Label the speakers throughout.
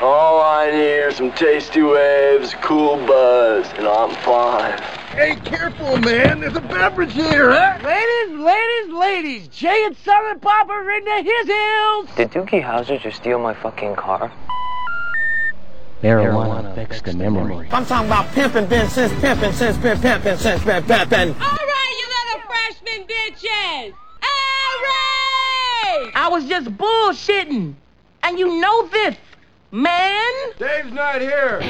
Speaker 1: All I need are some tasty waves, cool buzz, and I'm fine.
Speaker 2: Hey, careful, man. There's a beverage here, huh?
Speaker 3: Ladies, ladies, ladies, Jay and Silent Bob are in his heels.
Speaker 4: Did Dookie Howser just steal my fucking car?
Speaker 5: Marijuana affects the memory.
Speaker 6: I'm talking about pimping, been since pimping, since been pimping, since been pimping.
Speaker 7: All right, you little freshman bitches. All right.
Speaker 3: I was just bullshitting. And you know this, man.
Speaker 2: Dave's not here.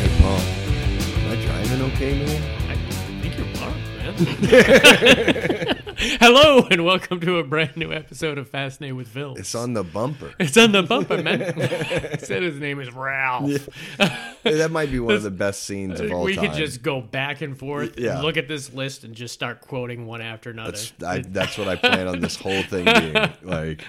Speaker 8: Hey, Paul. Am I driving okay, man?
Speaker 9: I think you're blind, man. Hello and welcome to a brand new episode of Fascinated with Phil.
Speaker 8: It's on the bumper.
Speaker 9: It's on the bumper, man. It Said his name is Ralph.
Speaker 8: Hey, that might be one of the best scenes of all
Speaker 9: we
Speaker 8: time.
Speaker 9: could just go back and forth.
Speaker 8: Yeah.
Speaker 9: Look at this list and just start quoting one after another.
Speaker 8: That's, I, that's what I plan on this whole thing being. Like,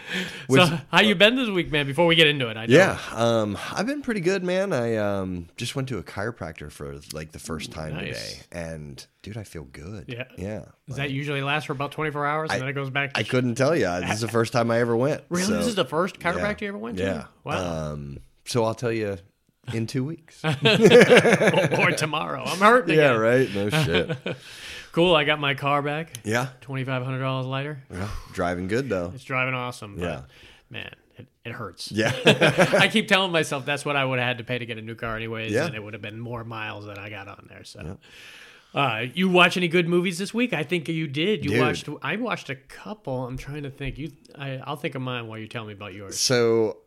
Speaker 8: which-
Speaker 9: so, uh, how you been this week, man? Before we get into it, I know.
Speaker 8: yeah, um, I've been pretty good, man. I um, just went to a chiropractor for like the first time
Speaker 9: nice.
Speaker 8: today, and dude, I feel good.
Speaker 9: Yeah.
Speaker 8: yeah.
Speaker 9: Does that usually last for about 24 hours and then it goes back? To
Speaker 8: I couldn't tell you. This is the first time I ever went.
Speaker 9: Really,
Speaker 8: so-
Speaker 9: this is the first chiropractor
Speaker 8: yeah.
Speaker 9: you ever went to?
Speaker 8: Yeah.
Speaker 9: Wow.
Speaker 8: Um, so I'll tell you in two weeks.
Speaker 9: or tomorrow. I'm hurting.
Speaker 8: Uh, yeah,
Speaker 9: again.
Speaker 8: right. No shit.
Speaker 9: Cool. I got my car back.
Speaker 8: Yeah.
Speaker 9: Twenty five hundred dollars later.
Speaker 8: Yeah. Driving good though.
Speaker 9: It's driving awesome. but,
Speaker 8: Yeah.
Speaker 9: man, it, it hurts.
Speaker 8: Yeah.
Speaker 9: I keep telling myself that's what I would have had to pay to get a new car anyways,
Speaker 8: Yeah.
Speaker 9: and it would have been more miles than I got on there. So, uh, you watch any good movies this week? I think you did. You
Speaker 8: Dude.
Speaker 9: watched. I watched a couple. I'm trying to think. You, I, I'll think of mine while you tell me about yours.
Speaker 8: so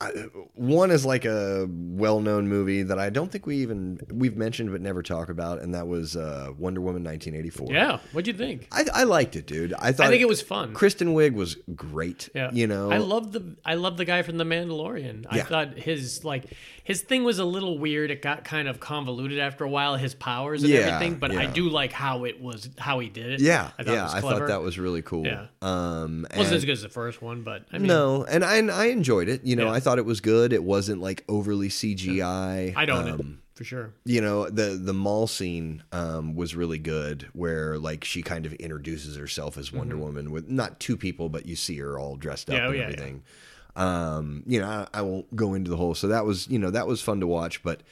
Speaker 8: I, one is like a well-known movie that I don't think we even we've mentioned but never talk about, and that was uh, Wonder Woman 1984.
Speaker 9: Yeah. What'd you think?
Speaker 8: I, I liked it, dude. I thought
Speaker 9: I think it was fun.
Speaker 8: Kristen Wiig was great.
Speaker 9: Yeah.
Speaker 8: you know,
Speaker 9: I love the I love the guy from The Mandalorian. I
Speaker 8: Yeah.
Speaker 9: thought his like his thing was a little weird. It got kind of convoluted after a while, his powers and
Speaker 8: Yeah,
Speaker 9: everything, but I
Speaker 8: yeah.
Speaker 9: do like how it was how he did it.
Speaker 8: Yeah,
Speaker 9: I thought
Speaker 8: yeah,
Speaker 9: it was
Speaker 8: I
Speaker 9: clever.
Speaker 8: thought that was really cool.
Speaker 9: Yeah.
Speaker 8: Um,
Speaker 9: wasn't as
Speaker 8: and-
Speaker 9: good as the first one, but I mean
Speaker 8: no, and I and I enjoyed it. You know,
Speaker 9: Yeah.
Speaker 8: I thought it was good. It wasn't like overly CGI.
Speaker 9: I
Speaker 8: Um,
Speaker 9: don't know for sure.
Speaker 8: you know the the mall scene um, was really good where like she kind of introduces herself as wonder woman with not two people but you see her all dressed up
Speaker 9: Mm-hmm. Yeah, oh,
Speaker 8: and
Speaker 9: yeah, yeah.
Speaker 8: everything um you know I, I won't go into the whole so that was you know that was fun to watch but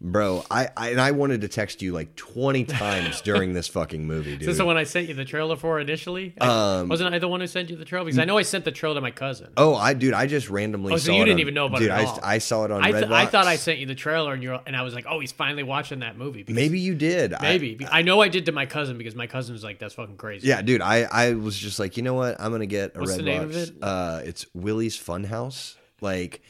Speaker 8: bro i, I and i wanted to text you like 20 times during this fucking movie
Speaker 9: Is this
Speaker 8: dude
Speaker 9: the one I sent you the trailer for initially? I- wasn't I the one who sent you the trailer? Because I know I sent the trailer to my cousin.
Speaker 8: Um, Oh, I dude, I just randomly.
Speaker 9: Oh, so
Speaker 8: saw
Speaker 9: you
Speaker 8: it
Speaker 9: didn't
Speaker 8: on-
Speaker 9: even know about
Speaker 8: dude,
Speaker 9: it at
Speaker 8: I,
Speaker 9: all.
Speaker 8: I saw it on
Speaker 9: I,
Speaker 8: Redbox.
Speaker 9: th- I thought I sent you the trailer, and you're and I was like, oh, he's finally watching that movie. because-
Speaker 8: Maybe you did. I-
Speaker 9: maybe I, know I did to my cousin because my cousin was like, that's fucking crazy.
Speaker 8: Yeah, dude, I, I was just like, you know what? I'm gonna get a
Speaker 9: What's
Speaker 8: red
Speaker 9: the name of
Speaker 8: box.
Speaker 9: it?
Speaker 8: Uh it's Willie's Funhouse. Like,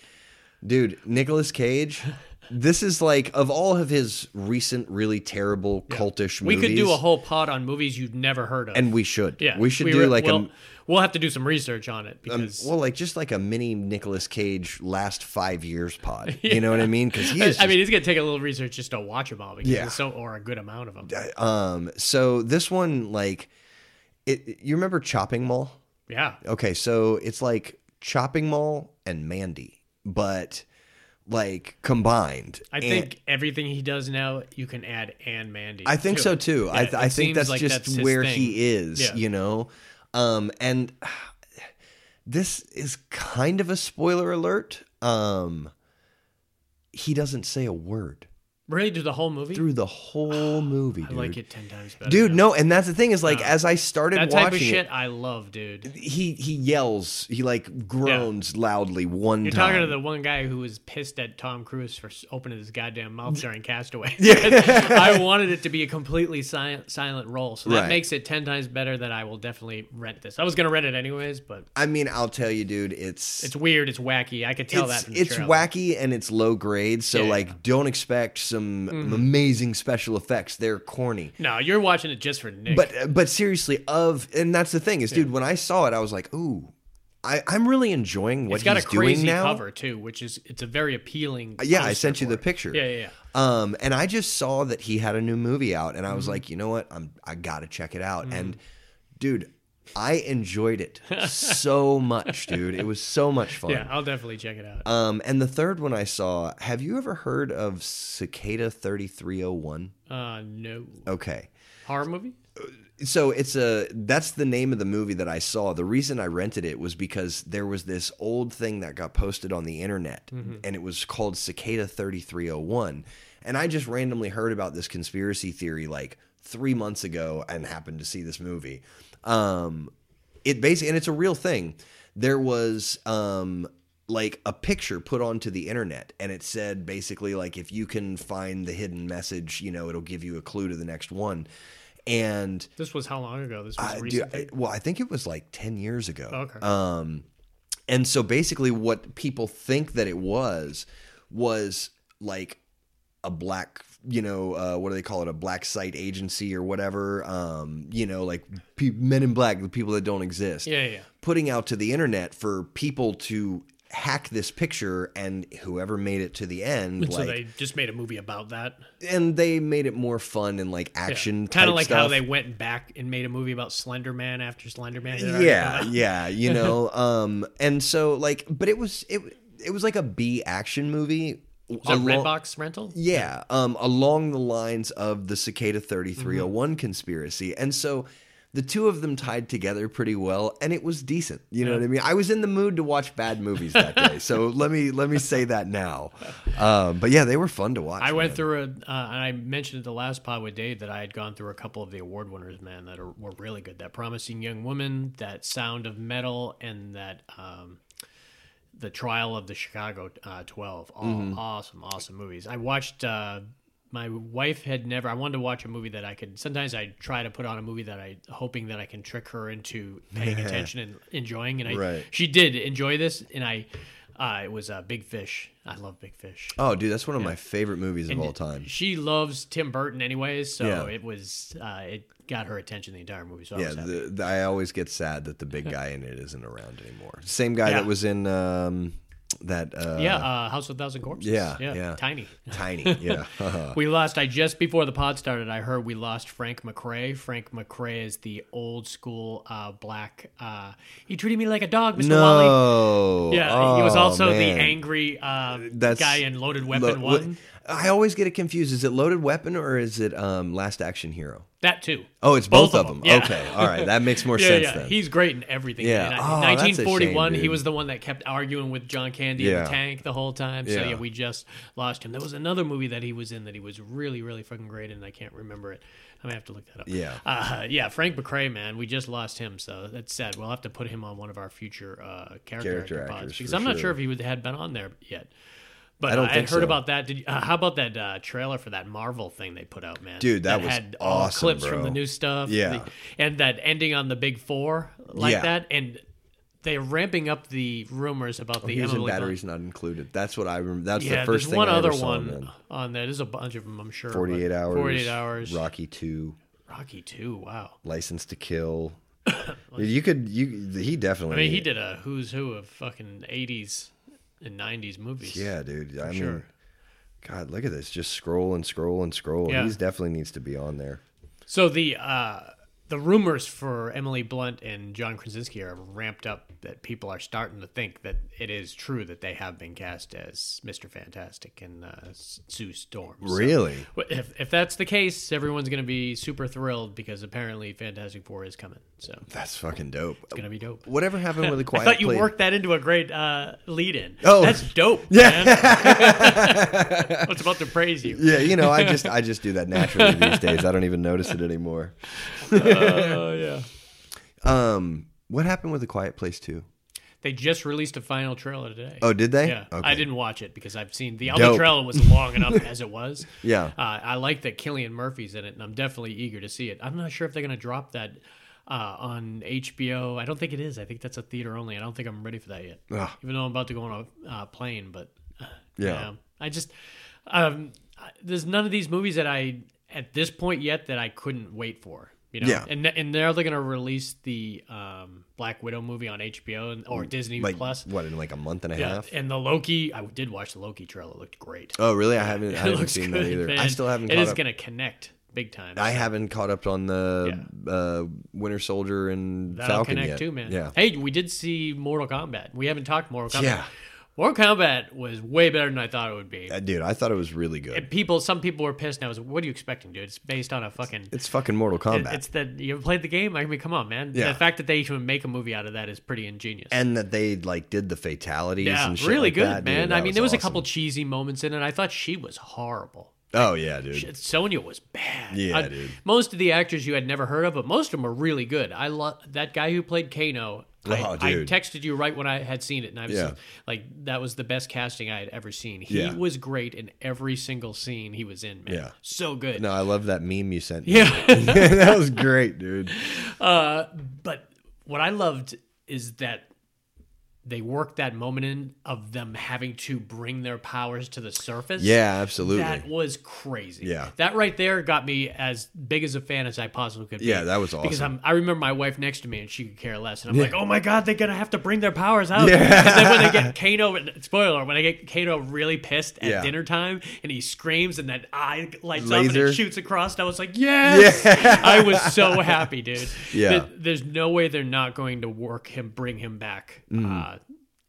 Speaker 8: dude, Nicolas Cage. This is like of all of his recent really terrible cultish movies.
Speaker 9: We could do a whole pod on movies you've never heard of.
Speaker 8: and we should.
Speaker 9: yeah,
Speaker 8: We should
Speaker 9: we
Speaker 8: do
Speaker 9: were-
Speaker 8: like
Speaker 9: we'll,
Speaker 8: a
Speaker 9: We'll have to do some research on it because
Speaker 8: well, like just like a mini Nicolas Cage last five years pod. You know what I mean? Because he is.
Speaker 9: I mean
Speaker 8: just-
Speaker 9: it's gonna take a little research just to watch them all because
Speaker 8: Yeah.
Speaker 9: it's so or a good amount of them.
Speaker 8: um, so this one, like, it. You remember Chopping Mall?
Speaker 9: yeah,
Speaker 8: Okay, so it's like Chopping Mall and Mandy, but like combined.
Speaker 9: I
Speaker 8: And
Speaker 9: think everything he does now you can add and Mandy.
Speaker 8: I think
Speaker 9: to
Speaker 8: so
Speaker 9: it.
Speaker 8: too. I, I
Speaker 9: Yeah, it
Speaker 8: think
Speaker 9: seems
Speaker 8: that's
Speaker 9: like
Speaker 8: just
Speaker 9: his
Speaker 8: where
Speaker 9: thing.
Speaker 8: he is,
Speaker 9: Yeah.
Speaker 8: you know. Um, and this is kind of a spoiler alert. Um, he doesn't say a word
Speaker 9: Really, do the whole movie?
Speaker 8: through the whole movie.
Speaker 9: I
Speaker 8: Dude.
Speaker 9: like it ten times better.
Speaker 8: dude.
Speaker 9: now.
Speaker 8: No, and that's the thing is like as I started
Speaker 9: that type
Speaker 8: watching
Speaker 9: of shit
Speaker 8: it.
Speaker 9: I love, dude.
Speaker 8: He he yells. He like groans loudly one
Speaker 9: You're
Speaker 8: time.
Speaker 9: talking to the one guy who was pissed at Tom Cruise for s- opening his goddamn mouth during Castaway. Yeah. I wanted it to be a completely silent, silent role, so that
Speaker 8: Right.
Speaker 9: makes it ten times better. That I will definitely rent this. I was gonna rent it anyways, but
Speaker 8: I mean, I'll tell you, dude. It's
Speaker 9: it's weird, it's wacky. I could tell
Speaker 8: it's
Speaker 9: that. From the
Speaker 8: it's
Speaker 9: trailer.
Speaker 8: wacky and it's low grade. So
Speaker 9: Yeah. Mm-hmm.
Speaker 8: like, don't expect some amazing special effects. They're corny.
Speaker 9: No, you're watching it just for Nick.
Speaker 8: But but seriously, of and that's the thing is, dude. When I saw it, I was like, ooh, I I'm really enjoying what
Speaker 9: it's got a
Speaker 8: he's
Speaker 9: crazy
Speaker 8: doing now. Uh,
Speaker 9: cover too, which is it's a very appealing.
Speaker 8: Yeah, I
Speaker 9: poster
Speaker 8: sent you
Speaker 9: for
Speaker 8: the
Speaker 9: it.
Speaker 8: picture.
Speaker 9: Yeah, yeah, yeah.
Speaker 8: Um, and I just saw that he had a new movie out, and I was
Speaker 9: Mm-hmm.
Speaker 8: like, you know what? I'm I gotta check it out. And dude, I enjoyed it so much, dude. It was so much fun.
Speaker 9: Yeah, I'll definitely check it out.
Speaker 8: Um, and the third one I saw, have you ever heard of Cicada 3301?
Speaker 9: Uh, no.
Speaker 8: Okay.
Speaker 9: Horror movie?
Speaker 8: so it's a that's the name of the movie that I saw. The reason I rented it was because there was this old thing that got posted on the internet and it was called Cicada 3301 and I just randomly heard about this conspiracy theory like 3 months ago and happened to see this movie. Um it basically and it's a real thing. There was um like a picture put onto the internet and it said basically like if you can find the hidden message, you know, it'll give you a clue to the next one. And
Speaker 9: This was how long ago? This was
Speaker 8: I-
Speaker 9: recent.
Speaker 8: Uh, dude, I- well, I think it was like 10 years ago. Um,
Speaker 9: okay.
Speaker 8: And so basically, what people think that it was was like a black, you know, uh, what do they call it? A black site agency or whatever. Um, you know, like pe- men in black, the people that don't exist.
Speaker 9: yeah, yeah, yeah.
Speaker 8: Putting out to the internet for people to hack this picture and whoever made it to the end
Speaker 9: so
Speaker 8: like
Speaker 9: they just made a movie about that.
Speaker 8: and they made it more fun and like action
Speaker 9: Kind
Speaker 8: type
Speaker 9: of like how
Speaker 8: stuff.
Speaker 9: they went back and made a movie about Slender Man after Slender Man. had already
Speaker 8: yeah
Speaker 9: come out.
Speaker 8: yeah you know um and so like but it was it it was like a b action movie
Speaker 9: Was that
Speaker 8: along-
Speaker 9: Redbox rental?
Speaker 8: yeah um along the lines of the cicada 3301
Speaker 9: Mm-hmm.
Speaker 8: conspiracy and so the two of them tied together pretty well and it was decent you know what i mean i was in the mood to watch bad movies that day so let me let me say that now um but yeah they were fun to watch
Speaker 9: I
Speaker 8: man.
Speaker 9: went through a, uh, and I mentioned at the last pod with Dave that I had gone through a couple of the award winners, man, that are, were really good. That Promising Young Woman, that Sound of Metal, and that um, the Trial of the Chicago uh, Twelve. All
Speaker 8: Mm-hmm.
Speaker 9: awesome, awesome movies. I watched. Uh, my wife had never. I wanted to watch a movie that I could. Sometimes I try to put on a movie that I hoping that I can trick her into paying attention and enjoying. And I,
Speaker 8: Right.
Speaker 9: she did enjoy this, and I. Uh, it was uh, Big Fish. I love Big Fish.
Speaker 8: oh dude that's one of my favorite movies of all
Speaker 9: And
Speaker 8: time
Speaker 9: She loves Tim Burton, anyways, so
Speaker 8: Yeah.
Speaker 9: it was uh, it got her attention the entire movie. So I
Speaker 8: Yeah,
Speaker 9: was happy.
Speaker 8: the, the, I always get sad that the big guy in it isn't around anymore. Same guy
Speaker 9: Yeah.
Speaker 8: that was in um, that. Uh,
Speaker 9: yeah, uh, House of a Thousand Corpses.
Speaker 8: yeah,
Speaker 9: yeah,
Speaker 8: yeah. Uh,
Speaker 9: tiny.
Speaker 8: Tiny. Yeah.
Speaker 9: We lost. I just before the pod started, I heard we lost Frank McRae. Frank McRae is the old school uh, black. Uh, he treated me like a dog, Mr. Wally.
Speaker 8: no.
Speaker 9: Yeah, he was
Speaker 8: Oh,
Speaker 9: also
Speaker 8: man.
Speaker 9: the angry uh,
Speaker 8: That's-
Speaker 9: guy in Loaded
Speaker 8: Lo-
Speaker 9: Weapon
Speaker 8: lo-
Speaker 9: One.
Speaker 8: I always get it confused. Is it Loaded Weapon or is it um, Last Action Hero?
Speaker 9: That too.
Speaker 8: Oh, it's both, of them.
Speaker 9: Yeah.
Speaker 8: Okay. All right. That makes more
Speaker 9: yeah,
Speaker 8: sense
Speaker 9: yeah.
Speaker 8: then.
Speaker 9: He's great in everything.
Speaker 8: Yeah.
Speaker 9: And I-
Speaker 8: Oh, that's a shame,
Speaker 9: 1941, he
Speaker 8: dude.
Speaker 9: was the one that kept arguing with John Candy in
Speaker 8: Yeah.
Speaker 9: the tank the whole time. So
Speaker 8: Yeah.
Speaker 9: yeah. we just lost him. There was another movie that he was in that he was really, really fucking great in. and I can't remember it. I'm gonna have to look that up.
Speaker 8: Yeah.
Speaker 9: Uh, yeah. Frank McRae, man, we just lost him. So that's sad. We'll have to put him on one of our future uh, character,
Speaker 8: Character
Speaker 9: actor
Speaker 8: actors,
Speaker 9: pods because
Speaker 8: for
Speaker 9: I'm not
Speaker 8: sure.
Speaker 9: sure if he would, had been on there yet. But
Speaker 8: I
Speaker 9: I,
Speaker 8: don't
Speaker 9: had
Speaker 8: think
Speaker 9: heard
Speaker 8: so.
Speaker 9: about that. Did you, uh, how about that uh, trailer for that Marvel thing they put out, man?
Speaker 8: Dude, that was
Speaker 9: had all
Speaker 8: awesome,
Speaker 9: clips from
Speaker 8: bro.
Speaker 9: the new stuff.
Speaker 8: Yeah.
Speaker 9: the- and that ending on the big four like
Speaker 8: Yeah.
Speaker 9: that and they're ramping up the rumors about the
Speaker 8: Here's Oh, in
Speaker 9: Emily Blunt-
Speaker 8: batteries not included. That's what I remember. That's
Speaker 9: yeah,
Speaker 8: the first
Speaker 9: there's
Speaker 8: thing
Speaker 9: one
Speaker 8: I ever
Speaker 9: other
Speaker 8: saw him
Speaker 9: one
Speaker 8: in.
Speaker 9: on there. There's a bunch of them, I'm sure. but
Speaker 8: 48 hours.
Speaker 9: 48 hours.
Speaker 8: Rocky 2.
Speaker 9: Rocky 2, wow.
Speaker 8: License to Kill. you could. You. He definitely.
Speaker 9: I mean, he did a who's who of fucking 80s and 90s movies.
Speaker 8: Yeah, dude. I mean,
Speaker 9: sure.
Speaker 8: God, look at this. Just scroll and scroll and scroll.
Speaker 9: Yeah.
Speaker 8: He's definitely needs to be on there.
Speaker 9: So the uh, the rumors for Emily Blunt and John Krasinski are ramped up that people are starting to think that it is true that they have been cast as Mr. Fantastic and uh, Sue Storm. So-
Speaker 8: Really?
Speaker 9: Well, If, if that's the case, everyone's going to be super thrilled because apparently Fantastic Four is coming. So it's
Speaker 8: That's fucking dope.
Speaker 9: going to be dope.
Speaker 8: Whatever happened with the
Speaker 9: I
Speaker 8: quiet
Speaker 9: thought you
Speaker 8: Place-
Speaker 9: worked that into a great uh, lead in.
Speaker 8: Oh.
Speaker 9: That's dope. Yeah. Man. I was about to praise you.
Speaker 8: Yeah, you know, I just I just do that naturally these days. I don't even notice it anymore.
Speaker 9: Oh, yeah.
Speaker 8: Um, what happened with the Quiet Place too?
Speaker 9: They just released a final trailer today.
Speaker 8: Oh, did they?
Speaker 9: Yeah,
Speaker 8: Okay.
Speaker 9: I didn't watch it because I've seen the
Speaker 8: Dope.
Speaker 9: other trailer was long enough as it was.
Speaker 8: Yeah.
Speaker 9: uh, I like that Killian Murphy's in it, and I'm definitely eager to see it. I'm not sure if they're gonna drop that uh, on HBO. I don't think it is. I think that's a theater only. I don't think I'm ready for that yet.
Speaker 8: Ugh.
Speaker 9: Even though I'm about to go on a uh, plane, but uh,
Speaker 8: Yeah.
Speaker 9: I just um, I- there's none of these movies that I at this point yet that I couldn't wait for. You know,
Speaker 8: Yeah.
Speaker 9: and and now they're gonna release the um, Black Widow movie on HBO and, or Disney
Speaker 8: Mm, Like
Speaker 9: Plus.
Speaker 8: what in like a month and a
Speaker 9: Yeah,
Speaker 8: half?
Speaker 9: and the Loki, I did watch the Loki trailer. It looked great.
Speaker 8: Oh, really? I haven't. I haven't seen that
Speaker 9: good,
Speaker 8: either. I
Speaker 9: man.
Speaker 8: still haven't.
Speaker 9: It
Speaker 8: caught
Speaker 9: is
Speaker 8: up.
Speaker 9: going to connect big time.
Speaker 8: I haven't caught up on the uh, Winter Soldier and
Speaker 9: That'll
Speaker 8: Falcon
Speaker 9: connect
Speaker 8: yet.
Speaker 9: too, man.
Speaker 8: Yeah.
Speaker 9: Hey, we did see Mortal Kombat. We haven't talked Mortal Kombat.
Speaker 8: Yeah.
Speaker 9: Mortal Kombat was way better than I thought it would be.
Speaker 8: Uh, Dude, I thought it was really good.
Speaker 9: And people, some people were pissed, and I was, "What are you expecting, dude? It's based on a fucking."
Speaker 8: It's fucking Mortal Kombat.
Speaker 9: It's that you ever played the game. I mean, come on, man.
Speaker 8: Yeah.
Speaker 9: The fact that they even make a movie out of that is pretty ingenious.
Speaker 8: and that they like did the fatalities
Speaker 9: yeah,
Speaker 8: and shit
Speaker 9: really
Speaker 8: like
Speaker 9: good,
Speaker 8: that, dude,
Speaker 9: man.
Speaker 8: that
Speaker 9: I mean, there was a
Speaker 8: awesome.
Speaker 9: couple cheesy moments in it. I thought she was horrible.
Speaker 8: Oh yeah, dude.
Speaker 9: Shit, Sonya was bad.
Speaker 8: Yeah,
Speaker 9: I-
Speaker 8: dude.
Speaker 9: Most of the actors you had never heard of, but most of them were really good. I love that guy who played Kano. I,
Speaker 8: Oh,
Speaker 9: I
Speaker 8: dude.
Speaker 9: texted you right when I had seen it, and I was
Speaker 8: Yeah.
Speaker 9: like, "That was the best casting I had ever seen." He
Speaker 8: Yeah.
Speaker 9: was great in every single scene he was in. Man,
Speaker 8: Yeah.
Speaker 9: so good.
Speaker 8: No, I love that meme you sent. me.
Speaker 9: Yeah.
Speaker 8: that was great, dude.
Speaker 9: Uh, but what I loved is that they worked that moment in of them having to bring their powers to the surface.
Speaker 8: Yeah, absolutely.
Speaker 9: That was crazy.
Speaker 8: Yeah.
Speaker 9: That right there got me as big as a fan as I possibly could be.
Speaker 8: Yeah, that was
Speaker 9: Because
Speaker 8: awesome.
Speaker 9: I'm, I remember my wife next to me and she could care less. And I'm like, oh my God, they're going to have to bring their powers out.
Speaker 8: Yeah.
Speaker 9: And then when they get Kano, and- spoiler, when I get Kano really pissed at
Speaker 8: Yeah.
Speaker 9: dinner time and he screams and that eye lights up and
Speaker 8: Laser.
Speaker 9: it shoots across, and I was like, yes. I was so happy, dude.
Speaker 8: Yeah.
Speaker 9: Th- there's no way they're not going to work him, bring him back
Speaker 8: Mm-hmm.
Speaker 9: uh,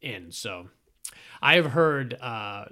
Speaker 9: in. So I have heard. Uh,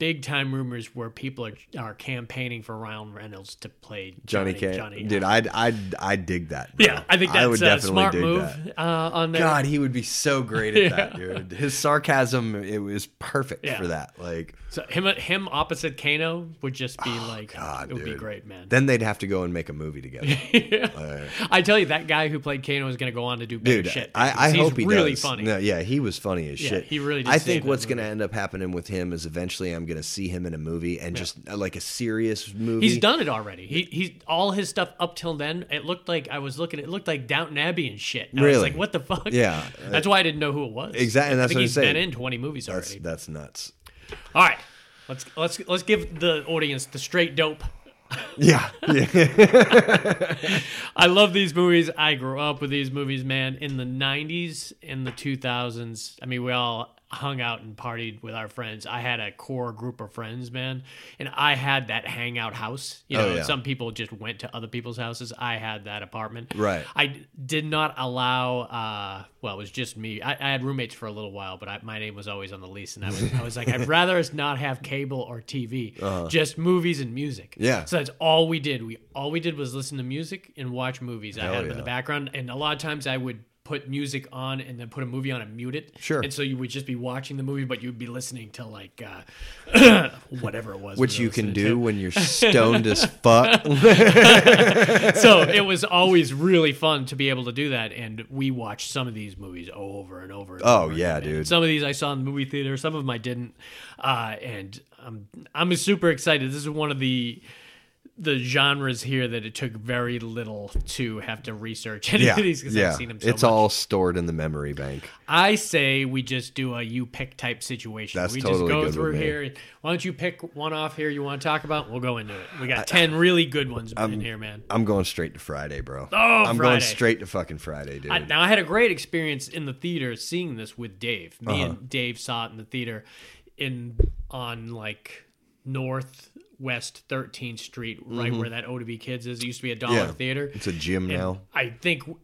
Speaker 9: big time rumors where people are are campaigning for Ryan Reynolds to play
Speaker 8: Johnny,
Speaker 9: Johnny,
Speaker 8: K.
Speaker 9: Johnny.
Speaker 8: dude, I'd, I'd, I'd dig that. bro.
Speaker 9: yeah, I think that's
Speaker 8: I would
Speaker 9: a
Speaker 8: definitely
Speaker 9: smart
Speaker 8: dig
Speaker 9: move
Speaker 8: that.
Speaker 9: uh, on there.
Speaker 8: God, he would be so great at that, dude. His sarcasm, it was perfect
Speaker 9: Yeah.
Speaker 8: for that. Like,
Speaker 9: So him him opposite Kano would just be like
Speaker 8: Oh, God,
Speaker 9: it would be
Speaker 8: ah, dude.
Speaker 9: great, man.
Speaker 8: then they'd have to go and make a movie together.
Speaker 9: I tell you, that guy who played Kano is going to go on to do better
Speaker 8: Dude,
Speaker 9: shit.
Speaker 8: I, I
Speaker 9: He's
Speaker 8: hope he
Speaker 9: really
Speaker 8: does.
Speaker 9: funny.
Speaker 8: No, yeah, he was funny as
Speaker 9: Yeah,
Speaker 8: shit.
Speaker 9: he really did
Speaker 8: I
Speaker 9: save
Speaker 8: think
Speaker 9: that
Speaker 8: what's going
Speaker 9: movie.
Speaker 8: to end up happening with him is eventually I'm going to see him in a movie and just uh, like a serious movie.
Speaker 9: He's done it already. He he's all his stuff up till then. It looked like I was looking. It looked like Downton Abbey and shit. And I was
Speaker 8: Really?
Speaker 9: like, what the fuck?
Speaker 8: Yeah.
Speaker 9: that's why I didn't know who it was.
Speaker 8: Exactly,
Speaker 9: I
Speaker 8: that's
Speaker 9: think
Speaker 8: what I'm
Speaker 9: he's
Speaker 8: saying.
Speaker 9: been in twenty movies
Speaker 8: That's
Speaker 9: already.
Speaker 8: that's nuts.
Speaker 9: All right, let's let's let's give the audience the straight dope.
Speaker 8: Yeah, yeah.
Speaker 9: I love these movies. I grew up with these movies, man. In the '90s, in the 2000s, I mean, we all hung out and partied with our friends. I had a core group of friends, man, and I had that hangout house. You
Speaker 8: Oh,
Speaker 9: know,
Speaker 8: yeah.
Speaker 9: some people just went to other people's houses. I had that apartment.
Speaker 8: Right.
Speaker 9: I did not allow. Uh, well, it was just me. I, I had roommates for a little while, but I, my name was always on the lease, and I was, I was like, I'd rather us not have cable or TV, just movies and music.
Speaker 8: Uh-huh. Yeah.
Speaker 9: So that's all we did. We all we did was listen to music and watch movies. I
Speaker 8: Hell
Speaker 9: had them in
Speaker 8: yeah.
Speaker 9: the background, and a lot of times I would put music on and then put a movie on and mute it.
Speaker 8: Sure.
Speaker 9: And so you would just be watching the movie, but you'd be listening to like uh, whatever it was. we
Speaker 8: which
Speaker 9: were
Speaker 8: you can
Speaker 9: listening
Speaker 8: do
Speaker 9: to.
Speaker 8: when you're stoned as fuck.
Speaker 9: so it was always really fun to be able to do that, and we watched some of these movies over and over. And
Speaker 8: Oh,
Speaker 9: over
Speaker 8: yeah,
Speaker 9: again.
Speaker 8: dude.
Speaker 9: Some of these I saw in the movie theater. Some of them I didn't, uh, and I'm I'm super excited. This is one of the the genres here that it took very little to have to research any
Speaker 8: yeah,
Speaker 9: of these because
Speaker 8: yeah.
Speaker 9: I've seen them. So
Speaker 8: it's
Speaker 9: much.
Speaker 8: all stored in the memory bank.
Speaker 9: I say we just do a you pick type situation.
Speaker 8: That's
Speaker 9: we
Speaker 8: totally
Speaker 9: just go
Speaker 8: good with
Speaker 9: through
Speaker 8: me.
Speaker 9: here. Why don't you pick one off here you want to talk about? We'll go into it. We got ten really good ones in here, man.
Speaker 8: I'm going straight to Friday, bro. Oh, I'm
Speaker 9: Friday.
Speaker 8: going straight to fucking Friday, dude.
Speaker 9: I, now I had a great experience in the theater seeing this with Dave. Me and Dave saw it in the theater in on like Northwest 13th Street, right where that ODB Kids is. It used to be a dollar
Speaker 8: Yeah.
Speaker 9: theater.
Speaker 8: it's a gym
Speaker 9: And
Speaker 8: now.
Speaker 9: I think w-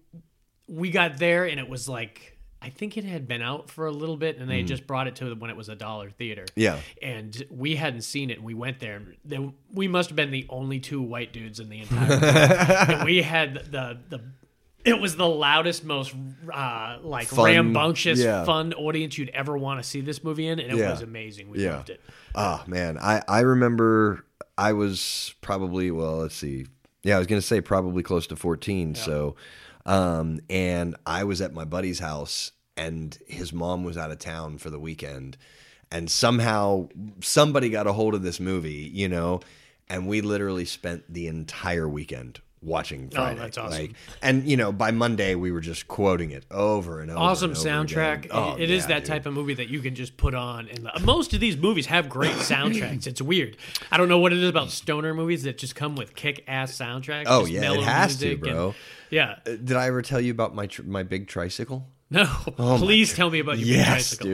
Speaker 9: we got there and it was like I think it had been out for a little bit and they had just brought it to when it was a dollar theater.
Speaker 8: Mm-hmm. Yeah.
Speaker 9: And we hadn't seen it and we went there and there, we must have been the only two white dudes in the entire theater. And we had the the it was the loudest most uh like
Speaker 8: Fun,
Speaker 9: rambunctious
Speaker 8: yeah.
Speaker 9: fun audience you'd ever want to see this movie in and it
Speaker 8: Yeah.
Speaker 9: was amazing. We
Speaker 8: Yeah.
Speaker 9: loved it.
Speaker 8: Oh man, I I remember I was probably well, let's see. Yeah, I was going to say probably close to 14, so um and I was at my buddy's house and his mom was out of town for the weekend and somehow somebody got a hold of this movie, you know, and we literally spent the entire weekend watching Friday.
Speaker 9: Oh, that's awesome.
Speaker 8: Like, and you know, by Monday we were just quoting it over and over.
Speaker 9: awesome
Speaker 8: and over
Speaker 9: soundtrack.
Speaker 8: again. Oh,
Speaker 9: It- it is
Speaker 8: yeah,
Speaker 9: that
Speaker 8: dude.
Speaker 9: type of movie that you can just put on, and uh, most of these movies have great soundtracks. It's weird. I don't know what it is about stoner movies that just come with kick-ass soundtracks.
Speaker 8: Oh,
Speaker 9: just
Speaker 8: yeah, it
Speaker 9: mellow
Speaker 8: has to,
Speaker 9: music and-
Speaker 8: bro. Uh,
Speaker 9: yeah.
Speaker 8: Did I ever tell you about my tr- my big tricycle?
Speaker 9: No, please tell me about your big
Speaker 8: oh yes,
Speaker 9: tricycle.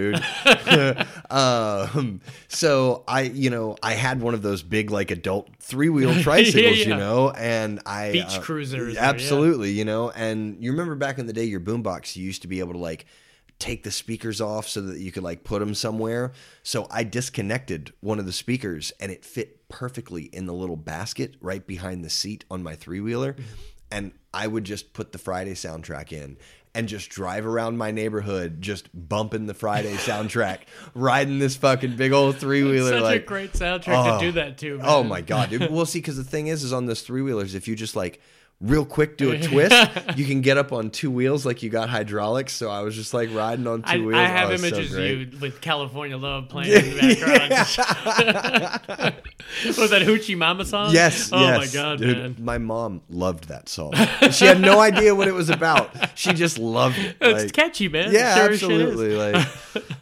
Speaker 8: dude. um, so I, you know, I had one of those big like adult three wheel tricycles, you
Speaker 9: yeah.
Speaker 8: know, and I uh,
Speaker 9: Beach cruisers or- yeah.
Speaker 8: absolutely, you know, and you remember back in the day, your boombox you used to be able to like take the speakers off so that you could like put them somewhere. So I disconnected one of the speakers and it fit perfectly in the little basket right behind the seat on my three wheeler.
Speaker 9: Mm-hmm.
Speaker 8: And I would just put the Friday soundtrack in and just drive around my neighborhood, just bumping the Friday soundtrack, riding this fucking big old three wheeler.
Speaker 9: Such
Speaker 8: like,
Speaker 9: a great soundtrack
Speaker 8: Oh.
Speaker 9: to do that too. Man.
Speaker 8: Oh my god, dude. Well, see, because the thing is, is on those three wheelers, if you just like real quick do a twist, you can get up on two wheels like you got hydraulics. So I was just like riding on two
Speaker 9: I,
Speaker 8: wheels.
Speaker 9: I have
Speaker 8: Oh, it's so
Speaker 9: images of
Speaker 8: great.
Speaker 9: you with California Love playing in the background. Was that Hoochie Mama song?
Speaker 8: Yes.
Speaker 9: Oh
Speaker 8: yes,
Speaker 9: my god,
Speaker 8: dude.
Speaker 9: man.
Speaker 8: My mom loved that song. she had no idea what it was about. She just loved it.
Speaker 9: It's
Speaker 8: like-
Speaker 9: catchy, man.
Speaker 8: Yeah,
Speaker 9: Sure as shit is.
Speaker 8: absolutely. Like,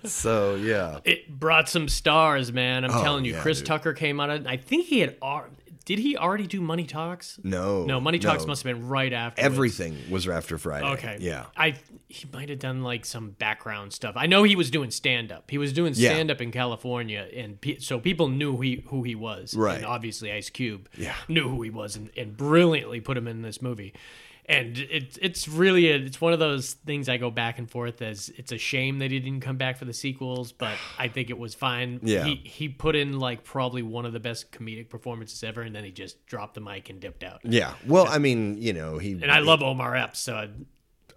Speaker 8: so yeah.
Speaker 9: It brought some stars, man. I'm
Speaker 8: Oh,
Speaker 9: telling you,
Speaker 8: yeah,
Speaker 9: Chris
Speaker 8: dude.
Speaker 9: Tucker came out of. I think he had. al- Did he already do Money Talks?
Speaker 8: No.
Speaker 9: No, Money Talks must have been right after
Speaker 8: Everything was after Friday.
Speaker 9: Okay.
Speaker 8: Yeah.
Speaker 9: I he might have done like some background stuff. I know he was doing stand up. He was doing
Speaker 8: Yeah.
Speaker 9: stand up in California, and pe- so people knew he, who he was.
Speaker 8: Right.
Speaker 9: And obviously, Ice Cube
Speaker 8: Yeah.
Speaker 9: knew who he was, and, and brilliantly put him in this movie. And it's it's really a, it's one of those things I go back and forth as it's a shame that he didn't come back for the sequels, but I think it was fine.
Speaker 8: Yeah.
Speaker 9: He he put in like probably one of the best comedic performances ever, and then he just dropped the mic and dipped out.
Speaker 8: Yeah. Well, I mean, you know, he
Speaker 9: And I love Omar Epps, so I,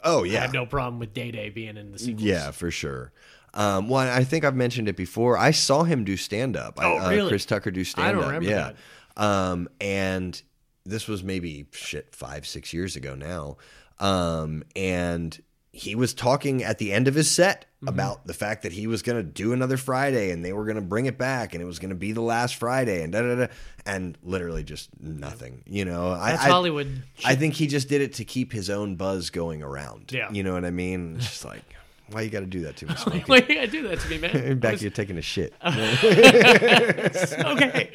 Speaker 8: Oh yeah.
Speaker 9: I have no problem with Day Day being in the sequels.
Speaker 8: Yeah, for sure. Um, well, I think I've mentioned it before. I saw him do stand up.
Speaker 9: Oh, really?
Speaker 8: Chris Tucker do stand up.
Speaker 9: remember
Speaker 8: yeah. Um, and this was maybe shit five, six years ago now. Um, and he was talking at the end of his set
Speaker 9: Mm-hmm.
Speaker 8: about the fact that he was going to do another Friday and they were going to bring it back and it was going to be the last Friday and da da da. And literally just nothing. You know,
Speaker 9: That's
Speaker 8: I, I,
Speaker 9: Hollywood.
Speaker 8: I think he just did it to keep his own buzz going around.
Speaker 9: Yeah.
Speaker 8: You know what I mean? It's just like, why you got to do that to me, Smokey?
Speaker 9: Why you gotta do that to me, man?
Speaker 8: Back to you taking a shit.
Speaker 9: okay.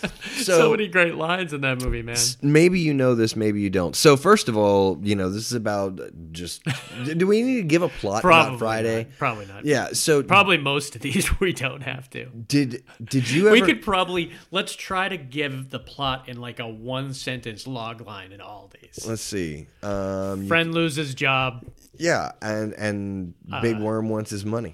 Speaker 8: So,
Speaker 9: So, many great lines in that movie, man.
Speaker 8: maybe you know this, maybe you don't. So first of all, you know, this is about just, do we need to give a plot
Speaker 9: Probably
Speaker 8: about Friday?
Speaker 9: Not. Probably not.
Speaker 8: Yeah. So
Speaker 9: Probably most of these we don't have to.
Speaker 8: did, did you ever,
Speaker 9: We could probably let's try to give the plot in like a one sentence log line in all these.
Speaker 8: let's see. Um,
Speaker 9: Friend loses job.
Speaker 8: yeah. And, and
Speaker 9: Uh,
Speaker 8: big worm wants his money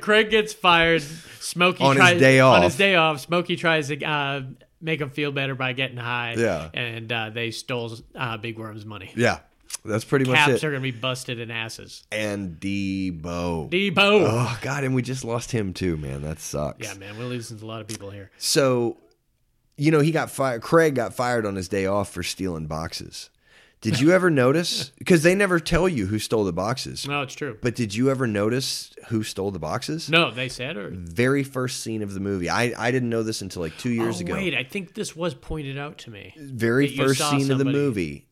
Speaker 9: Craig gets fired. Smokey
Speaker 8: On his
Speaker 9: tries,
Speaker 8: day
Speaker 9: On
Speaker 8: off.
Speaker 9: his day off, Smokey tries to uh, make him feel better by getting high.
Speaker 8: Yeah.
Speaker 9: and uh, they stole uh, Big Worm's money.
Speaker 8: yeah. That's pretty much
Speaker 9: Caps
Speaker 8: it.
Speaker 9: are gonna be busted in asses.
Speaker 8: and Debo.
Speaker 9: Debo.
Speaker 8: Oh God, and we just lost him too, man. That sucks.
Speaker 9: Yeah, man, we're losing a lot of people here.
Speaker 8: So, you know, he got fired. Craig got fired on his day off for stealing boxes. Did you ever notice? Because they never tell you who stole the boxes.
Speaker 9: No, it's true.
Speaker 8: But did you ever notice who stole the boxes?
Speaker 9: No, they said or
Speaker 8: Very first scene of the movie. I, I didn't know this until like two years
Speaker 9: oh,
Speaker 8: ago.
Speaker 9: Wait, I think this was pointed out to me.
Speaker 8: Very
Speaker 9: that you
Speaker 8: first
Speaker 9: saw
Speaker 8: scene of the
Speaker 9: somebody.
Speaker 8: movie.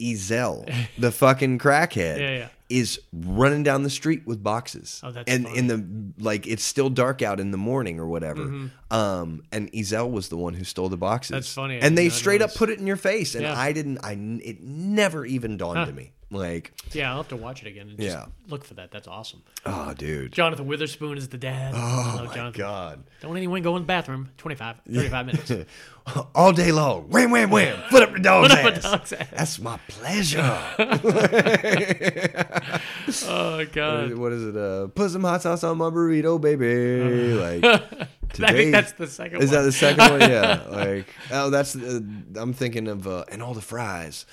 Speaker 8: Ezel, the fucking crackhead,
Speaker 9: Yeah, yeah.
Speaker 8: is running down the street with boxes.
Speaker 9: Oh, that's
Speaker 8: and
Speaker 9: funny.
Speaker 8: in the like, it's still dark out in the morning or whatever. Um, and Ezel was the one who stole the boxes.
Speaker 9: Mm-hmm. That's funny. I
Speaker 8: And they
Speaker 9: did not
Speaker 8: straight up
Speaker 9: notice.
Speaker 8: put it in your face, and
Speaker 9: Yeah.
Speaker 8: I didn't. I n- it never even dawned
Speaker 9: Huh.
Speaker 8: to me. Like,
Speaker 9: Yeah, I'll have to watch it again. And just
Speaker 8: Yeah.
Speaker 9: look for that. That's awesome.
Speaker 8: oh, dude.
Speaker 9: Jonathan Witherspoon is the dad.
Speaker 8: Oh
Speaker 9: Love
Speaker 8: my
Speaker 9: Jonathan.
Speaker 8: god!
Speaker 9: Don't anyone go in the bathroom. 25, 35 minutes.
Speaker 8: All day long, wham, wham, wham. Put up the dog's
Speaker 9: Put up a
Speaker 8: ass.
Speaker 9: dog's ass.
Speaker 8: That's my pleasure.
Speaker 9: Oh god.
Speaker 8: what is it? Uh, put some hot sauce on my burrito, baby. Like
Speaker 9: I
Speaker 8: today-
Speaker 9: think Uh, that's the second
Speaker 8: Is
Speaker 9: one.
Speaker 8: that the second one? Yeah. Like oh, that's uh, I'm thinking of uh, and all the fries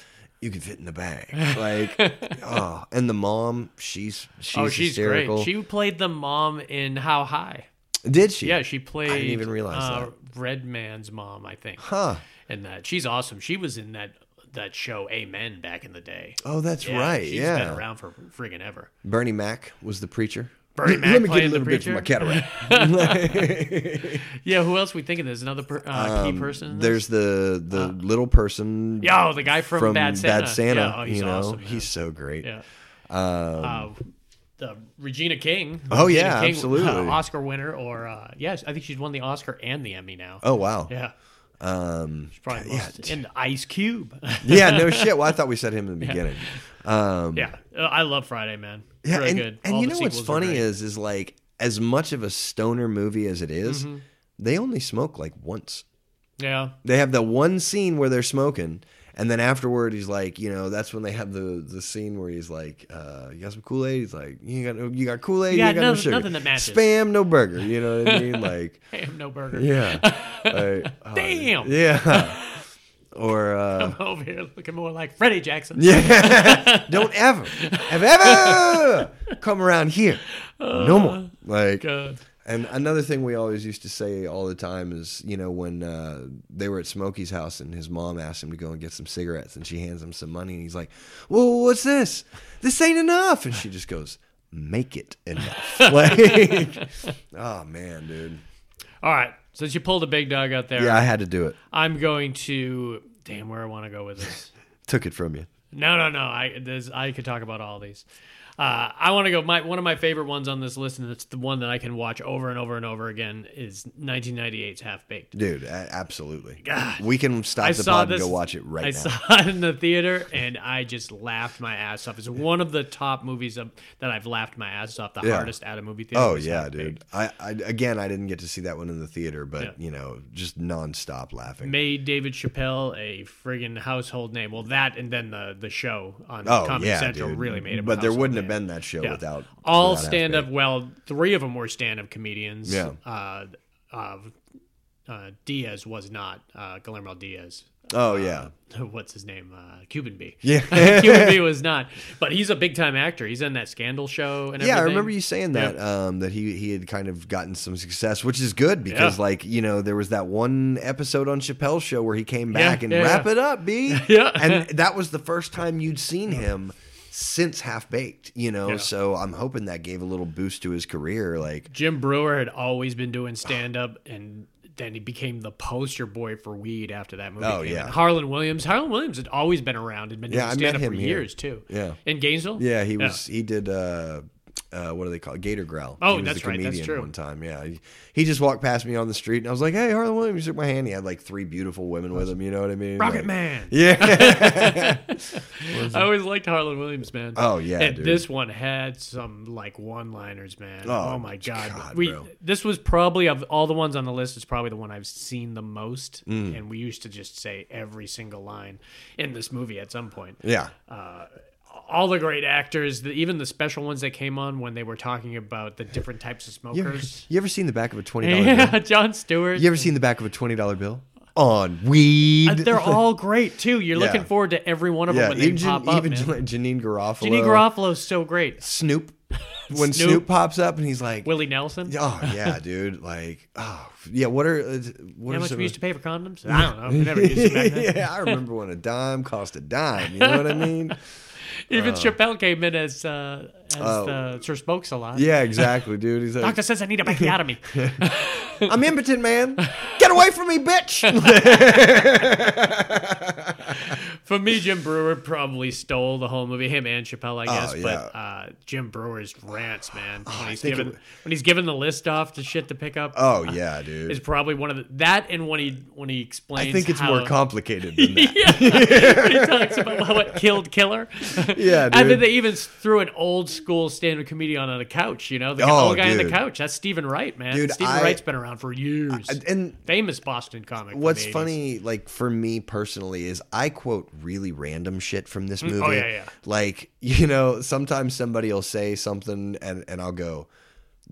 Speaker 8: you can fit in the bag. Like oh, and the mom, she's she's,
Speaker 9: oh, she's
Speaker 8: hysterical.
Speaker 9: great. She played the mom in How High.
Speaker 8: Did she?
Speaker 9: Yeah, she played.
Speaker 8: even realize
Speaker 9: uh,
Speaker 8: that.
Speaker 9: Red Man's mom, I think.
Speaker 8: Huh.
Speaker 9: And that she's awesome. She was in that that show Amen back in the day.
Speaker 8: Oh, that's
Speaker 9: Yeah,
Speaker 8: right.
Speaker 9: she's
Speaker 8: yeah.
Speaker 9: been around for friggin' ever.
Speaker 8: Bernie Mac was the preacher.
Speaker 9: Bernie
Speaker 8: Let-
Speaker 9: Mac
Speaker 8: Let me get a
Speaker 9: playing the
Speaker 8: little bit for my
Speaker 9: preacher?
Speaker 8: cataract.
Speaker 9: Yeah, who else we thinking? There's another per, uh, key person. in this?
Speaker 8: Um, There's the the little person.
Speaker 9: Yo, the guy Uh, from Bad Santa. Yeah, oh, he's
Speaker 8: you know,
Speaker 9: awesome, man.
Speaker 8: he's so great.
Speaker 9: yeah. uh, the Regina King.
Speaker 8: Oh,
Speaker 9: Regina
Speaker 8: yeah,
Speaker 9: King,
Speaker 8: absolutely.
Speaker 9: uh, Oscar winner, or uh, yes, I think she's won the Oscar and the Emmy now.
Speaker 8: Oh wow.
Speaker 9: yeah,
Speaker 8: Um,
Speaker 9: she's probably
Speaker 8: yeah,
Speaker 9: most, and Ice Cube.
Speaker 8: yeah, no shit. Well, I thought we said him in the beginning. Um,
Speaker 9: yeah, Uh, I love Friday, man.
Speaker 8: yeah,
Speaker 9: Very
Speaker 8: and,
Speaker 9: good.
Speaker 8: and
Speaker 9: All
Speaker 8: you
Speaker 9: the
Speaker 8: know what's
Speaker 9: sequels are
Speaker 8: funny
Speaker 9: great.
Speaker 8: is, is like as much of a stoner movie as it is,
Speaker 9: Mm-hmm.
Speaker 8: they only smoke like once.
Speaker 9: yeah,
Speaker 8: They have the one scene where they're smoking, And then afterward, he's like, you know, that's when they have the the scene where he's like, uh, you got some Kool Aid? He's like, you ain't got no, you got Kool Aid,
Speaker 9: You
Speaker 8: you,
Speaker 9: got
Speaker 8: ain't got no
Speaker 9: noth-
Speaker 8: sugar,
Speaker 9: nothing that matches.
Speaker 8: spam, no burger. You know what I mean? Like,
Speaker 9: I have no burger.
Speaker 8: yeah, Like, oh,
Speaker 9: Damn.
Speaker 8: yeah, or uh,
Speaker 9: Over here looking more like Freddie Jackson.
Speaker 8: yeah, don't ever, have ever come around here,
Speaker 9: Uh,
Speaker 8: no more. Like,
Speaker 9: God.
Speaker 8: and another thing we always used to say all the time is, you know, when uh, they were at Smokey's house and his mom asked him to go and get some cigarettes and she hands him some money and he's like, Well, what's this? This ain't enough. And she just goes, Make it enough. like, oh, man, dude.
Speaker 9: All right. Since you pulled a big dog out there,
Speaker 8: Yeah, I had to do it.
Speaker 9: I'm going to. Damn, where I want to go with this.
Speaker 8: Took it from you.
Speaker 9: No, no, no. I there's, I could talk about all these. Uh, I want to go. My one of my favorite ones on this list, and it's the one that I can watch over and over and over again, is 1998's Half Baked.
Speaker 8: Dude, a- absolutely. We can stop
Speaker 9: I
Speaker 8: the
Speaker 9: saw
Speaker 8: pod
Speaker 9: this.
Speaker 8: and go watch it right
Speaker 9: I
Speaker 8: now.
Speaker 9: saw it in the theater, and I just laughed my ass off. It's one of the top movies of, that I've laughed my ass off. The
Speaker 8: Yeah.
Speaker 9: hardest at a movie theater.
Speaker 8: Oh
Speaker 9: was
Speaker 8: yeah,
Speaker 9: Half Baked.
Speaker 8: dude. I, I again, I didn't get to see that one in the theater, but
Speaker 9: Yeah.
Speaker 8: you know, just nonstop laughing.
Speaker 9: Made David Chappelle a friggin' household name. Well, that and then the the show on
Speaker 8: Oh
Speaker 9: Comedy
Speaker 8: yeah,
Speaker 9: Central
Speaker 8: dude.
Speaker 9: really made him. a
Speaker 8: But there
Speaker 9: household
Speaker 8: wouldn't
Speaker 9: name.
Speaker 8: have been that show
Speaker 9: Yeah.
Speaker 8: without
Speaker 9: all
Speaker 8: without Half
Speaker 9: stand up.
Speaker 8: Baked.
Speaker 9: Well, three of them were stand up comedians.
Speaker 8: Yeah.
Speaker 9: Uh, uh, uh, Diaz was not uh, Guillermo Diaz.
Speaker 8: Oh
Speaker 9: uh,
Speaker 8: yeah,
Speaker 9: What's his name? Uh, Cuban B.
Speaker 8: yeah,
Speaker 9: Cuban B was not, but he's a big time actor. He's in that Scandal show and
Speaker 8: yeah. I
Speaker 9: everything.
Speaker 8: remember you saying that um, that he he had kind of gotten some success, which is good because
Speaker 9: Yeah.
Speaker 8: like you know there was that one episode on Chappelle's show where he came
Speaker 9: Yeah,
Speaker 8: back and
Speaker 9: yeah,
Speaker 8: wrap
Speaker 9: yeah.
Speaker 8: it up, B.
Speaker 9: Yeah.
Speaker 8: and that was the first time you'd seen him since Half Baked. You know,
Speaker 9: Yeah.
Speaker 8: so I'm hoping that gave a little boost to his career. Like
Speaker 9: Jim Brewer had always been doing stand up and then he became the poster boy for weed after that movie.
Speaker 8: Oh,
Speaker 9: came
Speaker 8: yeah.
Speaker 9: out. Harlan Williams. Harlan Williams had always been around and been
Speaker 8: Yeah, I
Speaker 9: doing
Speaker 8: met
Speaker 9: stand up for
Speaker 8: him here.
Speaker 9: years too.
Speaker 8: Yeah.
Speaker 9: In Gainesville?
Speaker 8: Yeah, he was. He did. Uh, uh, what do they call it? Gator growl?
Speaker 9: Oh,
Speaker 8: he was
Speaker 9: that's
Speaker 8: the
Speaker 9: right, that's
Speaker 8: comedian
Speaker 9: true.
Speaker 8: One time, yeah, he, he just walked past me on the street, and I was like, "Hey, Harlan Williams," he shook my hand. He had like three beautiful women with him. You know what I mean?
Speaker 9: Rocket
Speaker 8: Like-
Speaker 9: Man.
Speaker 8: Yeah,
Speaker 9: I always liked Harlan Williams, man.
Speaker 8: Oh, yeah,
Speaker 9: and
Speaker 8: dude.
Speaker 9: this one had some like one-liners, man. Oh,
Speaker 8: Oh,
Speaker 9: my god,
Speaker 8: God,
Speaker 9: we
Speaker 8: bro.
Speaker 9: this was probably of all the ones on the list, it's probably the one I've seen the most,
Speaker 8: Mm.
Speaker 9: and we used to just say every single line in this movie at some point.
Speaker 8: yeah,
Speaker 9: All the great actors, the, even the special ones that came on when they were talking about the different types of
Speaker 8: You ever,
Speaker 9: smokers.
Speaker 8: you ever seen the back of a twenty dollar
Speaker 9: Yeah,
Speaker 8: bill?
Speaker 9: John Stewart.
Speaker 8: You ever seen the back of a twenty dollar bill on weed?
Speaker 9: Uh, They're all great too. You're
Speaker 8: Yeah.
Speaker 9: looking forward to every one of them
Speaker 8: yeah,
Speaker 9: when they
Speaker 8: even,
Speaker 9: pop
Speaker 8: Jan-
Speaker 9: up.
Speaker 8: even
Speaker 9: man.
Speaker 8: Jan- Janine Garofalo,
Speaker 9: Jenny Garofalo's so great.
Speaker 8: Snoop. When
Speaker 9: Snoop.
Speaker 8: Snoop. pops up and he's like,
Speaker 9: Willie Nelson.
Speaker 8: "Oh yeah, dude, like, oh yeah, what are uh, what
Speaker 9: How
Speaker 8: are
Speaker 9: much
Speaker 8: some
Speaker 9: we used to pay for condoms? I don't know. We never used them back then.
Speaker 8: yeah, I remember when a dime cost a dime. You know what I mean? Uh.
Speaker 9: Even Chappelle came in as uh, as the Sir Spokes a lot.
Speaker 8: Oh. Yeah, exactly, dude. He's like,
Speaker 9: Doctor says I need a backiotomy.
Speaker 8: I'm impotent, man. Get away from me, bitch.
Speaker 9: For me, Jim Brewer probably stole the whole movie. Him and Chappelle, I guess. But
Speaker 8: Oh, yeah. Oh,
Speaker 9: uh, Jim Brewer's rants, man, when he's
Speaker 8: think it
Speaker 9: given
Speaker 8: w-
Speaker 9: when he's given the list off to shit to pick up,
Speaker 8: oh yeah,
Speaker 9: is
Speaker 8: dude.
Speaker 9: probably one of the, that. And when he when he explains,
Speaker 8: I think it's
Speaker 9: how-
Speaker 8: more complicated than that.
Speaker 9: Yeah, when he talks about how it killed Killer.
Speaker 8: Yeah,
Speaker 9: I think
Speaker 8: dude.
Speaker 9: they even threw an old school stand-up comedian on the couch. You know, the
Speaker 8: Oh,
Speaker 9: old guy on the
Speaker 8: dude.
Speaker 9: couch. That's Stephen Wright, man.
Speaker 8: Dude,
Speaker 9: Stephen
Speaker 8: I-
Speaker 9: Wright's been around for years.
Speaker 8: And
Speaker 9: Famous Boston comic. from
Speaker 8: what's
Speaker 9: the 80s.
Speaker 8: funny, like for me personally, is I quote really random shit from this movie.
Speaker 9: Mm, oh, yeah, yeah.
Speaker 8: Like you know, sometimes somebody will say something, and and I'll go.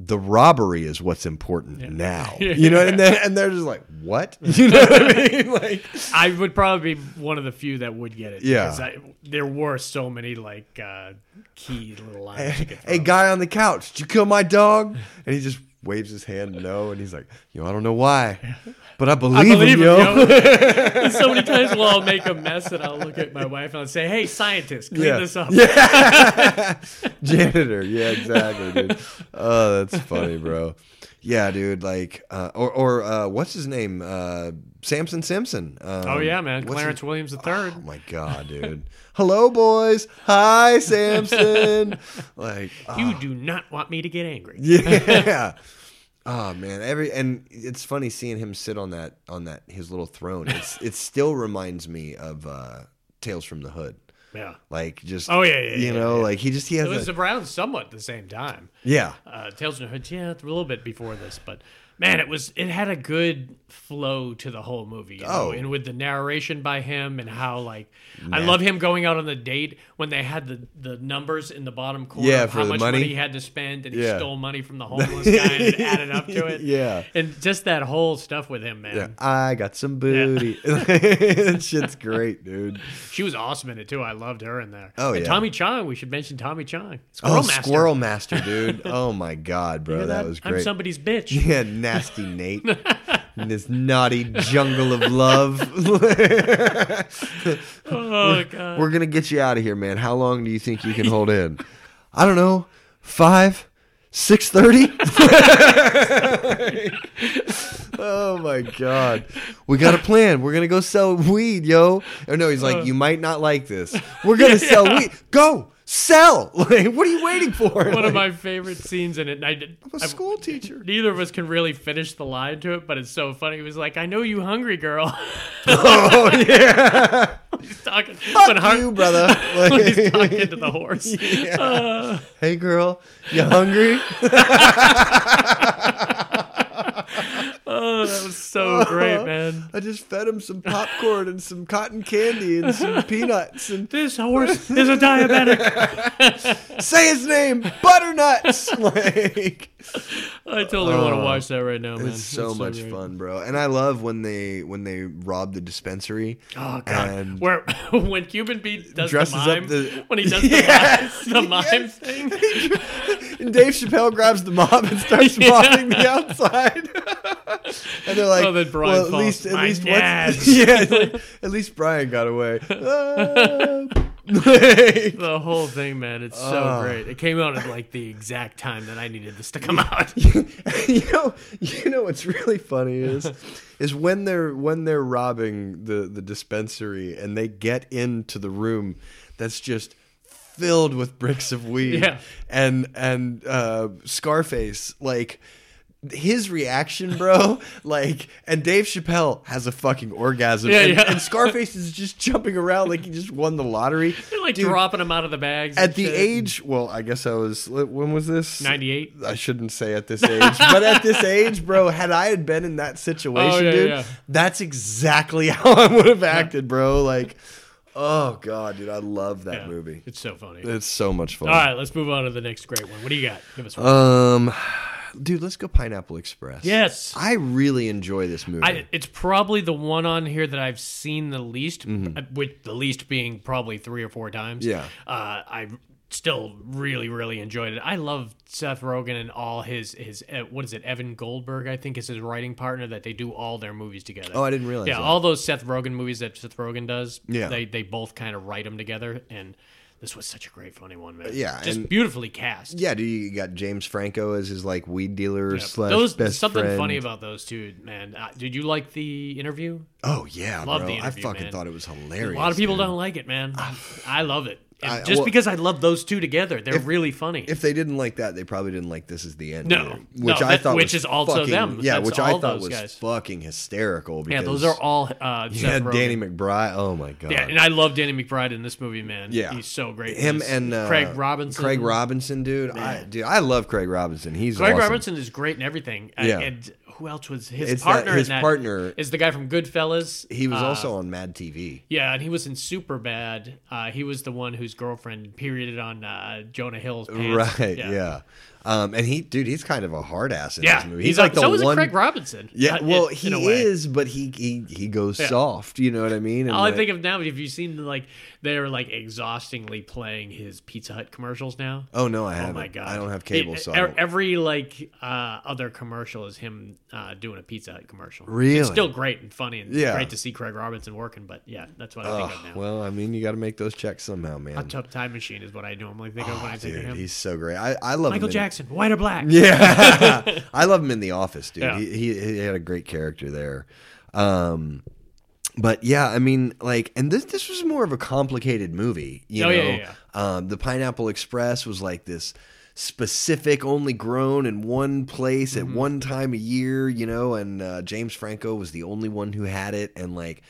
Speaker 8: The robbery is what's important now. You know, and then and they're just like, "What?" You know what I mean? Like,
Speaker 9: I would probably be one of the few that would get it.
Speaker 8: Yeah.
Speaker 9: because I, there were so many like uh, key little lines. you could
Speaker 8: hey
Speaker 9: throw.
Speaker 8: guy on the couch did you kill my dog and he just waves his hand no and he's like yo i don't know why but i believe,
Speaker 9: I believe
Speaker 8: him,
Speaker 9: him,
Speaker 8: yo
Speaker 9: yo. There's so many times where I'll make a mess and I'll look at my wife and I'll say, "Hey, scientist, clean
Speaker 8: Yeah.
Speaker 9: this up."
Speaker 8: janitor yeah exactly dude oh that's funny bro yeah dude like uh, or or uh, what's his name uh, samson simpson um,
Speaker 9: Oh yeah, man,
Speaker 8: what's
Speaker 9: Clarence
Speaker 8: his-
Speaker 9: Williams III. third.
Speaker 8: Oh my god, dude! Hello, boys. Hi, Samson. like, uh,
Speaker 9: You do not want me to get angry.
Speaker 8: Ah. Yeah. oh man, every and it's funny seeing him sit on that on that his little throne. It's it still reminds me of uh Tales from the Hood.
Speaker 9: Yeah.
Speaker 8: Like just
Speaker 9: Oh, yeah, yeah,
Speaker 8: you
Speaker 9: yeah,
Speaker 8: know,
Speaker 9: yeah.
Speaker 8: like he just he
Speaker 9: It
Speaker 8: has
Speaker 9: was
Speaker 8: a,
Speaker 9: around somewhat the same time.
Speaker 8: yeah.
Speaker 9: Uh, Tales from the Hood, yeah, a little bit before this, but man, it was it had a good flow to the whole movie. you know,
Speaker 8: Oh.
Speaker 9: and with the narration by him and how like I love him going out on the date when they had the the numbers in the bottom corner
Speaker 8: Yeah,
Speaker 9: of
Speaker 8: for
Speaker 9: how
Speaker 8: the
Speaker 9: much
Speaker 8: money.
Speaker 9: he had to spend and he
Speaker 8: Yeah.
Speaker 9: stole money from the homeless guy and added up to it.
Speaker 8: Yeah.
Speaker 9: and just that whole stuff with him, man.
Speaker 8: Yeah, I got some booty. that shit's great, dude.
Speaker 9: She was awesome in it too. I loved her in there.
Speaker 8: Oh,
Speaker 9: and
Speaker 8: yeah.
Speaker 9: Tommy Chong. We should mention Tommy Chong. Squirrel
Speaker 8: oh,
Speaker 9: Master.
Speaker 8: Squirrel Master, dude. Oh my god, bro,
Speaker 9: Hear
Speaker 8: that? was
Speaker 9: I'm
Speaker 8: great.
Speaker 9: somebody's bitch.
Speaker 8: yeah, nasty Nate. In this naughty jungle of love.
Speaker 9: Oh god.
Speaker 8: We're gonna get you out of here, man. How long do you think you can hold in? I don't know. Five, six thirty. oh my god, we got a plan. We're gonna go sell weed, yo. Or no, he's
Speaker 9: Uh.
Speaker 8: like, you might not like this. We're gonna sell weed. Go sell. Like, what are you waiting for?
Speaker 9: One of my favorite scenes in it. and I did,
Speaker 8: I'm a school teacher.
Speaker 9: neither of us can really finish the line to it, but it's so funny. He was like, "I know you hungry, girl."
Speaker 8: oh yeah.
Speaker 9: he's talking when
Speaker 8: Fuck
Speaker 9: Har-
Speaker 8: you, brother.
Speaker 9: when he's
Speaker 8: Like,
Speaker 9: talking to the horse.
Speaker 8: hey, girl, you hungry?
Speaker 9: Oh, that was so great, man.
Speaker 8: I just fed him some popcorn and some cotton candy and some peanuts and
Speaker 9: This horse is a diabetic.
Speaker 8: say his name, Butternuts. like
Speaker 9: I totally want to watch that right now, man.
Speaker 8: Oh, it's so much
Speaker 9: great.
Speaker 8: fun, bro. And I love when they when they rob the dispensary.
Speaker 9: Oh god!
Speaker 8: And-
Speaker 9: Where when Cuban Beat does the
Speaker 8: Dresses up
Speaker 9: mime,
Speaker 8: the-
Speaker 9: when he does
Speaker 8: Yes,
Speaker 9: the mime, the mime
Speaker 8: yes.
Speaker 9: thing,
Speaker 8: And Dave Chappelle grabs the mob and starts
Speaker 9: Yeah.
Speaker 8: mobbing the outside. and they're like,
Speaker 9: Oh, then Brian
Speaker 8: well, at
Speaker 9: falls,
Speaker 8: least at
Speaker 9: "My
Speaker 8: least
Speaker 9: nads."
Speaker 8: what's, yeah, it's like, at least Brian got away. Ah. Like,
Speaker 9: the whole thing, man, it's so
Speaker 8: Oh.
Speaker 9: great. It came out at like the exact time that I needed this to come out.
Speaker 8: you know, you know what's really funny is, is when they're when they're robbing the the dispensary and they get into the room that's just filled with bricks of weed.
Speaker 9: Yeah.
Speaker 8: and and uh, Scarface like. His reaction, bro, like, and Dave Chappelle has a fucking orgasm,
Speaker 9: Yeah,
Speaker 8: and,
Speaker 9: yeah.
Speaker 8: and Scarface is just jumping around like he just won the lottery.
Speaker 9: They're like
Speaker 8: Dude,
Speaker 9: dropping him out of the bags and
Speaker 8: at the
Speaker 9: shit.
Speaker 8: age, well, I guess I was. When was this?
Speaker 9: 98.
Speaker 8: I shouldn't say at this age, but at this age, bro, had I had been in that situation,
Speaker 9: Oh, yeah,
Speaker 8: dude,
Speaker 9: yeah.
Speaker 8: that's exactly how I would have acted, bro. Like, oh god, dude, I love that
Speaker 9: Yeah.
Speaker 8: movie.
Speaker 9: It's so funny.
Speaker 8: It's so much fun.
Speaker 9: All right, let's move on to the next great one. What do you got? Give us one.
Speaker 8: Um, dude, let's go Pineapple Express.
Speaker 9: yes.
Speaker 8: I really enjoy this movie.
Speaker 9: I, it's probably the one on here that I've seen the least, uh, with the least being probably three or four times.
Speaker 8: Mm-hmm. Yeah.
Speaker 9: uh, I still really, really enjoyed it. I love Seth Rogen and all his his uh, what is it? Evan Goldberg, I think, is his writing partner that they do all their movies together.
Speaker 8: oh, I didn't realize.
Speaker 9: yeah,
Speaker 8: that.
Speaker 9: all those Seth Rogen movies that Seth Rogen does.
Speaker 8: Yeah.
Speaker 9: they they both kind of write them together, and this was such a great, funny one, man.
Speaker 8: yeah,
Speaker 9: just
Speaker 8: and-
Speaker 9: beautifully cast.
Speaker 8: yeah, dude, you got James Franco as his like weed dealer
Speaker 9: Yep.
Speaker 8: slash
Speaker 9: those
Speaker 8: best
Speaker 9: something
Speaker 8: friend.
Speaker 9: funny about those two, man. Uh, did you like the interview?
Speaker 8: Oh yeah,
Speaker 9: Love
Speaker 8: bro.
Speaker 9: the
Speaker 8: I
Speaker 9: interview,
Speaker 8: fucking
Speaker 9: man.
Speaker 8: thought it was hilarious.
Speaker 9: A lot of people
Speaker 8: dude.
Speaker 9: don't like it, man. I love it. And
Speaker 8: Ah. I-
Speaker 9: just
Speaker 8: well-
Speaker 9: because I love those two together, they're
Speaker 8: If-
Speaker 9: really funny.
Speaker 8: If they didn't like that, they probably didn't like "This Is the End."
Speaker 9: No.
Speaker 8: either,
Speaker 9: No,
Speaker 8: which I
Speaker 9: that-
Speaker 8: thought,
Speaker 9: which
Speaker 8: was
Speaker 9: is also
Speaker 8: fucking-
Speaker 9: them.
Speaker 8: Yeah,
Speaker 9: That's
Speaker 8: which I
Speaker 9: all
Speaker 8: thought
Speaker 9: those
Speaker 8: was
Speaker 9: guys.
Speaker 8: fucking hysterical.
Speaker 9: yeah,
Speaker 8: Because
Speaker 9: those are all uh,
Speaker 8: You
Speaker 9: Seth
Speaker 8: had
Speaker 9: Rogen.
Speaker 8: Danny McBride. Oh my god.
Speaker 9: Yeah, and I love Danny McBride in this movie, man.
Speaker 8: Yeah.
Speaker 9: he's so great. in
Speaker 8: him
Speaker 9: this.
Speaker 8: and uh,
Speaker 9: Craig Robinson.
Speaker 8: Craig Robinson, dude. I, dude, I love Craig Robinson. He's
Speaker 9: Craig
Speaker 8: awesome.
Speaker 9: Robinson is great in everything. Uh,
Speaker 8: Yeah.
Speaker 9: and who else was his
Speaker 8: It's that-
Speaker 9: partner?
Speaker 8: his
Speaker 9: in that
Speaker 8: partner-
Speaker 9: is the guy from Goodfellas.
Speaker 8: He was
Speaker 9: Uh,
Speaker 8: also on Mad TV.
Speaker 9: Yeah, and he was in Superbad. Uh, he was the one whose girlfriend perioded on uh, Jonah Hill's pants.
Speaker 8: Right. Yeah. Um, and he, dude, he's kind of a hard ass in
Speaker 9: Yeah,
Speaker 8: this movie.
Speaker 9: he's, like,
Speaker 8: the
Speaker 9: so is
Speaker 8: one.
Speaker 9: Craig Robinson.
Speaker 8: yeah,
Speaker 9: Uh,
Speaker 8: well,
Speaker 9: in-
Speaker 8: he
Speaker 9: in a way.
Speaker 8: is, but he he he goes
Speaker 9: Yeah.
Speaker 8: soft. You know what I mean? And
Speaker 9: All
Speaker 8: like,
Speaker 9: I think of now, if you've seen like they're like exhaustingly playing his Pizza Hut commercials now.
Speaker 8: oh no, I haven't.
Speaker 9: Oh my god!
Speaker 8: I don't have cable,
Speaker 9: It-
Speaker 8: so
Speaker 9: e-
Speaker 8: I don't-
Speaker 9: every like uh, other commercial is him uh, doing a Pizza Hut commercial.
Speaker 8: Really?
Speaker 9: it's still great and funny, and
Speaker 8: Yeah.
Speaker 9: great to see Craig Robinson working. But yeah, that's what I think
Speaker 8: Ugh,
Speaker 9: of now.
Speaker 8: well, I mean, you got to make those checks somehow, man.
Speaker 9: Hot Tub Time Machine is what I normally think of when I think
Speaker 8: Oh, Dude,
Speaker 9: of him.
Speaker 8: he's so great. I, I love him
Speaker 9: Michael
Speaker 8: in-
Speaker 9: Jackson, white or black?
Speaker 8: yeah, I love him in The Office, dude.
Speaker 9: Yeah.
Speaker 8: He, he he had a great character there. Um, but yeah, I mean, like, and this this was more of a complicated movie. You
Speaker 9: Oh,
Speaker 8: know,
Speaker 9: yeah, yeah,
Speaker 8: Um, the Pineapple Express was like this specific, only grown in one place
Speaker 9: Mm-hmm.
Speaker 8: at one time a year. You know, and uh, James Franco was the only one who had it, and like.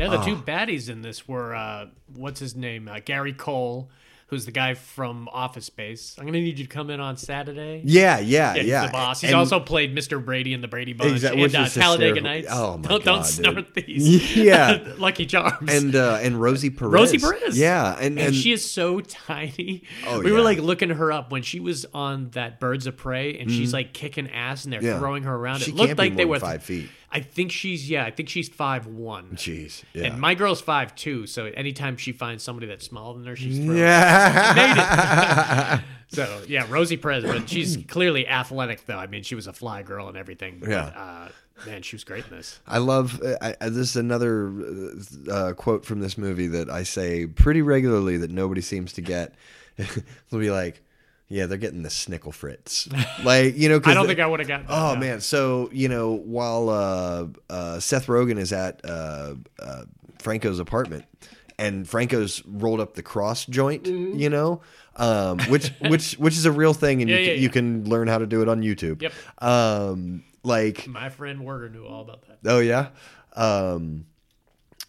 Speaker 8: Oh.
Speaker 9: Now the two baddies in this were uh, what's his name, uh, Gary Cole, who's the guy from Office Space. I'm gonna need you to come in on Saturday.
Speaker 8: Yeah, yeah, yeah.
Speaker 9: he's the boss. He's
Speaker 8: And-
Speaker 9: also played Mr. Brady in the Brady Bunch
Speaker 8: Exact-
Speaker 9: and
Speaker 8: which
Speaker 9: uh,
Speaker 8: is
Speaker 9: Talladega
Speaker 8: hysterical.
Speaker 9: Nights.
Speaker 8: Oh, my
Speaker 9: don't,
Speaker 8: God,
Speaker 9: don't
Speaker 8: dude.
Speaker 9: snort these.
Speaker 8: Yeah.
Speaker 9: Lucky Charms.
Speaker 8: and uh, and Rosie Perez.
Speaker 9: Rosie Perez.
Speaker 8: Yeah, and,
Speaker 9: and, she is so tiny.
Speaker 8: Oh,
Speaker 9: we were
Speaker 8: yeah.
Speaker 9: like looking her up when she was on that Birds of Prey, and she's like kicking ass, and they're
Speaker 8: Mm-hmm. Yeah.
Speaker 9: throwing her around.
Speaker 8: She
Speaker 9: it looked
Speaker 8: can't be
Speaker 9: like
Speaker 8: more
Speaker 9: they
Speaker 8: than
Speaker 9: were
Speaker 8: five feet.
Speaker 9: I think she's yeah. I think she's five one.
Speaker 8: jeez, yeah,
Speaker 9: And my girl's five two, so anytime she finds somebody that's smaller than her, she's thrilled.
Speaker 8: yeah.
Speaker 9: So yeah, Rosie Perez, but she's clearly athletic though. I mean, she was a fly girl and everything. But,
Speaker 8: Yeah.
Speaker 9: uh, man, she was great in this.
Speaker 8: I love I, I, this is another uh, quote from this movie that I say pretty regularly that nobody seems to get. They'll be like, "Yeah, they're getting the snickle fritz," like you know. 'cause
Speaker 9: I don't
Speaker 8: the-
Speaker 9: think I would have gotten. that,
Speaker 8: Oh
Speaker 9: no.
Speaker 8: man! So you know, while uh, uh, Seth Rogen is at uh, uh, Franco's apartment, and Franco's rolled up the cross joint, you know, um, which which which is a real thing, and
Speaker 9: Mm-hmm. Yeah,
Speaker 8: you,
Speaker 9: yeah,
Speaker 8: can,
Speaker 9: yeah.
Speaker 8: you can learn how to do it on YouTube.
Speaker 9: Yep.
Speaker 8: Um, like,
Speaker 9: my friend Werger knew all about that.
Speaker 8: oh yeah. Um,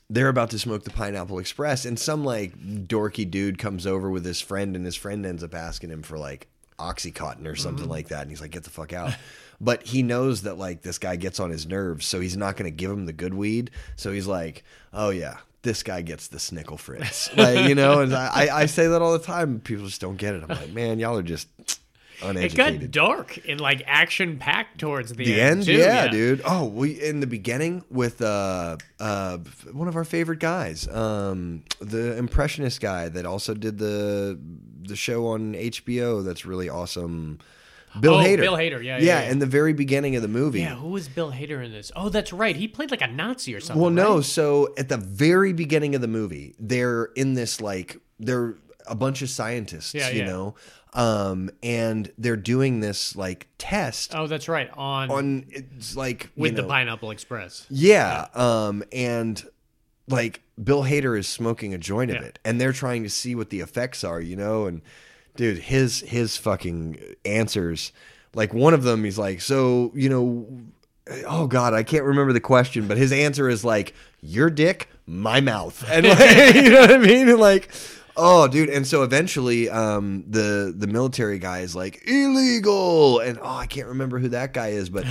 Speaker 8: they're about to smoke the Pineapple Express, and some like dorky dude comes over with his friend, and his friend ends up asking him for like Oxycontin or something
Speaker 9: Mm-hmm.
Speaker 8: like that. And he's like, get the fuck out. but he knows that like this guy gets on his nerves, so he's not going to give him the good weed. So he's like, oh yeah. This guy gets the snickle fritz, like, you know, and I, I I say that all the time. People just don't get it. I'm like, man, y'all are just
Speaker 9: It
Speaker 8: uneducated.
Speaker 9: got dark and like action packed towards the,
Speaker 8: The end,
Speaker 9: too,
Speaker 8: yeah, dude. Oh, we in the beginning with uh, uh, one of our favorite guys, um, the impressionist guy that also did the the show on HBO. That's really awesome. Bill
Speaker 9: Oh,
Speaker 8: Hader.
Speaker 9: Bill Hader, yeah, yeah, yeah.
Speaker 8: in the very beginning of the movie.
Speaker 9: Yeah, who was Bill Hader in this? Oh, that's right. He played like a Nazi or something.
Speaker 8: Well, no.
Speaker 9: right?
Speaker 8: So at the very beginning of the movie, they're in this like they're a bunch of scientists,
Speaker 9: Yeah,
Speaker 8: you
Speaker 9: yeah.
Speaker 8: know, um, and they're doing this like test
Speaker 9: Oh, that's right. On,
Speaker 8: on it's like you
Speaker 9: with the
Speaker 8: know,
Speaker 9: Pineapple Express.
Speaker 8: Yeah. Um, and like Bill Hader is smoking a joint of
Speaker 9: Yeah.
Speaker 8: it, and they're trying to see what the effects are, you know. And dude, his his fucking answers, like one of them, he's like, so you know, oh god, I can't remember the question, but his answer is like, your dick, my mouth, and like, you know what I mean, and like. Oh, dude! And so eventually, um, the the military guy is like illegal, and oh, I can't remember who that guy is, but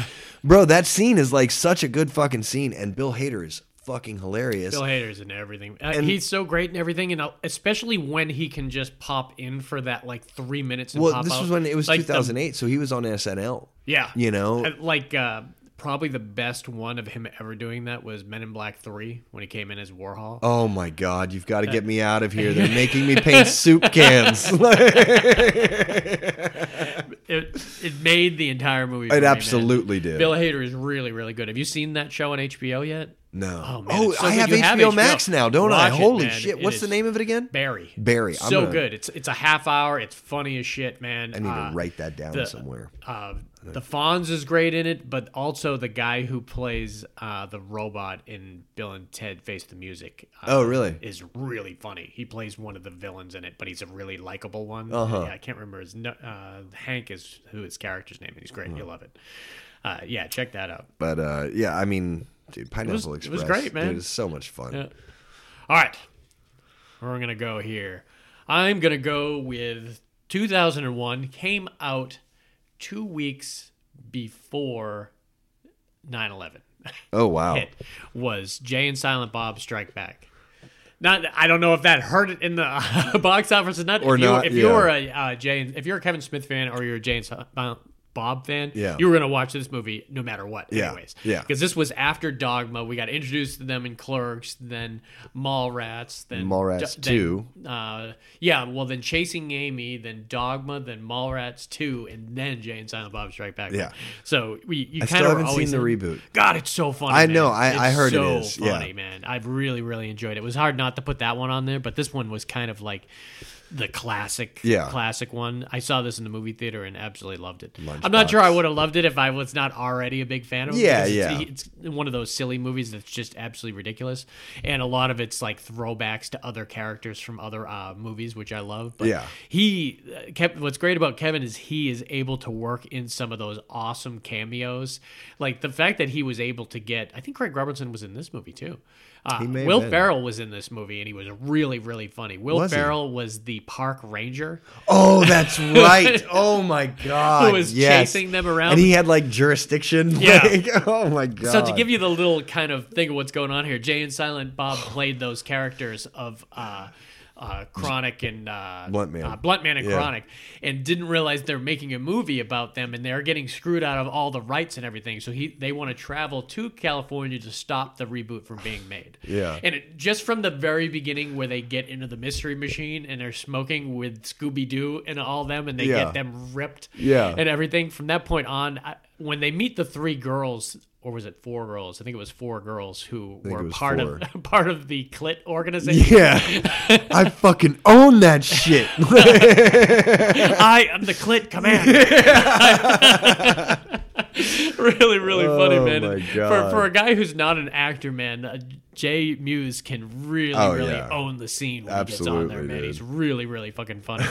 Speaker 8: bro, that scene is like such a good fucking scene, and Bill Hader is fucking hilarious.
Speaker 9: Bill Hader's in everything. Uh, he's so great in everything, and uh, especially when he can just pop in for that like three minutes. And
Speaker 8: Well,
Speaker 9: pop
Speaker 8: this
Speaker 9: out.
Speaker 8: was when it was
Speaker 9: Like, the-
Speaker 8: 2008, so he was on SNL.
Speaker 9: yeah,
Speaker 8: You know,
Speaker 9: Uh, like uh, probably the best one of him ever doing that was Men in Black Three when he came in as Warhol.
Speaker 8: oh my God, you've got to get me out of here. They're making me paint soup cans. it
Speaker 9: It, it made the entire movie. for me, man.
Speaker 8: absolutely did.
Speaker 9: Bill Hader is really really good. Have you seen that show on HBO yet?
Speaker 8: no.
Speaker 9: Oh, man, it's so
Speaker 8: I
Speaker 9: good.
Speaker 8: have
Speaker 9: You
Speaker 8: HBO,
Speaker 9: have HBO.
Speaker 8: Max now, don't I?
Speaker 9: Watch it,
Speaker 8: Holy
Speaker 9: man.
Speaker 8: shit.
Speaker 9: It
Speaker 8: What's the
Speaker 9: is-
Speaker 8: name of it again?
Speaker 9: Barry.
Speaker 8: Barry, I'm
Speaker 9: so
Speaker 8: gonna-
Speaker 9: good. It's it's a half hour. It's funny as shit, man.
Speaker 8: I need
Speaker 9: Uh,
Speaker 8: to write that down
Speaker 9: the-
Speaker 8: somewhere.
Speaker 9: Uh, the Fonz is great in it, but also the guy who plays uh, the robot in Bill and Ted Face the Music. Uh,
Speaker 8: Oh, really?
Speaker 9: Is really funny. He plays one of the villains in it, but he's a really likable one.
Speaker 8: Uh-huh.
Speaker 9: Yeah, I can't remember his. no- Uh, Hank is who his character's name, is. he's
Speaker 8: Uh-huh.
Speaker 9: great. You love it. Uh, yeah, check that out.
Speaker 8: But uh, yeah, I mean, dude, Pineapple
Speaker 9: it
Speaker 8: Express.
Speaker 9: was great, man.
Speaker 8: Dude, it's so much fun.
Speaker 9: Yeah. All right, we're gonna go here. I'm gonna go with 2001. Came out two weeks before 9/11.
Speaker 8: Oh, wow.
Speaker 9: hit was Jay and Silent Bob Strike Back. Not, I don't know if that hurt it in the box office or not.
Speaker 8: Or
Speaker 9: if you,
Speaker 8: not,
Speaker 9: If
Speaker 8: yeah.
Speaker 9: you're a uh, Jay, and- if you're a Kevin Smith fan or you're a Jay and Silent Bob fan,
Speaker 8: Yeah.
Speaker 9: you were gonna watch this movie no matter what.
Speaker 8: Yeah,
Speaker 9: Anyways,
Speaker 8: yeah.
Speaker 9: because this was after Dogma. We got introduced to them in Clerks, then Mallrats, then
Speaker 8: Mallrats
Speaker 9: then-
Speaker 8: 2.
Speaker 9: uh, yeah, well then Chasing Amy, then Dogma, then Mallrats Two, and then Jay and Silent Bob Strike Back.
Speaker 8: Yeah.
Speaker 9: So we you
Speaker 8: I
Speaker 9: kind
Speaker 8: still
Speaker 9: of
Speaker 8: haven't seen the reboot.
Speaker 9: God, it's so funny.
Speaker 8: I
Speaker 9: man.
Speaker 8: know, I-
Speaker 9: It's
Speaker 8: I heard it
Speaker 9: so
Speaker 8: is, yeah.
Speaker 9: funny, man. I've really, really enjoyed it. It was hard not to put that one on there, but this one was kind of like the classic,
Speaker 8: Yeah.
Speaker 9: classic one. I saw this in the movie theater and absolutely loved it. I'm not sure I would have loved it if I was not already a big fan of it.
Speaker 8: Yeah,
Speaker 9: because
Speaker 8: yeah.
Speaker 9: It's, it's one of those silly movies that's just absolutely ridiculous, and a lot of it's like throwbacks to other characters from other uh, movies, which I love. But
Speaker 8: Yeah.
Speaker 9: he uh, kept what's great about Kevin is he is able to work in some of those awesome cameos. Like the fact that he was able to get I think Craig Robertson was in this movie too. Uh,
Speaker 8: He may have
Speaker 9: Will
Speaker 8: been.
Speaker 9: Ferrell was in this movie, and he was really, really funny. Will
Speaker 8: Was he?
Speaker 9: Ferrell was the park ranger
Speaker 8: Oh, that's right. Oh my god.
Speaker 9: who was
Speaker 8: yes.
Speaker 9: chasing them around.
Speaker 8: And he had like jurisdiction.
Speaker 9: Yeah.
Speaker 8: Like, oh my god.
Speaker 9: so to give you the little kind of thing of what's going on here, Jay and Silent Bob played those characters of uh, uh, Chronic and uh,
Speaker 8: Blunt Man.
Speaker 9: uh, Blunt Man and
Speaker 8: Yeah.
Speaker 9: Chronic, and didn't realize they're making a movie about them, and they're getting screwed out of all the rights and everything. So he they want to travel to California to stop the reboot from being made.
Speaker 8: Yeah.
Speaker 9: and it, just from the very beginning where they get into the mystery machine and they're smoking with Scooby Doo and all them, and they
Speaker 8: Yeah.
Speaker 9: get them ripped
Speaker 8: Yeah.
Speaker 9: and everything from that point on I, when they meet the three girls or was it four girls i think it was four girls who
Speaker 8: it
Speaker 9: were
Speaker 8: was
Speaker 9: part
Speaker 8: four.
Speaker 9: of part of the clit organization
Speaker 8: Yeah. I fucking own that shit.
Speaker 9: i am the clit commander really really funny
Speaker 8: Oh,
Speaker 9: man
Speaker 8: my
Speaker 9: for,
Speaker 8: God.
Speaker 9: for a guy who's not an actor man uh, jay muse can really
Speaker 8: Oh,
Speaker 9: really
Speaker 8: yeah.
Speaker 9: own the scene when he gets on there
Speaker 8: Absolutely,
Speaker 9: man
Speaker 8: dude.
Speaker 9: he's really really fucking funny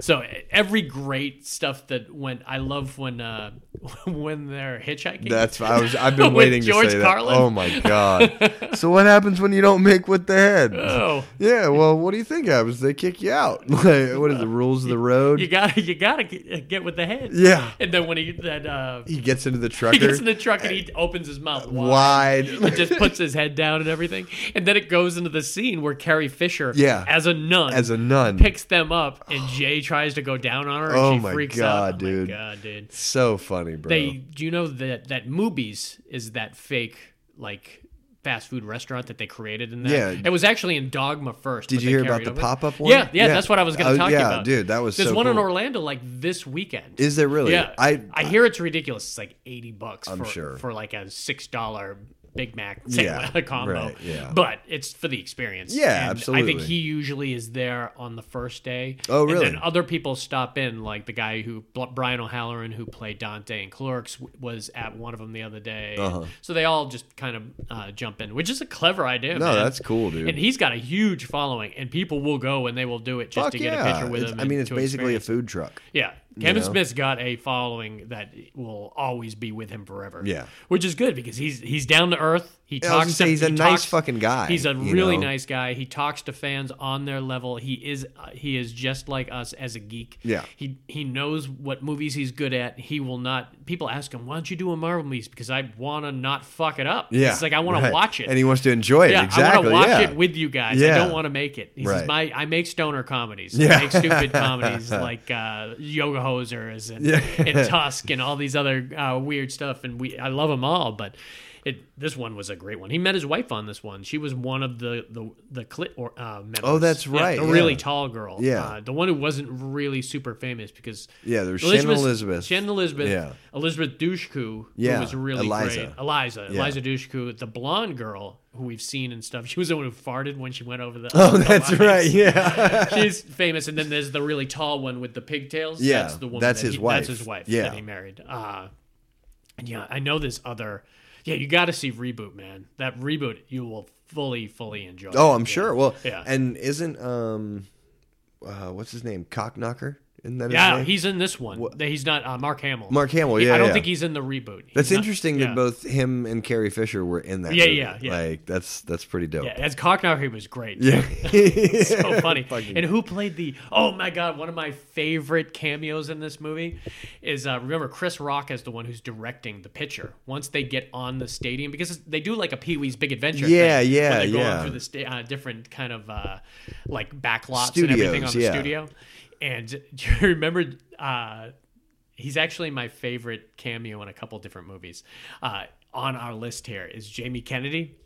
Speaker 9: so e, every great stuff that when i love when uh when they're hitchhiking
Speaker 8: That's I was I've been
Speaker 9: With
Speaker 8: waiting to
Speaker 9: George
Speaker 8: say
Speaker 9: Carlin?
Speaker 8: that. Oh my god. so what happens when you don't make with the head?
Speaker 9: oh
Speaker 8: Yeah, well, what do you think happens? They kick you out. Like, what is the rules of the road?
Speaker 9: You gotta, you gotta get, get with the head.
Speaker 8: Yeah.
Speaker 9: And then when he that uh,
Speaker 8: he gets into the
Speaker 9: he
Speaker 8: trucker.
Speaker 9: gets in the truck and he opens his mouth wide,
Speaker 8: Uh, wide.
Speaker 9: and just puts his head down and everything, and then it goes into the scene where Carrie Fisher,
Speaker 8: Yeah.
Speaker 9: as a nun,
Speaker 8: as a nun.
Speaker 9: picks them up, and Jay tries to go down on her, and
Speaker 8: Oh
Speaker 9: she
Speaker 8: my
Speaker 9: freaks
Speaker 8: God,
Speaker 9: out.
Speaker 8: dude.
Speaker 9: Oh my god, dude!
Speaker 8: so funny, bro.
Speaker 9: They, do you know that that Movies is that fake like fast food restaurant that they created in that?
Speaker 8: Yeah.
Speaker 9: It was actually in Dogma first.
Speaker 8: Did
Speaker 9: but
Speaker 8: you
Speaker 9: they
Speaker 8: hear
Speaker 9: carried
Speaker 8: about the
Speaker 9: over.
Speaker 8: pop-up one?
Speaker 9: Yeah, yeah,
Speaker 8: Yeah.
Speaker 9: that's what I was going
Speaker 8: Oh,
Speaker 9: to talk to you
Speaker 8: yeah,
Speaker 9: about.
Speaker 8: dude, that was
Speaker 9: There's
Speaker 8: so
Speaker 9: one in
Speaker 8: cool.
Speaker 9: Orlando like this weekend.
Speaker 8: is there really?
Speaker 9: Yeah,
Speaker 8: I
Speaker 9: I hear it's ridiculous. It's like eighty bucks.
Speaker 8: I'm
Speaker 9: for,
Speaker 8: sure.
Speaker 9: for like a six dollar Big Mac
Speaker 8: Yeah,
Speaker 9: combo.
Speaker 8: right, yeah.
Speaker 9: but it's for the experience.
Speaker 8: Yeah,
Speaker 9: And I think
Speaker 8: absolutely.
Speaker 9: he usually is there on the first day.
Speaker 8: Oh, really?
Speaker 9: And then other people stop in, like the guy who Brian O'Halloran, who played Dante in Clerks, was at one of them the other day.
Speaker 8: Uh-huh.
Speaker 9: So they all just kind of uh, jump in, which is a clever idea.
Speaker 8: No,
Speaker 9: man.
Speaker 8: that's cool, dude.
Speaker 9: And he's got a huge following, and people will go and they will do it just
Speaker 8: fuck
Speaker 9: to
Speaker 8: yeah.
Speaker 9: get a picture with
Speaker 8: It's-
Speaker 9: him.
Speaker 8: I
Speaker 9: and
Speaker 8: mean, it's
Speaker 9: to
Speaker 8: basically
Speaker 9: experience
Speaker 8: a food truck.
Speaker 9: yeah. Kevin
Speaker 8: know?
Speaker 9: Smith's got a following that will always be with him forever.
Speaker 8: Yeah.
Speaker 9: Which is good because he's he's down to earth. He
Speaker 8: Yeah, I was
Speaker 9: talks
Speaker 8: gonna say,
Speaker 9: to,
Speaker 8: he's a
Speaker 9: he
Speaker 8: nice
Speaker 9: talks-
Speaker 8: fucking guy,
Speaker 9: He's a
Speaker 8: you
Speaker 9: really
Speaker 8: know?
Speaker 9: nice guy. He talks to fans on their level. He is uh, he is just like us as a geek.
Speaker 8: Yeah.
Speaker 9: He he knows what movies he's good at. He will not people ask him, "Why don't you do a Marvel movie?" because I want to not fuck it up.
Speaker 8: Yeah,
Speaker 9: It's like I want
Speaker 8: right.
Speaker 9: to watch it.
Speaker 8: and he wants to enjoy it.
Speaker 9: Yeah, I
Speaker 8: exactly.
Speaker 9: want to watch
Speaker 8: yeah.
Speaker 9: it with you guys. I
Speaker 8: Yeah.
Speaker 9: don't want to make it. He says,
Speaker 8: Right.
Speaker 9: "My, I make stoner comedies. I
Speaker 8: Yeah.
Speaker 9: make stupid comedies like uh, Yoga Hosers and,
Speaker 8: Yeah.
Speaker 9: and Tusk and all these other uh, weird stuff. And we, I love them all, but." It, this one was a great one. He met his wife on this one. She was one of the the the clit or uh, members.
Speaker 8: Oh, that's
Speaker 9: Yeah,
Speaker 8: right,
Speaker 9: the
Speaker 8: yeah.
Speaker 9: really tall girl.
Speaker 8: Yeah.
Speaker 9: Uh, the one who wasn't really super famous because
Speaker 8: Yeah, there was Shannon Elizabeth.
Speaker 9: Shannon Elizabeth,
Speaker 8: Yeah.
Speaker 9: Elizabeth Dushku,
Speaker 8: Yeah,
Speaker 9: who was really
Speaker 8: Eliza.
Speaker 9: great. Eliza,
Speaker 8: Yeah.
Speaker 9: Eliza Dushku, the blonde girl who we've seen and stuff. She was the one who farted when she went over the.
Speaker 8: Oh, that's right. Yeah.
Speaker 9: She's famous, and then there's the really tall one with the pigtails.
Speaker 8: Yeah,
Speaker 9: that's the woman.
Speaker 8: that's
Speaker 9: that
Speaker 8: his
Speaker 9: he-
Speaker 8: wife.
Speaker 9: That's his wife.
Speaker 8: Yeah.
Speaker 9: that he married. Uh, and yeah, I know this other. Yeah, you got to see reboot, man. That reboot you will fully, fully enjoy.
Speaker 8: Oh, I'm
Speaker 9: Yeah.
Speaker 8: sure. Well,
Speaker 9: Yeah.
Speaker 8: and isn't um, uh, what's his name? Cockknocker. Isn't that
Speaker 9: Yeah,
Speaker 8: his name?
Speaker 9: he's in this one. He's not uh, Mark Hamill.
Speaker 8: Mark Hamill,
Speaker 9: He- I
Speaker 8: yeah,
Speaker 9: don't
Speaker 8: yeah.
Speaker 9: think he's in the reboot. He's
Speaker 8: That's
Speaker 9: not-
Speaker 8: interesting
Speaker 9: yeah.
Speaker 8: that both him and Carrie Fisher were in that.
Speaker 9: Yeah,
Speaker 8: movie.
Speaker 9: yeah, yeah.
Speaker 8: Like that's that's pretty dope.
Speaker 9: Yeah, as Cocknocker, he was great.
Speaker 8: Yeah.
Speaker 9: so funny.
Speaker 8: Fucking-
Speaker 9: and who played the? Oh my god! One of my favorite cameos in this movie is uh, remember Chris Rock is the one who's directing the picture. Once they get on the stadium, because it's- they do like a Pee Wee's Big Adventure.
Speaker 8: Yeah,
Speaker 9: thing,
Speaker 8: yeah,
Speaker 9: when they go
Speaker 8: yeah.
Speaker 9: on through the sta- uh, different kind of uh, like backlots and everything on
Speaker 8: Studios,
Speaker 9: the
Speaker 8: yeah.
Speaker 9: studio. And do you remember? Uh, he's actually my favorite cameo in a couple different movies. Uh, on our list here is Jamie Kennedy.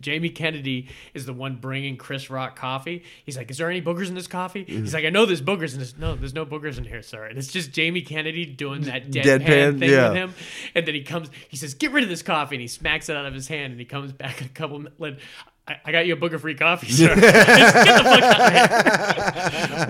Speaker 9: Jamie Kennedy is the one bringing Chris Rock coffee. He's like, "Is there any boogers in this coffee?"
Speaker 8: Mm-hmm.
Speaker 9: He's like, "I know there's boogers in this. No, there's no boogers in here, sir." And it's just Jamie Kennedy doing that deadpan,
Speaker 8: Deadpan,
Speaker 9: thing
Speaker 8: yeah.
Speaker 9: with him. And then he comes, he says, "Get rid of this coffee," and he smacks it out of his hand. And he comes back a couple minutes. I I got you a booger-free coffee, sir.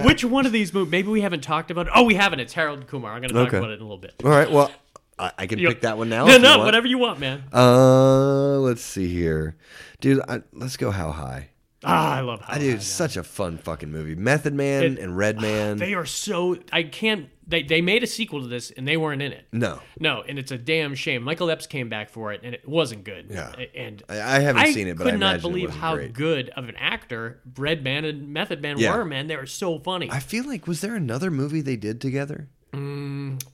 Speaker 9: Which one of these movies? Maybe we haven't talked about. It. Oh, we haven't. It's Harold Kumar. I'm going to talk
Speaker 8: Okay.
Speaker 9: about it in a little bit.
Speaker 8: All right. Well, I, I can pick that one now.
Speaker 9: No,
Speaker 8: if you
Speaker 9: no,
Speaker 8: want.
Speaker 9: whatever you want, man.
Speaker 8: Uh, let's see here, dude. I, let's go. How high?
Speaker 9: Ah, I love. How
Speaker 8: I do. It's such a fun fucking movie. Method Man
Speaker 9: It- uh,
Speaker 8: and Red Man.
Speaker 9: They are so. I can't. They they made a sequel to this and they weren't in it.
Speaker 8: no,
Speaker 9: No, and it's a damn shame. Michael Epps came back for it, and it wasn't good.
Speaker 8: Yeah.
Speaker 9: A- and
Speaker 8: I, I haven't seen it, but
Speaker 9: could
Speaker 8: I
Speaker 9: not
Speaker 8: imagine it
Speaker 9: believe
Speaker 8: wasn't
Speaker 9: how
Speaker 8: great.
Speaker 9: good of an actor Red Man and Method Man
Speaker 8: Yeah.
Speaker 9: were. Man, they were so funny.
Speaker 8: I feel like was there another movie they did together?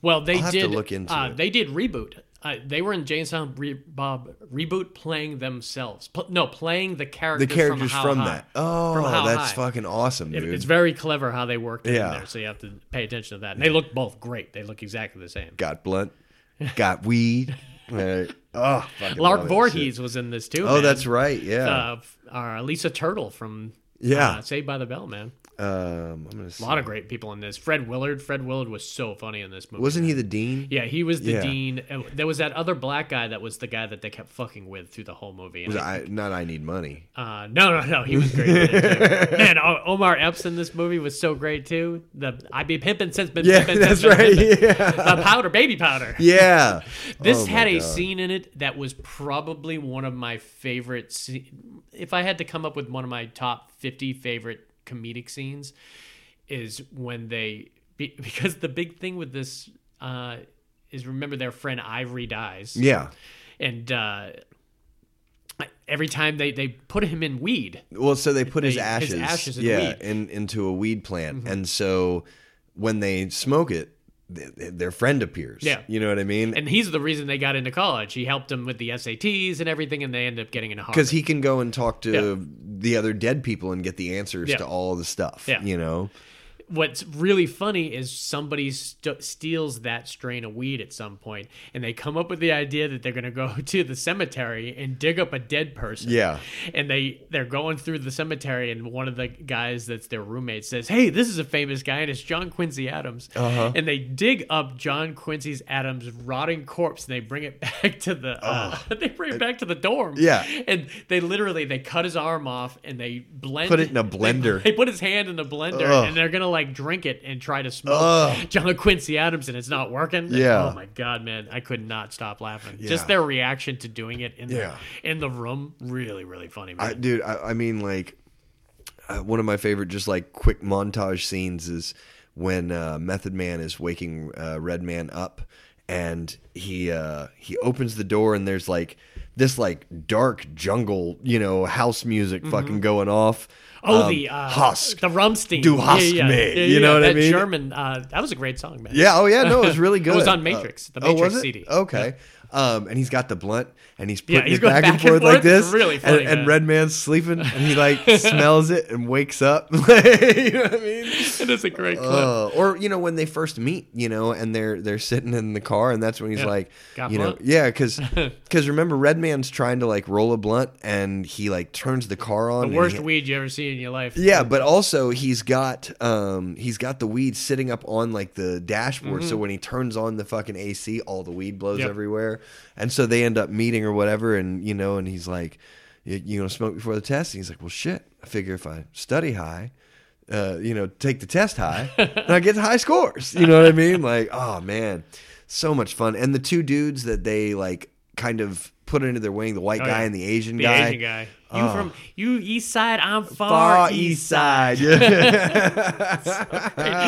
Speaker 9: well, they
Speaker 8: I'll have to
Speaker 9: did
Speaker 8: look into
Speaker 9: uh,
Speaker 8: it.
Speaker 9: They did reboot. Uh, they were in Jamestown Re- Bob reboot playing themselves. Pl- no, playing the characters.
Speaker 8: The characters
Speaker 9: from, How
Speaker 8: from,
Speaker 9: High.
Speaker 8: that. Oh,
Speaker 9: From How
Speaker 8: that's
Speaker 9: High.
Speaker 8: fucking awesome,
Speaker 9: It-
Speaker 8: dude.
Speaker 9: it's very clever how they worked it in
Speaker 8: Yeah.
Speaker 9: there, so you have to pay attention to that. And they look both great. They look exactly the same.
Speaker 8: got blunt, got weed. Right. Oh, fucking love
Speaker 9: Lark
Speaker 8: that
Speaker 9: Voorhees
Speaker 8: shit.
Speaker 9: was in this too.
Speaker 8: Oh,
Speaker 9: man.
Speaker 8: that's right. Yeah.
Speaker 9: uh, f- uh, Lisa Turtle from
Speaker 8: Yeah.
Speaker 9: uh, Saved by the Bell, man.
Speaker 8: um, I'm gonna. See.
Speaker 9: A lot of great people in this. Fred Willard. Fred Willard was so funny in this movie.
Speaker 8: Wasn't he the dean?
Speaker 9: Yeah, he was the
Speaker 8: Yeah.
Speaker 9: dean. Uh, There was that other black guy that was the guy that they kept fucking with through the whole movie. And
Speaker 8: Was I, not I need money.
Speaker 9: uh, no, no, no, he was great. in it, too. man, O- Omar Epps in this movie was so great too. The I be pimping since been
Speaker 8: Yeah,
Speaker 9: pimping
Speaker 8: that's
Speaker 9: since been
Speaker 8: right.
Speaker 9: pimping.
Speaker 8: Yeah.
Speaker 9: The powder, baby powder.
Speaker 8: Yeah.
Speaker 9: This
Speaker 8: Oh my
Speaker 9: had
Speaker 8: God.
Speaker 9: a scene in it that was probably one of my favorite. sce- If I had to come up with one of my top fifty favorite comedic scenes, is when they be- because the big thing with this uh, is remember their friend Ivory dies,
Speaker 8: Yeah.
Speaker 9: and uh, every time they they put him in weed.
Speaker 8: Well, so they put his
Speaker 9: They- his
Speaker 8: ashes,
Speaker 9: ashes in
Speaker 8: yeah,
Speaker 9: weed. Mm-hmm.
Speaker 8: in, into a weed plant, and so when they smoke it, th- th- their friend appears.
Speaker 9: Yeah.
Speaker 8: you know what I mean?
Speaker 9: And he's the reason they got into college. He helped them with the SATs and everything, and they end up getting into Harvard.
Speaker 8: Because he can go and talk to
Speaker 9: Yeah.
Speaker 8: the other dead people and get the answers
Speaker 9: Yeah.
Speaker 8: to all the stuff.
Speaker 9: Yeah.
Speaker 8: you know.
Speaker 9: what's really funny is somebody st- steals that strain of weed at some point and they come up with the idea that they're going to go to the cemetery and dig up a dead person
Speaker 8: Yeah.
Speaker 9: and they they're going through the cemetery and one of the guys that's their roommate says hey this is a famous guy and it's john quincy adams
Speaker 8: Uh-huh.
Speaker 9: and they dig up john quincy's adams rotting corpse and they bring it back to the uh, they bring it back to the dorm
Speaker 8: Yeah.
Speaker 9: and they literally they cut his arm off and they blend
Speaker 8: Put it in a
Speaker 9: they-
Speaker 8: blender.
Speaker 9: they put his hand in the blender
Speaker 8: Ugh.
Speaker 9: and they're gonna like drink it and try to smoke
Speaker 8: Ugh.
Speaker 9: John Quincy Adams and it's not working.
Speaker 8: Yeah.
Speaker 9: Oh my god, man, I could not stop laughing.
Speaker 8: Yeah.
Speaker 9: Just their reaction to doing it in
Speaker 8: Yeah.
Speaker 9: the in the room, really, really funny, man.
Speaker 8: I, dude, I, I mean, like, uh, one of my favorite, just like quick montage scenes is when uh, Method Man is waking uh, Red Man up, and he uh, he opens the door, and there's like this like dark jungle, you know, house music fucking going off.
Speaker 9: Mm-hmm. oh,
Speaker 8: Um,
Speaker 9: the uh,
Speaker 8: husk.
Speaker 9: the Rumstein,
Speaker 8: Du hast mich. You know what I
Speaker 9: that
Speaker 8: mean?
Speaker 9: German, uh, that was a great song, man.
Speaker 8: Yeah. Oh, yeah. No, it was really good.
Speaker 9: It was on
Speaker 8: Uh,
Speaker 9: Matrix, the
Speaker 8: oh, was
Speaker 9: Matrix
Speaker 8: it?
Speaker 9: CD.
Speaker 8: Okay. Um, and he's got the blunt, and he's putting
Speaker 9: Yeah, he's
Speaker 8: it
Speaker 9: going
Speaker 8: back, and forth like
Speaker 9: It's
Speaker 8: this.
Speaker 9: really
Speaker 8: and,
Speaker 9: funny,
Speaker 8: and
Speaker 9: man.
Speaker 8: Red Man's sleeping, and he like smells it and wakes up. you know what I mean?
Speaker 9: it is a great clip.
Speaker 8: Uh, or you know when they first meet, you know, and they're they're sitting in the car, and that's when he's
Speaker 9: Yeah.
Speaker 8: like,
Speaker 9: Got
Speaker 8: you know,
Speaker 9: blunt?
Speaker 8: yeah, because remember, Red Man's trying to like roll a blunt, and he like turns the car on.
Speaker 9: the
Speaker 8: and
Speaker 9: worst
Speaker 8: he-
Speaker 9: weed you ever see in your life.
Speaker 8: yeah, but also he's got um he's got the weed sitting up on like the dashboard, so when he turns on the fucking AC, all the weed blows
Speaker 9: Mm-hmm. Yep.
Speaker 8: everywhere, and so they end up meeting or whatever, and you know, and he's like, "You, you gonna smoke before the test?" And he's like, "Well, shit, I figure if I study high." Uh, you know, take the test high, and I get high scores. You know what I mean? Like, oh man, so much fun. And the two dudes that they like kind of put under their wing, the white
Speaker 9: Oh,
Speaker 8: guy
Speaker 9: yeah.
Speaker 8: and the Asian
Speaker 9: The
Speaker 8: guy,
Speaker 9: Asian guy. You
Speaker 8: Oh.
Speaker 9: from you east side, I'm far,
Speaker 8: far
Speaker 9: east
Speaker 8: east side. Yeah.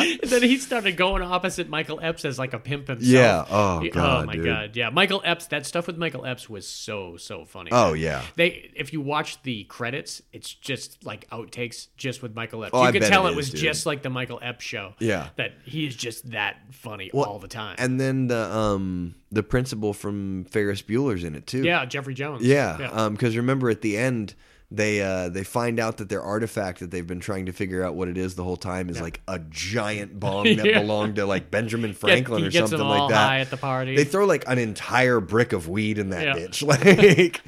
Speaker 9: and then he started going opposite Michael Epps as like a pimp himself.
Speaker 8: Yeah. Oh,
Speaker 9: He-
Speaker 8: God,
Speaker 9: my
Speaker 8: dude.
Speaker 9: god. Yeah. Michael Epps. That stuff with Michael Epps was so so funny.
Speaker 8: Oh,
Speaker 9: man.
Speaker 8: yeah.
Speaker 9: They if you watch the credits, it's just like outtakes just with Michael Epps.
Speaker 8: Oh,
Speaker 9: you
Speaker 8: I
Speaker 9: could
Speaker 8: bet
Speaker 9: tell
Speaker 8: it
Speaker 9: it,
Speaker 8: is,
Speaker 9: was
Speaker 8: dude.
Speaker 9: just like the Michael Epps show.
Speaker 8: Yeah.
Speaker 9: That he is just that funny all the time.
Speaker 8: And then the um the principal from Ferris Bueller's in it too.
Speaker 9: yeah, Jeffrey Jones.
Speaker 8: Yeah. Um cuz remember at the end they uh they find out that their artifact that they've been trying to figure out what it is the whole time is like a giant bomb that
Speaker 9: Yeah.
Speaker 8: belonged to like Benjamin Franklin
Speaker 9: he
Speaker 8: or
Speaker 9: gets
Speaker 8: something
Speaker 9: them
Speaker 8: like
Speaker 9: all
Speaker 8: that.
Speaker 9: high at the party.
Speaker 8: They throw like an entire brick of weed in that
Speaker 9: Yeah.
Speaker 8: bitch. Like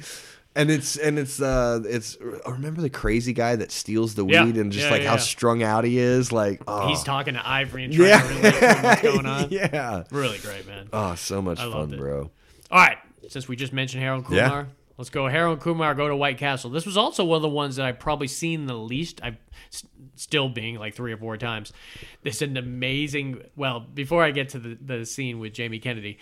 Speaker 8: And it's and it's uh it's remember the crazy guy that steals the weed
Speaker 9: Yeah.
Speaker 8: and just
Speaker 9: Yeah,
Speaker 8: like
Speaker 9: yeah,
Speaker 8: how
Speaker 9: yeah.
Speaker 8: strung out he is like oh.
Speaker 9: He's talking to Ivory and trying
Speaker 8: yeah
Speaker 9: to relate to him what's going on.
Speaker 8: yeah
Speaker 9: Really great, man.
Speaker 8: oh so much
Speaker 9: I
Speaker 8: fun
Speaker 9: loved it.
Speaker 8: bro
Speaker 9: All right, since we just mentioned Harold Kumar,
Speaker 8: Yeah.
Speaker 9: let's go Harold Kumar. Go to White Castle. This was also one of the ones that I've probably seen the least. I've s- still being like three or four times. This an amazing. Well, before I get to the, the scene with Jamie Kennedy,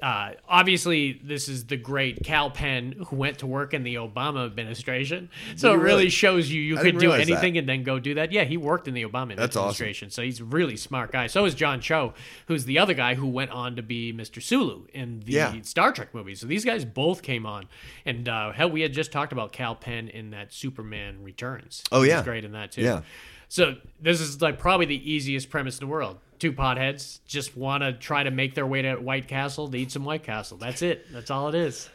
Speaker 9: Uh, obviously, this is the great Cal Penn who went to work in the Obama administration. So it really,
Speaker 8: really?
Speaker 9: shows you you
Speaker 8: I
Speaker 9: could
Speaker 8: didn't
Speaker 9: do
Speaker 8: realize that.
Speaker 9: anything and then go do that. Yeah, he worked in the Obama
Speaker 8: That's awesome.
Speaker 9: administration, so he's a really smart guy. So is John Cho, who's the other guy who went on to be Mr. Sulu in the
Speaker 8: Yeah.
Speaker 9: Star Trek movies. So these guys both came on, and uh, hell, we had just talked about Cal Penn in that Superman Returns.
Speaker 8: Oh,
Speaker 9: He was
Speaker 8: yeah.
Speaker 9: great in that too.
Speaker 8: Yeah.
Speaker 9: So this is like probably the easiest premise in the world. Two potheads just want to try to make their way to White Castle to eat some White Castle. That's it. That's all it is.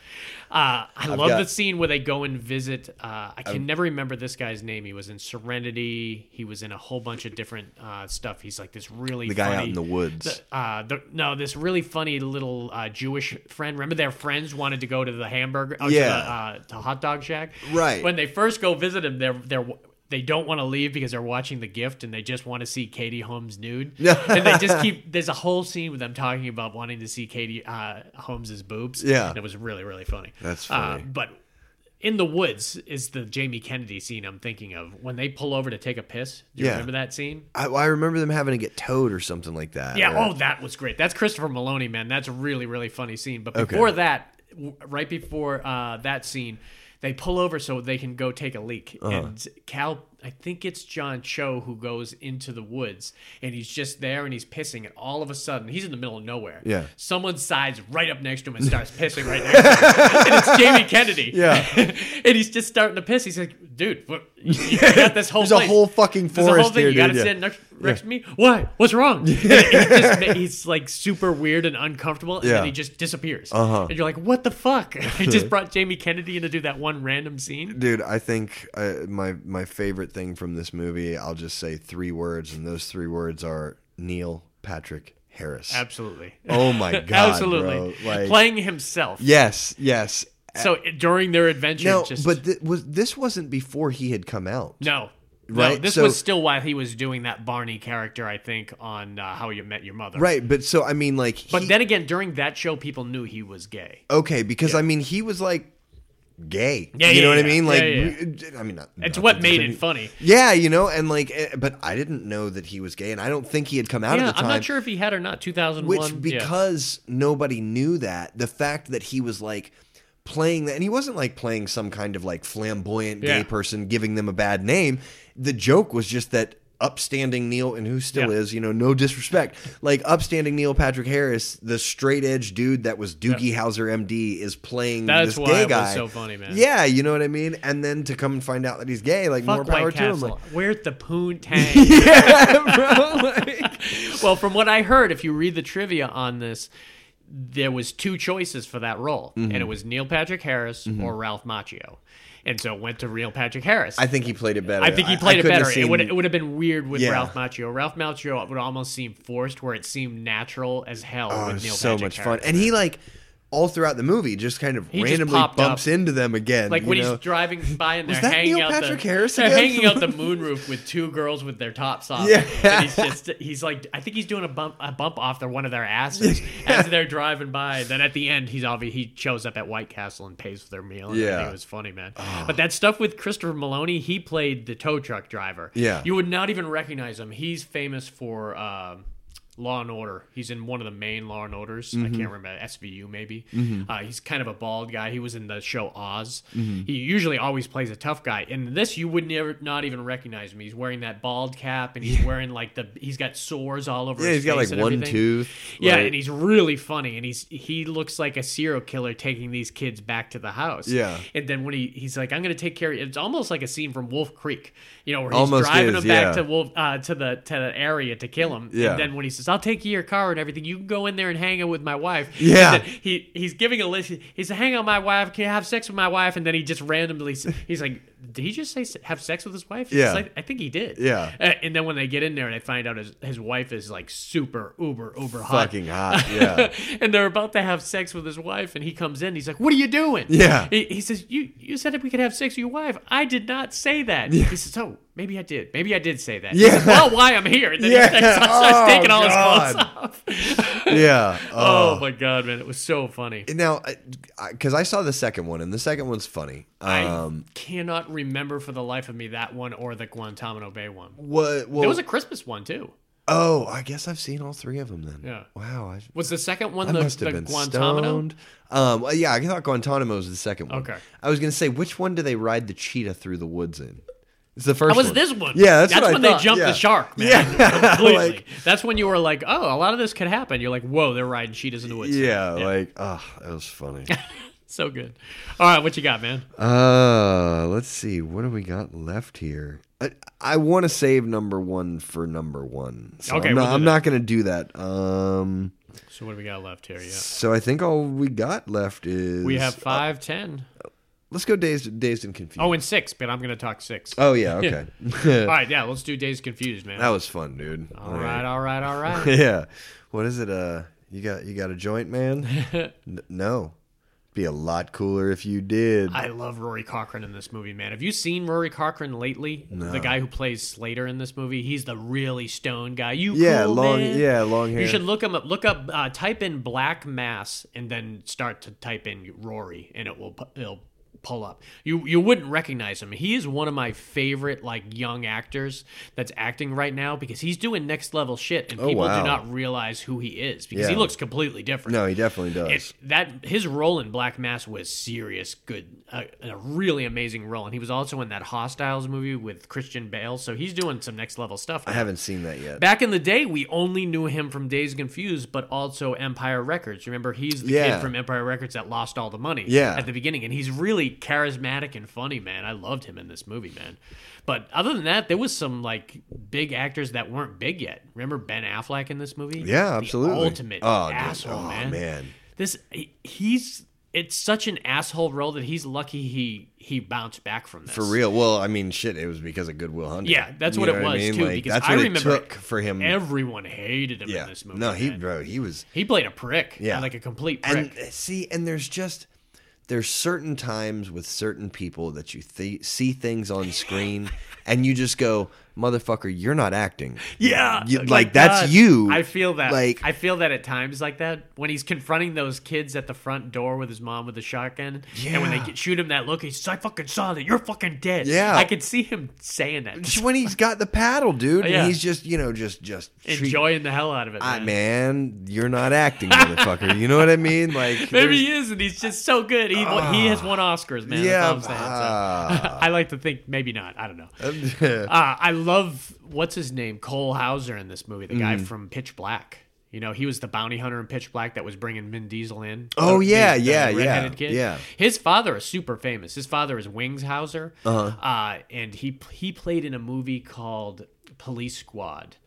Speaker 9: Uh, I love
Speaker 8: got-
Speaker 9: the scene where they go and visit. Uh, I can never remember this guy's name. He was in Serenity. He was in a whole bunch of different uh, stuff. He's like this really
Speaker 8: The guy out
Speaker 9: funny-
Speaker 8: in the woods.
Speaker 9: uh, the, no, this really funny little uh, Jewish friend. Remember, their friends wanted to go to the hamburger, oh,
Speaker 8: Yeah.
Speaker 9: to the, uh, to hot dog shack.
Speaker 8: Right.
Speaker 9: When they first go visit him, they're they're they don't want to leave because they're watching The Gift and they just want to see Katie Holmes nude. and they just keep there's a whole scene with them talking about wanting to see Katie uh, Holmes's boobs.
Speaker 8: Yeah.
Speaker 9: and it was really really funny.
Speaker 8: That's
Speaker 9: Uh,
Speaker 8: funny.
Speaker 9: but in the woods is the Jamie Kennedy scene I'm thinking of when they pull over to take a piss. Do you
Speaker 8: Yeah.
Speaker 9: remember that scene?
Speaker 8: I, I remember them having to get towed or something like that.
Speaker 9: Yeah.
Speaker 8: or-
Speaker 9: Oh, that was great. That's Christopher Maloney, man. That's a really, really funny scene. But
Speaker 8: Okay.
Speaker 9: before that, w- right before uh, that scene, they pull over so they can go take a leak.
Speaker 8: Uh-huh.
Speaker 9: And Cal, I think it's John Cho who goes into the woods and he's just there and he's pissing. And all of a sudden, he's in the middle of nowhere.
Speaker 8: Yeah.
Speaker 9: Someone sides right up next to him and starts pissing right next to him. and it's Jamie Kennedy.
Speaker 8: Yeah.
Speaker 9: and he's just starting to piss. He's like, dude, what, you got this whole
Speaker 8: There's a
Speaker 9: place.
Speaker 8: whole fucking
Speaker 9: There's a whole
Speaker 8: forest
Speaker 9: thing.
Speaker 8: here,
Speaker 9: You gotta
Speaker 8: dude, yeah.
Speaker 9: sit next, next to me? Why? What's wrong? And it- it just ma- he's like super weird and uncomfortable, and then
Speaker 8: Yeah.
Speaker 9: he just disappears. Uh-huh. And you're like, what the fuck? I just brought Jamie Kennedy in to do that one random scene.
Speaker 8: Dude, I think uh, my my favorite thing from this movie, I'll just say three words, and those three words are Neil Patrick Harris.
Speaker 9: Absolutely.
Speaker 8: Oh my god,
Speaker 9: Absolutely.
Speaker 8: bro. Like,
Speaker 9: Playing himself.
Speaker 8: yes, yes.
Speaker 9: So during their adventure,
Speaker 8: No,
Speaker 9: just.
Speaker 8: but th- was this wasn't before he had come out?
Speaker 9: no. No,
Speaker 8: Right,
Speaker 9: this
Speaker 8: so-
Speaker 9: was still while he was doing that Barney character, I think, on uh, How You Met Your Mother.
Speaker 8: Right, but so I mean, like,
Speaker 9: But
Speaker 8: he-
Speaker 9: then again, during that show, people knew he was gay.
Speaker 8: okay, because I mean, he was like gay.
Speaker 9: Yeah,
Speaker 8: you
Speaker 9: yeah,
Speaker 8: know what
Speaker 9: yeah.
Speaker 8: I mean? Like,
Speaker 9: Yeah,
Speaker 8: I mean, not,
Speaker 9: It's
Speaker 8: not
Speaker 9: what
Speaker 8: that
Speaker 9: made
Speaker 8: different.
Speaker 9: it funny.
Speaker 8: Yeah, you know, and like, eh, but I didn't know that he was gay, and I don't think he had come out
Speaker 9: yeah,
Speaker 8: at the time.
Speaker 9: I'm not sure if he had or not. 2001.
Speaker 8: Which,
Speaker 9: yeah.
Speaker 8: because nobody knew that, the fact that he was like playing that, and he wasn't like playing some kind of like flamboyant
Speaker 9: Yeah.
Speaker 8: gay person giving them a bad name. The joke was just that upstanding Neil, and who still
Speaker 9: Yeah.
Speaker 8: is, you know, no disrespect, like upstanding Neil Patrick Harris, the straight edge dude that was Doogie Howser MD, is playing
Speaker 9: That's
Speaker 8: this
Speaker 9: why
Speaker 8: gay
Speaker 9: it was
Speaker 8: guy.
Speaker 9: so funny, man.
Speaker 8: Yeah, you know what I mean? And then to come and find out that he's gay, like more
Speaker 9: Fuck
Speaker 8: power
Speaker 9: White
Speaker 8: to him.
Speaker 9: Castle.
Speaker 8: Like,
Speaker 9: Where's the poontang?
Speaker 8: yeah, bro. like-
Speaker 9: well, from what I heard, if you read the trivia on this, there was two choices for that role,
Speaker 8: Mm-hmm.
Speaker 9: and it was Neil Patrick Harris or Ralph Macchio, and so it went to Neil Patrick Harris.
Speaker 8: I think he played it better.
Speaker 9: I think he played it
Speaker 8: couldn't have
Speaker 9: better. It
Speaker 8: seen-
Speaker 9: would it would have been weird with
Speaker 8: Yeah.
Speaker 9: Ralph Macchio. Ralph Macchio would almost seem forced, where it seemed natural as hell
Speaker 8: Oh,
Speaker 9: with
Speaker 8: it
Speaker 9: Neil
Speaker 8: was so
Speaker 9: Patrick
Speaker 8: much
Speaker 9: Harris.
Speaker 8: fun. And he like all throughout the movie just kind of
Speaker 9: He just
Speaker 8: randomly
Speaker 9: popped
Speaker 8: bumps
Speaker 9: up.
Speaker 8: into them again.
Speaker 9: Like
Speaker 8: you
Speaker 9: when
Speaker 8: know?
Speaker 9: he's driving by and
Speaker 8: Was
Speaker 9: they're
Speaker 8: that
Speaker 9: hanging
Speaker 8: Neil
Speaker 9: out
Speaker 8: Patrick
Speaker 9: the
Speaker 8: Harris
Speaker 9: they're
Speaker 8: again?
Speaker 9: hanging out the moonroof with two girls with their tops off.
Speaker 8: Yeah.
Speaker 9: And he's just he's like I think he's doing a bump a bump off their one of their asses as they're driving by. Then at the end he's obviously he shows up at White Castle and pays for their meal. And
Speaker 8: Yeah.
Speaker 9: I think it was funny, man.
Speaker 8: Ah.
Speaker 9: But that stuff with Christopher Maloney, he played the tow truck driver.
Speaker 8: Yeah.
Speaker 9: You would not even recognize him. He's famous for um, Law and Order. He's in one of the main Law and Orders. I
Speaker 8: Mm-hmm.
Speaker 9: can't remember SVU maybe. Uh, he's kind of a bald guy. He was in the show Oz.
Speaker 8: Mm-hmm.
Speaker 9: He usually always plays a tough guy. In this, you would never not even recognize him. He's wearing that bald cap and he's wearing like the he's got sores all over.
Speaker 8: yeah,
Speaker 9: his
Speaker 8: he's got
Speaker 9: face
Speaker 8: like
Speaker 9: and
Speaker 8: one
Speaker 9: everything.
Speaker 8: tooth.
Speaker 9: Yeah,
Speaker 8: like-
Speaker 9: and he's really funny, and he's he looks like a serial killer taking these kids back to the house.
Speaker 8: Yeah.
Speaker 9: and then when he he's like, "I'm gonna take care of you," it's almost like a scene from Wolf Creek, you know, where he's
Speaker 8: Almost
Speaker 9: driving
Speaker 8: is,
Speaker 9: him back
Speaker 8: yeah.
Speaker 9: to Wolf uh, to the to the area to kill him.
Speaker 8: Yeah.
Speaker 9: and then when he says, "I'll take your car and everything," you can go in there and hang out with my wife.
Speaker 8: Yeah.
Speaker 9: And then he he's giving a list. He's like, "Hang out with my wife, can I have sex with my wife," and then he just randomly s- he's like, "Did he just say s- have sex with his wife?" He's
Speaker 8: Yeah.
Speaker 9: like, I think he did.
Speaker 8: Yeah.
Speaker 9: Uh, and then when they get in there and they find out his, his wife is like super uber uber hot.
Speaker 8: fucking hot. Yeah.
Speaker 9: and they're about to have sex with his wife, and he comes in. He's like, "What are you doing?"
Speaker 8: Yeah.
Speaker 9: He, he says, "You you said that we could have sex with your wife. I did not say that." He says, "Oh, maybe I did. Maybe I did say that." He
Speaker 8: Yeah.
Speaker 9: says, well, why I'm here? And then
Speaker 8: Yeah.
Speaker 9: he starts, starts
Speaker 8: Oh,
Speaker 9: taking all
Speaker 8: God.
Speaker 9: his clothes off.
Speaker 8: yeah.
Speaker 9: oh
Speaker 8: Oh.
Speaker 9: my god, man, it was so funny.
Speaker 8: now, because I, saw the second one, and the second one's funny. Um,
Speaker 9: I cannot remember for the life of me that one or the Guantanamo Bay one.
Speaker 8: what? Well,
Speaker 9: there was a Christmas one too.
Speaker 8: Oh, I guess I've seen all three of them then.
Speaker 9: Yeah.
Speaker 8: Wow. I,
Speaker 9: Was the second one
Speaker 8: I
Speaker 9: the,
Speaker 8: must have
Speaker 9: the
Speaker 8: been
Speaker 9: Guantanamo?
Speaker 8: stoned. Um, well, yeah, I thought Guantanamo was the second one.
Speaker 9: Okay.
Speaker 8: I was gonna say, which one do they ride the cheetah through the woods in? It's the first.
Speaker 9: That was
Speaker 8: one.
Speaker 9: this one.
Speaker 8: Yeah, that's,
Speaker 9: that's
Speaker 8: what I
Speaker 9: when
Speaker 8: thought.
Speaker 9: they jumped
Speaker 8: Yeah.
Speaker 9: the shark, man.
Speaker 8: Yeah,
Speaker 9: Completely.
Speaker 8: like-
Speaker 9: that's when you were like, oh, a lot of this could happen. You're like, whoa, they're riding cheetahs in the woods.
Speaker 8: Yeah, like, oh, that was funny.
Speaker 9: So good. All right, what you got, man?
Speaker 8: uh, let's see, what do we got left here? I, I want to save number one for number one. So
Speaker 9: Okay,
Speaker 8: I'm not,
Speaker 9: we'll do
Speaker 8: I'm
Speaker 9: that.
Speaker 8: not gonna do that. Um,
Speaker 9: So what do we got left here? Yeah.
Speaker 8: so I think all we got left is
Speaker 9: We have five, ten.
Speaker 8: Let's go dazed, dazed and confused.
Speaker 9: Oh, and six, but I'm going to talk six.
Speaker 8: Oh yeah, okay.
Speaker 9: All right, yeah, let's do Days Confused, man.
Speaker 8: that was fun, dude.
Speaker 9: all right, all right, all right.
Speaker 8: Yeah. What is it? Uh, you got you got a joint, man? N- no. Be a lot cooler if you did.
Speaker 9: I love Rory Cochrane in this movie, man. Have you seen Rory Cochrane lately? The guy who plays Slater in this movie. He's the really stoned guy. You
Speaker 8: Yeah,
Speaker 9: cool,
Speaker 8: long-
Speaker 9: man.
Speaker 8: yeah, long hair.
Speaker 9: You should look him up. Look up. Uh, type in Black Mass and then start to type in Rory, and it will pu- it'll pull up. You you wouldn't recognize him. He is one of my favorite like young actors that's acting right now because he's doing next level shit, and people
Speaker 8: Oh, wow.
Speaker 9: do not realize who he is because he
Speaker 8: Yeah.
Speaker 9: looks completely different.
Speaker 8: no, he definitely does.
Speaker 9: It, that his role in Black Mass was serious, good, uh, a really amazing role, and he was also in that Hostiles movie with Christian Bale. So he's doing some next level stuff.
Speaker 8: I
Speaker 9: now.
Speaker 8: haven't seen that yet.
Speaker 9: Back in the day, we only knew him from Days Confused, but also Empire Records. Remember, he's the
Speaker 8: Yeah.
Speaker 9: kid from Empire Records that lost all the money
Speaker 8: Yeah.
Speaker 9: at the beginning, and he's really charismatic and funny, man. I loved him in this movie, man. But other than that, there was some like big actors that weren't big yet. Remember Ben Affleck in this movie?
Speaker 8: yeah,
Speaker 9: The
Speaker 8: absolutely.
Speaker 9: ultimate
Speaker 8: oh, dude.
Speaker 9: asshole,
Speaker 8: Oh,
Speaker 9: man this he- he's it's such an asshole role that he's lucky he he bounced back from this
Speaker 8: For real. Well, I mean, shit. It was because of Goodwill Hunting.
Speaker 9: yeah that's
Speaker 8: You
Speaker 9: what it
Speaker 8: know
Speaker 9: was
Speaker 8: I mean?
Speaker 9: too
Speaker 8: Like,
Speaker 9: because
Speaker 8: that's
Speaker 9: i
Speaker 8: what
Speaker 9: remember
Speaker 8: it took for him.
Speaker 9: everyone hated him
Speaker 8: yeah.
Speaker 9: in this movie
Speaker 8: no, he
Speaker 9: man.
Speaker 8: bro, he was.
Speaker 9: he played a prick
Speaker 8: Yeah.
Speaker 9: like a complete
Speaker 8: And eh,
Speaker 9: prick
Speaker 8: see, and there's just there's certain times with certain people that you th- see things on screen, and you just go, "Motherfucker, you're not acting."
Speaker 9: yeah
Speaker 8: You-
Speaker 9: my
Speaker 8: like, that's
Speaker 9: God.
Speaker 8: you.
Speaker 9: i feel that
Speaker 8: Like,
Speaker 9: like i feel that at times like that when he's confronting those kids at the front door with his mom with a shotgun and when they
Speaker 8: Yeah.
Speaker 9: get, shoot him that look he says i fucking saw that you're fucking dead
Speaker 8: Yeah.
Speaker 9: i could see him saying that
Speaker 8: just when he's got the paddle, dude,
Speaker 9: Yeah.
Speaker 8: and he's just you know just just treat-
Speaker 9: enjoying the hell out of it
Speaker 8: I,
Speaker 9: man.
Speaker 8: man, you're not acting, motherfucker. You know what I mean? Like
Speaker 9: Maybe
Speaker 8: there's-
Speaker 9: he is, and he's just so good. He, he has won Oscars, man.
Speaker 8: Yeah,
Speaker 9: That's all I'm saying. So,
Speaker 8: ah.
Speaker 9: I like to think maybe not. I don't know. Uh, I love what's his name, Cole Hauser in this movie, the guy
Speaker 8: Mm.
Speaker 9: from Pitch Black. You know, he was the bounty hunter in Pitch Black that was bringing Vin Diesel in.
Speaker 8: Oh,
Speaker 9: The-
Speaker 8: yeah, yeah, yeah,
Speaker 9: redheaded kid.
Speaker 8: yeah.
Speaker 9: His father is super famous. His father is Wings Hauser, uh-huh. and he he played in a movie called Police Squad,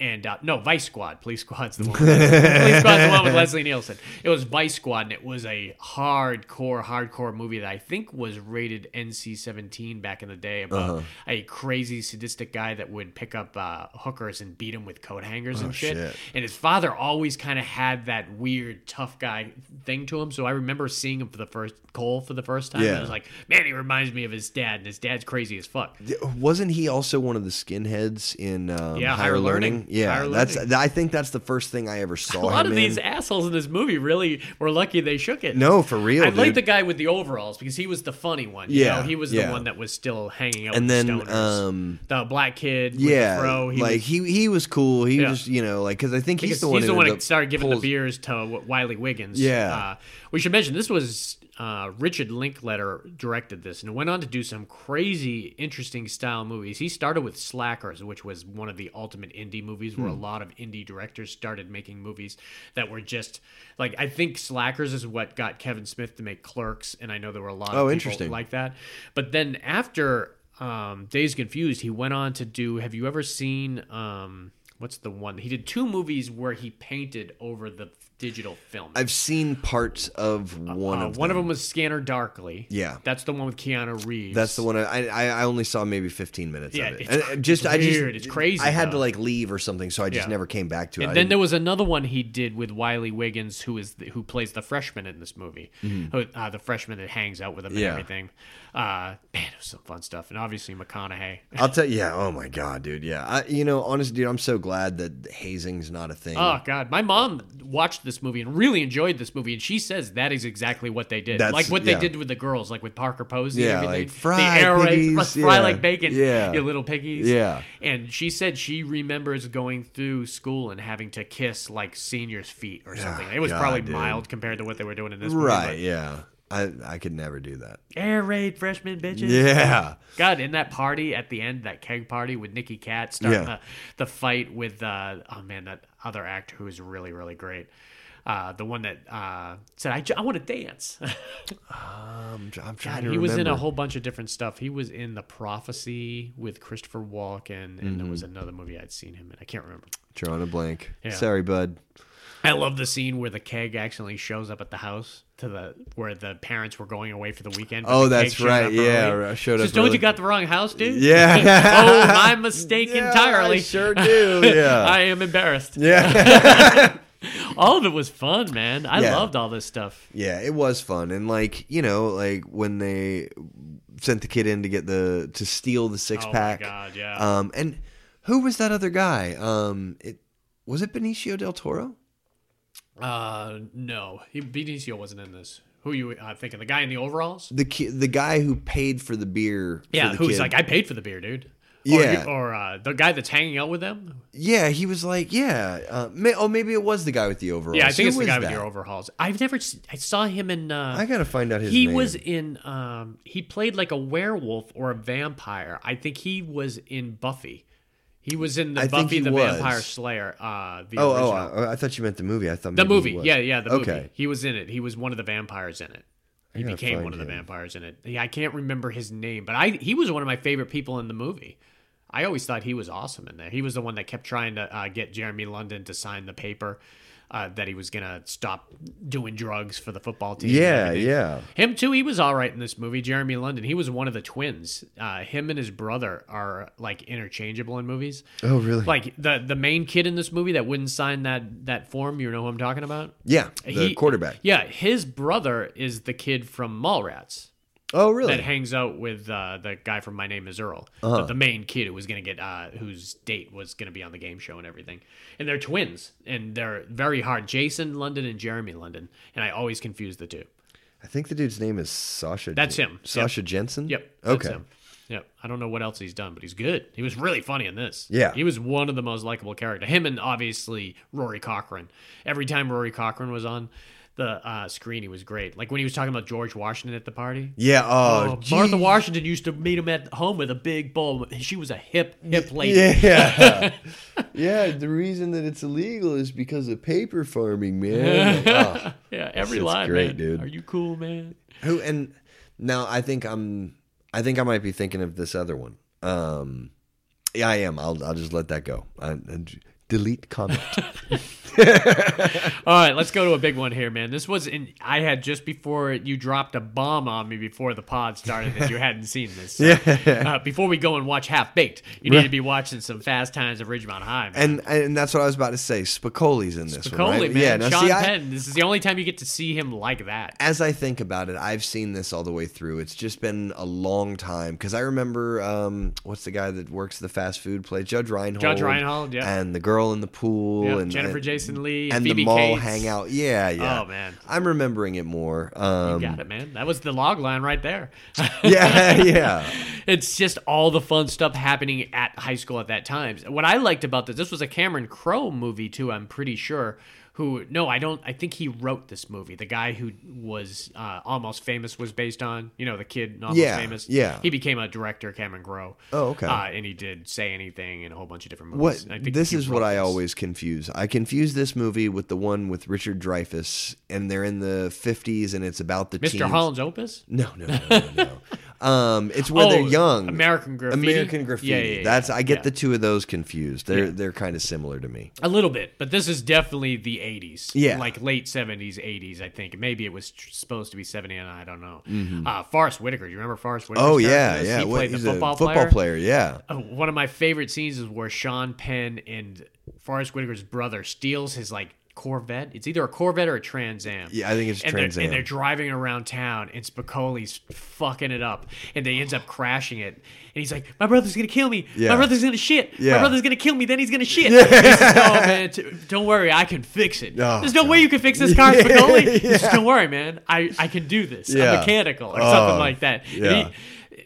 Speaker 9: and uh, no Vice Squad. Police Squad's the one. With Police Squad's the one with Leslie Nielsen. It was Vice Squad, and it was a hardcore, hardcore movie that I think was rated NC-17 back in the day about a crazy, sadistic guy that would pick up uh, hookers and beat them with coat hangers and shit.
Speaker 8: shit.
Speaker 9: And his father always kind of had that weird tough guy thing to him. So I remember seeing him for the first Cole for the first time. And
Speaker 8: Yeah.
Speaker 9: I was like, man, he reminds me of his dad, and his dad's crazy as fuck.
Speaker 8: wasn't he also one of the skinheads in um,
Speaker 9: Yeah,
Speaker 8: higher,
Speaker 9: Higher
Speaker 8: learning?
Speaker 9: Learning.
Speaker 8: Yeah,
Speaker 9: Higher
Speaker 8: that's.
Speaker 9: Learning.
Speaker 8: I think that's the first thing I ever saw.
Speaker 9: A lot
Speaker 8: him
Speaker 9: of
Speaker 8: in.
Speaker 9: these assholes in this movie really were lucky they shook it.
Speaker 8: No, for real,
Speaker 9: I like
Speaker 8: dude.
Speaker 9: the guy with the overalls because he was the funny one. You
Speaker 8: Yeah,
Speaker 9: know, he was
Speaker 8: yeah.
Speaker 9: the one that was still hanging out.
Speaker 8: And
Speaker 9: with
Speaker 8: then,
Speaker 9: the stoners.
Speaker 8: um,
Speaker 9: the black kid, with
Speaker 8: yeah,
Speaker 9: the fro, he
Speaker 8: like
Speaker 9: was,
Speaker 8: he he was cool. He
Speaker 9: Yeah.
Speaker 8: was you know like because I think he's
Speaker 9: because
Speaker 8: the one.
Speaker 9: he's
Speaker 8: who
Speaker 9: the one
Speaker 8: ended
Speaker 9: that
Speaker 8: up
Speaker 9: started giving
Speaker 8: pulls-
Speaker 9: the beers to Wi- Wiley Wiggins.
Speaker 8: Yeah.
Speaker 9: Uh, we should mention this was uh, Richard Linkletter directed this and went on to do some crazy, interesting style movies. He started with Slackers, which was one of the ultimate indie movies
Speaker 8: Hmm.
Speaker 9: where a lot of indie directors started making movies that were just like I think Slackers is what got Kevin Smith to make Clerks, and I know there were a lot of
Speaker 8: Oh,
Speaker 9: people
Speaker 8: interesting.
Speaker 9: like that. But then after um, Days Confused, he went on to do. Have you ever seen? Um, what's the one? He did two movies where he painted over the digital film.
Speaker 8: I've seen parts of one
Speaker 9: Uh,
Speaker 8: of
Speaker 9: one
Speaker 8: them.
Speaker 9: of them was Scanner Darkly.
Speaker 8: Yeah.
Speaker 9: that's the one with Keanu Reeves.
Speaker 8: That's the one I, I I only saw maybe fifteen minutes
Speaker 9: Yeah,
Speaker 8: of it.
Speaker 9: it's
Speaker 8: and
Speaker 9: cr-
Speaker 8: it just I
Speaker 9: weird,
Speaker 8: just
Speaker 9: it's crazy,
Speaker 8: I had to
Speaker 9: though.
Speaker 8: like leave or something, so I just
Speaker 9: Yeah.
Speaker 8: never came back to it.
Speaker 9: And
Speaker 8: I
Speaker 9: then there
Speaker 8: didn't-
Speaker 9: was another one he did with Wiley Wiggins, who is the, who plays the freshman in this movie, Who- uh, the freshman that hangs out with him
Speaker 8: Mm-hmm. Yeah.
Speaker 9: and everything. Uh, man, it was some fun stuff, and obviously McConaughey.
Speaker 8: I'll tell you. Yeah. Oh my god, dude. Yeah. I, you know, honestly, dude, I'm so glad that hazing's not a thing.
Speaker 9: Oh God, my mom watched this movie and really enjoyed this movie, and she says that is exactly what they did,
Speaker 8: That's-
Speaker 9: like what
Speaker 8: yeah.
Speaker 9: they did with the girls, like with Parker Posey,
Speaker 8: Yeah,
Speaker 9: and everything.
Speaker 8: like, fry
Speaker 9: the air raid-
Speaker 8: piggies,
Speaker 9: fry
Speaker 8: yeah,
Speaker 9: like bacon,
Speaker 8: yeah.
Speaker 9: you little piggies,
Speaker 8: Yeah.
Speaker 9: And she said she remembers going through school and having to kiss like seniors' feet or something. It was
Speaker 8: Oh, God,
Speaker 9: probably
Speaker 8: dude.
Speaker 9: mild compared to what they were doing in this movie.
Speaker 8: right? Yeah, I I could never do that.
Speaker 9: but Air raid freshman bitches.
Speaker 8: Yeah,
Speaker 9: God, in that party at the end, that keg party with Nikki Cat starting
Speaker 8: Yeah.
Speaker 9: the, the fight with uh, oh man, that other actor who is really really great. Uh, the one that uh, said, "I, j- I want to dance."
Speaker 8: I'm, I'm trying to
Speaker 9: God,
Speaker 8: remember.
Speaker 9: he was in a whole bunch of different stuff. He was in The Prophecy with Christopher Walken, and there was
Speaker 8: Mm-hmm.
Speaker 9: another movie I'd seen him in. I can't remember.
Speaker 8: drawing a blank.
Speaker 9: Yeah.
Speaker 8: Sorry, bud.
Speaker 9: I love the scene where the keg accidentally shows up at the house to the where the parents were going away for the weekend. but
Speaker 8: Oh,
Speaker 9: the
Speaker 8: that's
Speaker 9: keg showed
Speaker 8: right.
Speaker 9: up
Speaker 8: Yeah,
Speaker 9: early.
Speaker 8: I showed
Speaker 9: Says,
Speaker 8: up
Speaker 9: Don't
Speaker 8: early."
Speaker 9: you got the wrong house, dude?
Speaker 8: Yeah.
Speaker 9: oh, my mistake
Speaker 8: Yeah,
Speaker 9: entirely.
Speaker 8: I sure do. Yeah.
Speaker 9: I am embarrassed.
Speaker 8: yeah.
Speaker 9: All of it was fun, man. I
Speaker 8: Yeah.
Speaker 9: loved all this stuff.
Speaker 8: Yeah, it was fun. And like, you know, like when they sent the kid in to get the to steal the six
Speaker 9: Oh my
Speaker 8: pack.
Speaker 9: God, yeah.
Speaker 8: Um and who was that other guy? Um it was it Benicio del Toro?
Speaker 9: Uh, no, he, Benicio wasn't in this. Who you uh, thinking? The guy in the overalls?
Speaker 8: The ki- the guy who paid for the beer. for
Speaker 9: Yeah,
Speaker 8: the
Speaker 9: who's
Speaker 8: kid.
Speaker 9: like, I paid for the beer, dude.
Speaker 8: Yeah.
Speaker 9: Or, or uh, the guy that's hanging out with them?
Speaker 8: Yeah, he was like, yeah. Uh, may- oh, maybe it was the guy with the overalls.
Speaker 9: Yeah, I think
Speaker 8: Who
Speaker 9: it's the
Speaker 8: was
Speaker 9: guy
Speaker 8: that?
Speaker 9: with your overalls. I've never. s- I saw him in. Uh,
Speaker 8: I gotta find out his
Speaker 9: he
Speaker 8: name.
Speaker 9: was in. Um, he played like a werewolf or a vampire. I think he was in Buffy. He was in the
Speaker 8: I think
Speaker 9: Buffy
Speaker 8: he
Speaker 9: the
Speaker 8: was.
Speaker 9: Vampire Slayer. Uh, the
Speaker 8: Oh,
Speaker 9: original.
Speaker 8: oh, I, I thought you meant the movie. I thought
Speaker 9: the
Speaker 8: maybe he
Speaker 9: movie.
Speaker 8: was.
Speaker 9: Yeah, yeah, the
Speaker 8: Okay.
Speaker 9: movie. He was in it. He was one of the vampires in it. He
Speaker 8: gotta
Speaker 9: became
Speaker 8: find
Speaker 9: one of the
Speaker 8: him.
Speaker 9: vampires in it. Yeah, I can't remember his name, but I he was one of my favorite people in the movie. I always thought he was awesome in there. He was the one that kept trying to uh, get Jeremy London to sign the paper uh, that he was gonna stop doing drugs for the football team. and
Speaker 8: Yeah,
Speaker 9: everything.
Speaker 8: yeah.
Speaker 9: Him too. He was all right in this movie. Jeremy London. He was one of the twins. Uh, him and his brother are like interchangeable in movies.
Speaker 8: Oh, really?
Speaker 9: Like the the main kid in this movie that wouldn't sign that that form. You know who I'm talking about?
Speaker 8: yeah, the
Speaker 9: He-
Speaker 8: quarterback.
Speaker 9: Yeah, his brother is the kid from Mallrats
Speaker 8: Oh, really?
Speaker 9: that hangs out with uh, the guy from My Name Is Earl, the-
Speaker 8: Uh-huh.
Speaker 9: the, main kid who was gonna get uh, whose date was gonna be on the game show and everything. And they're twins, and they're very hard. Jason London and Jeremy London, and I always confuse the two.
Speaker 8: I think the dude's name is Sasha.
Speaker 9: That's him. Yep.
Speaker 8: Sasha Jensen.
Speaker 9: Yep.
Speaker 8: Okay.
Speaker 9: him. Yep. I don't know what else he's done, but he's good. He was really funny in this.
Speaker 8: Yeah.
Speaker 9: He was one of the most likable characters. Him and obviously Rory Cochrane. Every time Rory Cochrane was on the uh, screen, he was great. Like when he was talking about George Washington at the party.
Speaker 8: Yeah.
Speaker 9: Oh,
Speaker 8: Oh,
Speaker 9: Martha
Speaker 8: geez.
Speaker 9: Washington used to meet him at home with a big bowl. She was a hip, hip lady.
Speaker 8: Yeah. yeah. The reason that it's illegal is because of paper farming, man. Oh.
Speaker 9: Yeah, every
Speaker 8: shit's
Speaker 9: line,
Speaker 8: great,
Speaker 9: man.
Speaker 8: dude.
Speaker 9: Are you cool, man?
Speaker 8: Who and now I think I'm. I think I might be thinking of this other one. Um, yeah, I am. I'll. I'll just let that go. I, I- delete comment.
Speaker 9: All right, let's go to a big one here, man. This was in I had just before you dropped a bomb on me before the pod started that you hadn't seen this. So, uh, before we go and watch Half Baked, you need to be watching some Fast Times of Ridgemont High. Man.
Speaker 8: and and that's what I was about to say. Spicoli's in this one,
Speaker 9: Coley,
Speaker 8: right?
Speaker 9: man,
Speaker 8: Yeah. Now,
Speaker 9: Sean
Speaker 8: see, I,
Speaker 9: Penn. this is the only time you get to see him like that.
Speaker 8: as I think about it, I've seen this all the way through. It's just been a long time because I remember um, what's the guy that works the fast food place, Judge Reinhold,
Speaker 9: Judge Reinhold, yeah.
Speaker 8: and the girl in the pool,
Speaker 9: Yeah,
Speaker 8: and
Speaker 9: Jennifer
Speaker 8: and,
Speaker 9: Jason Lee
Speaker 8: and
Speaker 9: Phoebe
Speaker 8: the mall
Speaker 9: Cates.
Speaker 8: hangout. Yeah, yeah.
Speaker 9: Oh, man.
Speaker 8: I'm remembering it more. Um,
Speaker 9: Got it, man. That was the log line right there.
Speaker 8: yeah, yeah,
Speaker 9: it's just all the fun stuff happening at high school at that time. What I liked about this, this was a Cameron Crowe movie too. I'm pretty sure. Who? No, I don't. I think he wrote this movie. The guy who was uh, almost famous was based on. You know, the kid in almost
Speaker 8: Yeah,
Speaker 9: famous.
Speaker 8: yeah.
Speaker 9: He became a director, Cameron Crowe.
Speaker 8: Oh, okay.
Speaker 9: Uh, and he did say anything in a whole bunch of different movies.
Speaker 8: What
Speaker 9: I think
Speaker 8: this
Speaker 9: he
Speaker 8: is
Speaker 9: wrote
Speaker 8: what I
Speaker 9: this.
Speaker 8: always confuse. I confuse this movie with the one with Richard Dreyfuss, and they're in the 50s, and it's about the
Speaker 9: Mr.
Speaker 8: teens.
Speaker 9: Holland's Opus.
Speaker 8: No, no, no, no. no. um, it's when they're
Speaker 9: Oh,
Speaker 8: young.
Speaker 9: American Graffiti?
Speaker 8: American Graffiti.
Speaker 9: Yeah, yeah, yeah,
Speaker 8: That's I get
Speaker 9: yeah.
Speaker 8: the two of those confused. They're they're kind of similar to me.
Speaker 9: A little bit, but this is definitely the 80s.
Speaker 8: Yeah.
Speaker 9: Like late 70s, 80s, I think. Maybe it was tr- supposed to be 79, I don't know. Uh, Forrest Whitaker, do you remember Forrest Whitaker?
Speaker 8: Mm-hmm. Oh yeah, yeah.
Speaker 9: He
Speaker 8: What-
Speaker 9: played the
Speaker 8: he's
Speaker 9: football,
Speaker 8: a football player. Yeah.
Speaker 9: Uh, one of my favorite scenes is where Sean Penn and Forrest Whitaker's brother steals his, like, Corvette. It's either a Corvette or a Trans Am.
Speaker 8: Yeah, I think it's
Speaker 9: and
Speaker 8: Trans Am.
Speaker 9: they're, And they're driving around town, and Spicoli's fucking it up, and they ends up crashing it. And he's like, "My brother's gonna kill me.
Speaker 8: Yeah.
Speaker 9: My brother's gonna shit.
Speaker 8: Yeah.
Speaker 9: My brother's gonna kill me. Then he's gonna shit." And he says, "Oh, man, t- don't worry, I can fix it.
Speaker 8: Oh,
Speaker 9: There's no way you can fix this car, Spicoli. He says, don't worry, man. I I can do this.
Speaker 8: Yeah.
Speaker 9: I'm mechanical or
Speaker 8: Oh,
Speaker 9: something like that." And
Speaker 8: yeah.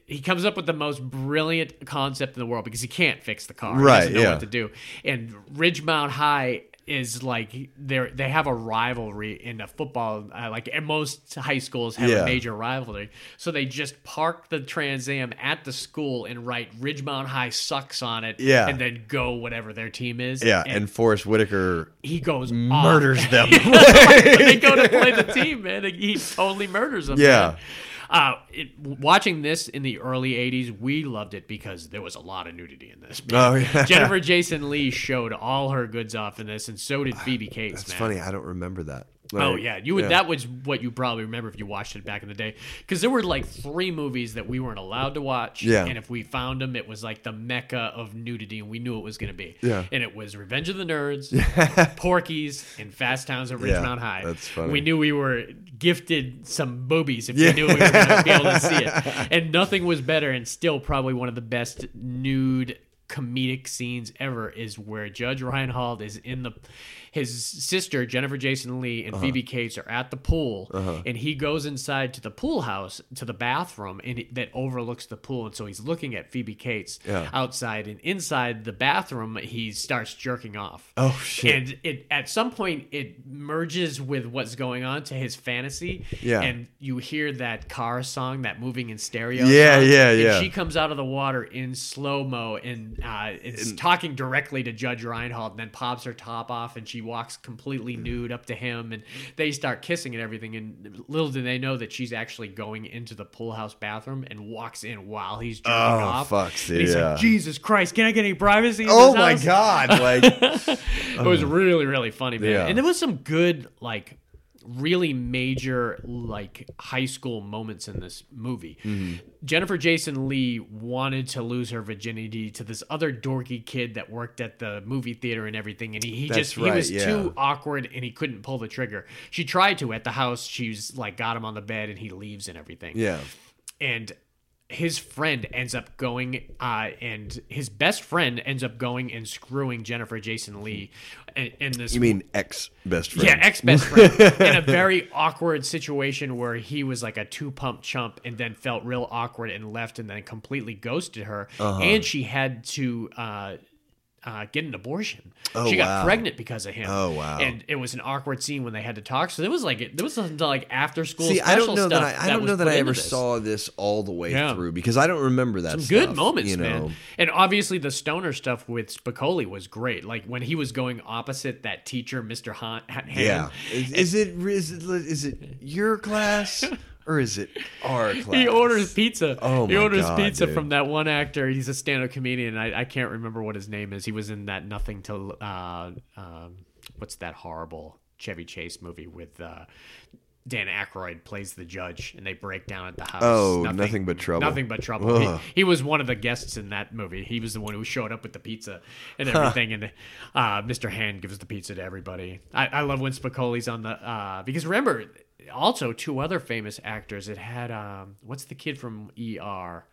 Speaker 9: he, he comes up with the most brilliant concept in the world because he can't fix the car.
Speaker 8: Right,
Speaker 9: He doesn't know
Speaker 8: yeah.
Speaker 9: what to do. And Ridgemount High is like they are they have a rivalry in the football. Uh, like and most high schools have
Speaker 8: Yeah.
Speaker 9: a major rivalry, so they just park the Trans Am at the school and write Ridgemount High sucks on it.
Speaker 8: Yeah.
Speaker 9: and then go whatever their team is.
Speaker 8: Yeah, and Forrest Whitaker
Speaker 9: he goes
Speaker 8: murders
Speaker 9: off.
Speaker 8: them.
Speaker 9: they go to play the team, man. and He totally murders them.
Speaker 8: Yeah.
Speaker 9: man. Uh, it, watching this in the early '80s, we loved it because there was a lot of nudity in this. man.
Speaker 8: Oh, yeah.
Speaker 9: Jennifer Jason Lee showed all her goods off in this, and so did Phoebe Cates.
Speaker 8: Ah, That's
Speaker 9: man.
Speaker 8: funny. I don't remember that.
Speaker 9: Oh
Speaker 8: Like,
Speaker 9: yeah, you would. That was what you probably remember if you watched it back in the day, because there were like three movies that we weren't allowed to watch.
Speaker 8: Yeah.
Speaker 9: and if we found them, it was like the mecca of nudity, and we knew it was going to be.
Speaker 8: Yeah.
Speaker 9: and it was Revenge of the Nerds, Porky's, and Fast Times at Ridgemount High.
Speaker 8: that's funny.
Speaker 9: We knew we were gifted some boobies if we knew we were going to be able to see it, and nothing was better, and still probably one of the best nude comedic scenes ever is where Judge Reinhold is in the his sister Jennifer Jason Lee and
Speaker 8: Uh-huh.
Speaker 9: Phoebe Cates are at the pool and he goes inside to the pool house to the bathroom and it, that overlooks the pool and so he's looking at Phoebe Cates
Speaker 8: Yeah.
Speaker 9: outside and inside the bathroom he starts jerking off.
Speaker 8: Oh shit.
Speaker 9: And it at some point it merges with what's going on to his fantasy.
Speaker 8: Yeah.
Speaker 9: And you hear that car song, that moving in stereo.
Speaker 8: Yeah,
Speaker 9: song,
Speaker 8: yeah,
Speaker 9: and
Speaker 8: yeah.
Speaker 9: She comes out of the water in slow mo and uh, is talking directly to Judge Reinhold, and then pops her top off, and she walks completely nude up to him, and they start kissing and everything. And little do they know that she's actually going into the pool house bathroom and walks in while he's jerking off.
Speaker 8: Oh, fuck,
Speaker 9: And he's
Speaker 8: yeah.
Speaker 9: like, Jesus Christ, can I get any privacy? in
Speaker 8: oh
Speaker 9: this
Speaker 8: my
Speaker 9: house?"
Speaker 8: god! Like
Speaker 9: it was really really funny man
Speaker 8: Uh-huh. Yeah.
Speaker 9: and there was some good like really major like high school moments in this movie
Speaker 8: Mm-hmm.
Speaker 9: jennifer jason lee wanted to lose her virginity to this other dorky kid that worked at the movie theater and everything and he, he
Speaker 8: That's
Speaker 9: just
Speaker 8: right,
Speaker 9: he was
Speaker 8: yeah.
Speaker 9: too awkward and he couldn't pull the trigger she tried to at the house she's like got him on the bed and he leaves and everything
Speaker 8: yeah,
Speaker 9: and his friend ends up going uh, and his best friend ends up going and screwing jennifer jason lee in, in this
Speaker 8: you mean ex best friend?
Speaker 9: yeah ex best friend in a very awkward situation where he was like a two pump chump and then felt real awkward and left and then completely ghosted her
Speaker 8: Uh-huh.
Speaker 9: and she had to uh, uh, get an abortion. she got
Speaker 8: Oh, wow.
Speaker 9: pregnant because of him.
Speaker 8: Oh, wow.
Speaker 9: And it was an awkward scene when they had to talk. So there was like there was some like after school.
Speaker 8: See, I don't know that
Speaker 9: stuff
Speaker 8: I, I don't
Speaker 9: was
Speaker 8: know that
Speaker 9: put
Speaker 8: I
Speaker 9: into
Speaker 8: ever
Speaker 9: this.
Speaker 8: saw this all the way
Speaker 9: Yeah.
Speaker 8: through because I don't remember that.
Speaker 9: Some
Speaker 8: stuff,
Speaker 9: good moments,
Speaker 8: you know.
Speaker 9: man. And obviously the stoner stuff with Spicoli was great. Like when he was going opposite that teacher, Mr. Han. Han-
Speaker 8: Yeah, is, is it is it is it your class or is it our class?
Speaker 9: He orders pizza.
Speaker 8: Oh
Speaker 9: he
Speaker 8: my
Speaker 9: orders
Speaker 8: God,
Speaker 9: pizza
Speaker 8: dude.
Speaker 9: from that one actor. He's a stand-up comedian. I, I can't remember what his name is. He was in that nothing to uh, um, what's that horrible Chevy Chase movie with uh, Dan Aykroyd plays the judge, and they break down at the house.
Speaker 8: Oh, Nothing But Trouble.
Speaker 9: Nothing but trouble. He,
Speaker 8: Ugh.
Speaker 9: he was one of the guests in that movie. He was the one who showed up with the pizza and everything. And uh, Mr. Hand gives the pizza to everybody. I, I love when Spicoli's on the uh, because remember also two other famous actors. It had um, what's the kid from ER?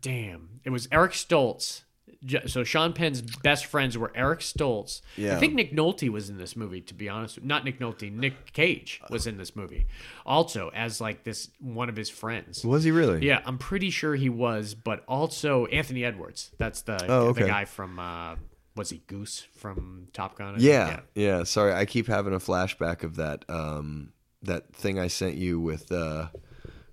Speaker 9: Damn, it was Eric Stoltz. J- So Sean Penn's best friends were Eric Stoltz.
Speaker 8: Yeah.
Speaker 9: I think Nick Nolte was in this movie. To be honest, with- not Nick Nolte. Nick Cage was in this movie, also as like this one of his friends.
Speaker 8: Was he really?
Speaker 9: Yeah, I'm pretty sure he was, but also Anthony Edwards. That's the
Speaker 8: Oh, okay.
Speaker 9: the guy from uh was he Goose from Top Gun? I think?
Speaker 8: Yeah, yeah, Sorry, I keep having a flashback of that um, that thing I sent you with uh,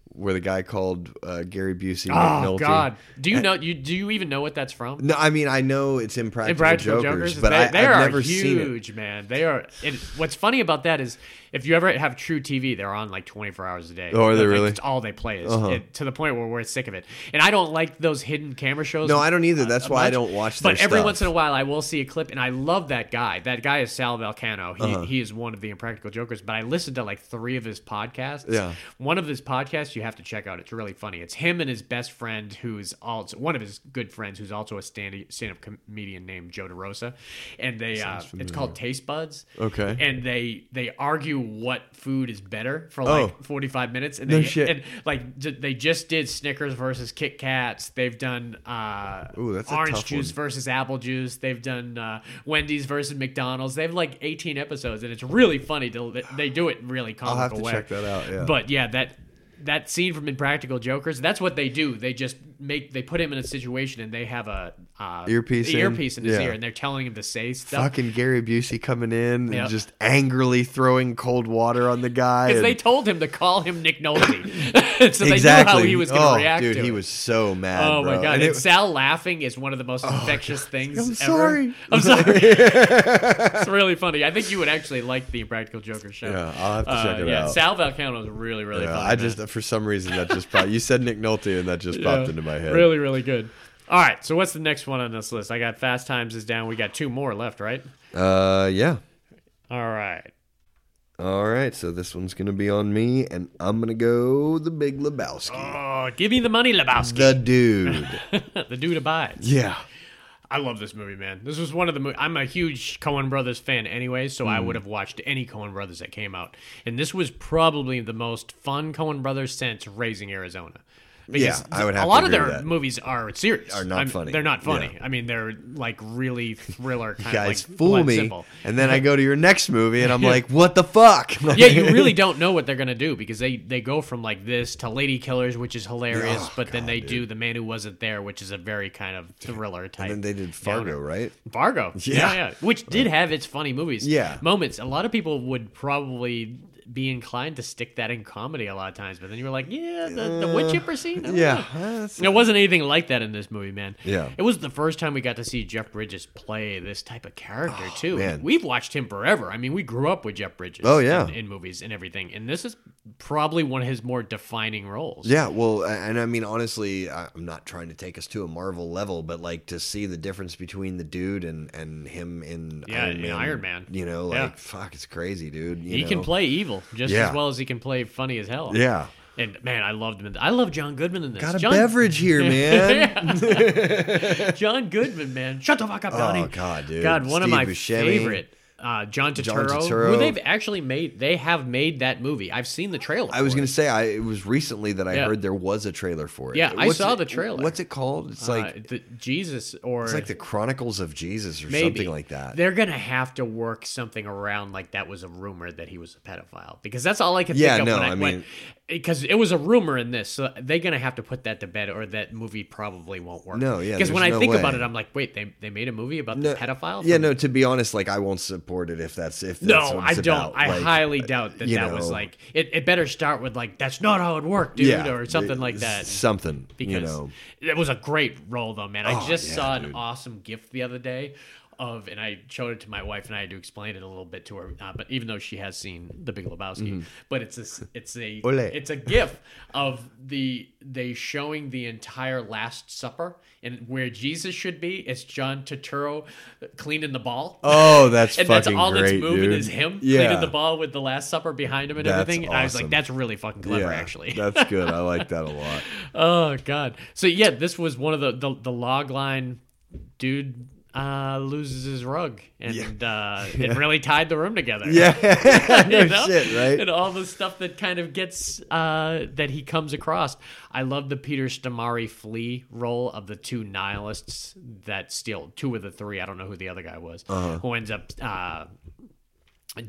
Speaker 8: where the guy called uh, Gary Busey. Nick
Speaker 9: Oh
Speaker 8: Nolte.
Speaker 9: God! Do you know? You do you even know what that's from?
Speaker 8: No, I mean I know it's impractical,
Speaker 9: Impractical
Speaker 8: jokers,
Speaker 9: Jokers,
Speaker 8: but
Speaker 9: they,
Speaker 8: I,
Speaker 9: they
Speaker 8: I've
Speaker 9: are
Speaker 8: never
Speaker 9: huge,
Speaker 8: seen it.
Speaker 9: man. They are. And what's funny about that is, if you ever have True TV, they're on like 24 hours a day.
Speaker 8: Oh, are they
Speaker 9: Like,
Speaker 8: really? Uh-huh.
Speaker 9: It's all they play is it- to the point where we're sick of it. And I don't like those hidden camera shows.
Speaker 8: No, I don't either.
Speaker 9: uh,
Speaker 8: That's
Speaker 9: a
Speaker 8: why I
Speaker 9: bunch.
Speaker 8: don't watch
Speaker 9: But
Speaker 8: their
Speaker 9: every
Speaker 8: stuff.
Speaker 9: once in a while, I will see a clip, and I love that guy. That guy is Sal Valcano. He
Speaker 8: Uh-huh.
Speaker 9: he is one of the Impractical Jokers. But I listened to like three of his podcasts.
Speaker 8: Yeah.
Speaker 9: One of his podcasts, you have to check out. It's really funny. It's him and his best friend, who's also one of his good friends, who's also a stand stand up comedian named Joe DeRosa, and they uh, it's called Taste Buds.
Speaker 8: Okay.
Speaker 9: and they they argue what food is better for like
Speaker 8: Oh.
Speaker 9: 45 minutes, and
Speaker 8: No
Speaker 9: they
Speaker 8: shit.
Speaker 9: and like j- they just did Snickers versus Kit Kats. They've done uh,
Speaker 8: Ooh, that's a
Speaker 9: orange
Speaker 8: tough
Speaker 9: juice
Speaker 8: one.
Speaker 9: versus apple juice. They've done uh, Wendy's versus McDonald's. They have like 18 episodes, and it's really funny. To, they do it in really comical
Speaker 8: have to
Speaker 9: way.
Speaker 8: check that out, yeah.
Speaker 9: But yeah, that that scene from Impractical Jokers. That's what they do. They just make they put him in a situation, and they have a uh,
Speaker 8: Earpiece in?
Speaker 9: earpiece in, his
Speaker 8: Yeah.
Speaker 9: ear, and they're telling him to say stuff.
Speaker 8: Fucking Gary Busey coming in
Speaker 9: Yeah.
Speaker 8: and just angrily throwing cold water on the guy.
Speaker 9: Because they
Speaker 8: and-
Speaker 9: told him to call him Nick Nolte, so they knew how he was going to
Speaker 8: oh,
Speaker 9: react
Speaker 8: Dude,
Speaker 9: to
Speaker 8: he
Speaker 9: it.
Speaker 8: was so mad.
Speaker 9: Oh
Speaker 8: bro.
Speaker 9: my god!
Speaker 8: And
Speaker 9: And,
Speaker 8: it- Oh,
Speaker 9: Sal laughing is one of the most infectious things.
Speaker 8: I'm
Speaker 9: ever.
Speaker 8: sorry.
Speaker 9: I'm sorry. it's really funny. I think you would actually like the Impractical Joker show.
Speaker 8: Yeah, I'll have to
Speaker 9: Uh,
Speaker 8: check it
Speaker 9: yeah,
Speaker 8: out.
Speaker 9: Sal Valcano is really, really
Speaker 8: Yeah,
Speaker 9: funny.
Speaker 8: I
Speaker 9: man.
Speaker 8: just for some reason that just popped. You said Nick Nolte and that just
Speaker 9: Yeah.
Speaker 8: popped into my head.
Speaker 9: Really, really good. All right, so what's the next one on this list? I got Fast Times is down. We got two more left, right?
Speaker 8: Uh, yeah.
Speaker 9: All right.
Speaker 8: All right, so this one's gonna be on me, and I'm gonna go the Big Lebowski,
Speaker 9: Oh, give me the money, Lebowski.
Speaker 8: the dude.
Speaker 9: The, dude abides.
Speaker 8: yeah,
Speaker 9: I love this movie, man. This was one of the. Mo- I'm a huge Coen Brothers fan, anyway, so I
Speaker 8: Mm.
Speaker 9: would have watched any Coen Brothers that came out, and this was probably the most fun Coen Brothers since Raising Arizona. Because
Speaker 8: Yeah, I would have
Speaker 9: a
Speaker 8: to
Speaker 9: lot of
Speaker 8: agree
Speaker 9: their
Speaker 8: with that.
Speaker 9: movies are serious.
Speaker 8: Are not
Speaker 9: I'm-
Speaker 8: funny.
Speaker 9: They're not funny.
Speaker 8: Yeah.
Speaker 9: I mean, they're like really thriller kind
Speaker 8: guys,
Speaker 9: of like
Speaker 8: fool
Speaker 9: Blood
Speaker 8: me,
Speaker 9: Simple.
Speaker 8: and then I go to your next movie, and I'm like, what the fuck?
Speaker 9: yeah, you really don't know what they're gonna do because they they go from like this to Lady Killers, which is hilarious,
Speaker 8: Oh,
Speaker 9: but then
Speaker 8: God,
Speaker 9: they
Speaker 8: dude.
Speaker 9: do The Man Who Wasn't There, which is a very kind of thriller type.
Speaker 8: And then they did Fargo,
Speaker 9: downer.
Speaker 8: right?
Speaker 9: Fargo,
Speaker 8: Yeah.
Speaker 9: yeah. yeah, which did have its funny movies,
Speaker 8: Yeah.
Speaker 9: moments. A lot of people would probably be inclined to stick that in comedy a lot of times, but then you were like, yeah, the, the wood chipper scene, I don't
Speaker 8: Yeah,
Speaker 9: know.
Speaker 8: that's-
Speaker 9: There wasn't anything like that in this movie, man.
Speaker 8: Yeah.
Speaker 9: It was the first time we got to see Jeff Bridges play this type of character, too.
Speaker 8: Oh, man.
Speaker 9: We've watched him forever. I mean, we grew up with Jeff Bridges.
Speaker 8: Oh, yeah.
Speaker 9: In, in movies and everything. And this is probably one of his more defining roles.
Speaker 8: Yeah, well, a- and I mean, honestly, I- I'm not trying to take us to a Marvel level, but like to see the difference between the dude and and him in
Speaker 9: Yeah,
Speaker 8: Iron
Speaker 9: in
Speaker 8: Man,
Speaker 9: Iron Man.
Speaker 8: you know, like
Speaker 9: Yeah.
Speaker 8: fuck, it's crazy, dude. you
Speaker 9: He can
Speaker 8: know?
Speaker 9: play evil just
Speaker 8: Yeah.
Speaker 9: as well as he can play funny as hell.
Speaker 8: Yeah,
Speaker 9: And man, I loved him. In I love John Goodman in this.
Speaker 8: got a
Speaker 9: John,
Speaker 8: beverage here, man.
Speaker 9: John Goodman, man. Shut the fuck up, Donnie.
Speaker 8: Oh god, dude.
Speaker 9: God, one of
Speaker 8: Steve
Speaker 9: my
Speaker 8: Buscemi.
Speaker 9: favorite. Uh, John, Turturro,
Speaker 8: John
Speaker 9: who
Speaker 8: Turturro.
Speaker 9: they've actually made, they have made that movie. I've seen the trailer.
Speaker 8: I was
Speaker 9: for
Speaker 8: gonna
Speaker 9: it.
Speaker 8: say I it was recently that I
Speaker 9: Yeah.
Speaker 8: heard there was a trailer for it.
Speaker 9: Yeah, I
Speaker 8: What's
Speaker 9: saw
Speaker 8: it-
Speaker 9: the trailer.
Speaker 8: What's it called? It's
Speaker 9: Uh,
Speaker 8: like
Speaker 9: the Jesus or
Speaker 8: it's like the Chronicles of Jesus or
Speaker 9: maybe
Speaker 8: something like that.
Speaker 9: They're gonna have to work something around like that was a rumor that he was a pedophile because that's all I could
Speaker 8: Yeah,
Speaker 9: think of
Speaker 8: no,
Speaker 9: when I,
Speaker 8: I
Speaker 9: when-
Speaker 8: mean-
Speaker 9: because it was a rumor in this, so they're gonna have to put that to bed or that movie probably won't work.
Speaker 8: No, yeah,
Speaker 9: because when
Speaker 8: there's
Speaker 9: I
Speaker 8: no
Speaker 9: think
Speaker 8: way.
Speaker 9: about it, I'm like, wait, they they made a movie about
Speaker 8: No,
Speaker 9: the pedophile?
Speaker 8: Yeah,
Speaker 9: from-
Speaker 8: no. To be honest, like I won't support it if that's if that's
Speaker 9: No,
Speaker 8: what
Speaker 9: I
Speaker 8: it's
Speaker 9: don't.
Speaker 8: about.
Speaker 9: I
Speaker 8: Like, uh,
Speaker 9: highly doubt that
Speaker 8: you
Speaker 9: that was
Speaker 8: know.
Speaker 9: like it, it. better start with like that's not how it worked, dude, or something like
Speaker 8: s-
Speaker 9: that.
Speaker 8: Something
Speaker 9: because
Speaker 8: you know.
Speaker 9: it was a great role though, man. I
Speaker 8: Oh,
Speaker 9: just
Speaker 8: yeah,
Speaker 9: saw an
Speaker 8: dude.
Speaker 9: awesome gift the other day of, and I showed it to my wife, and I had to explain it a little bit to her. Uh, but even though she has seen The Big Lebowski, but it's a s- it's a
Speaker 8: Mm-hmm. Ole.
Speaker 9: it's a gif of the they showing the entire Last Supper and where Jesus should be. It's John Turturro uh, cleaning the ball.
Speaker 8: Oh, that's
Speaker 9: And that's
Speaker 8: fucking
Speaker 9: all
Speaker 8: great,
Speaker 9: that's moving
Speaker 8: dude.
Speaker 9: is him
Speaker 8: yeah.
Speaker 9: cleaning the ball with the Last Supper behind him and
Speaker 8: That's
Speaker 9: everything. And I was
Speaker 8: awesome.
Speaker 9: like, that's really fucking clever,
Speaker 8: yeah,
Speaker 9: actually.
Speaker 8: that's good. I like that a lot.
Speaker 9: Oh god. So yeah, this was one of the the, the log line dude uh loses his rug and uh it really tied the room together.
Speaker 8: Yeah, no
Speaker 9: You know?
Speaker 8: shit, right?
Speaker 9: And uh, all the stuff that kind of gets uh that he comes across. I love the Peter Stamari flea role of the two nihilists that steal two of the three, I don't know who the other guy was,
Speaker 8: Uh-huh.
Speaker 9: who ends up uh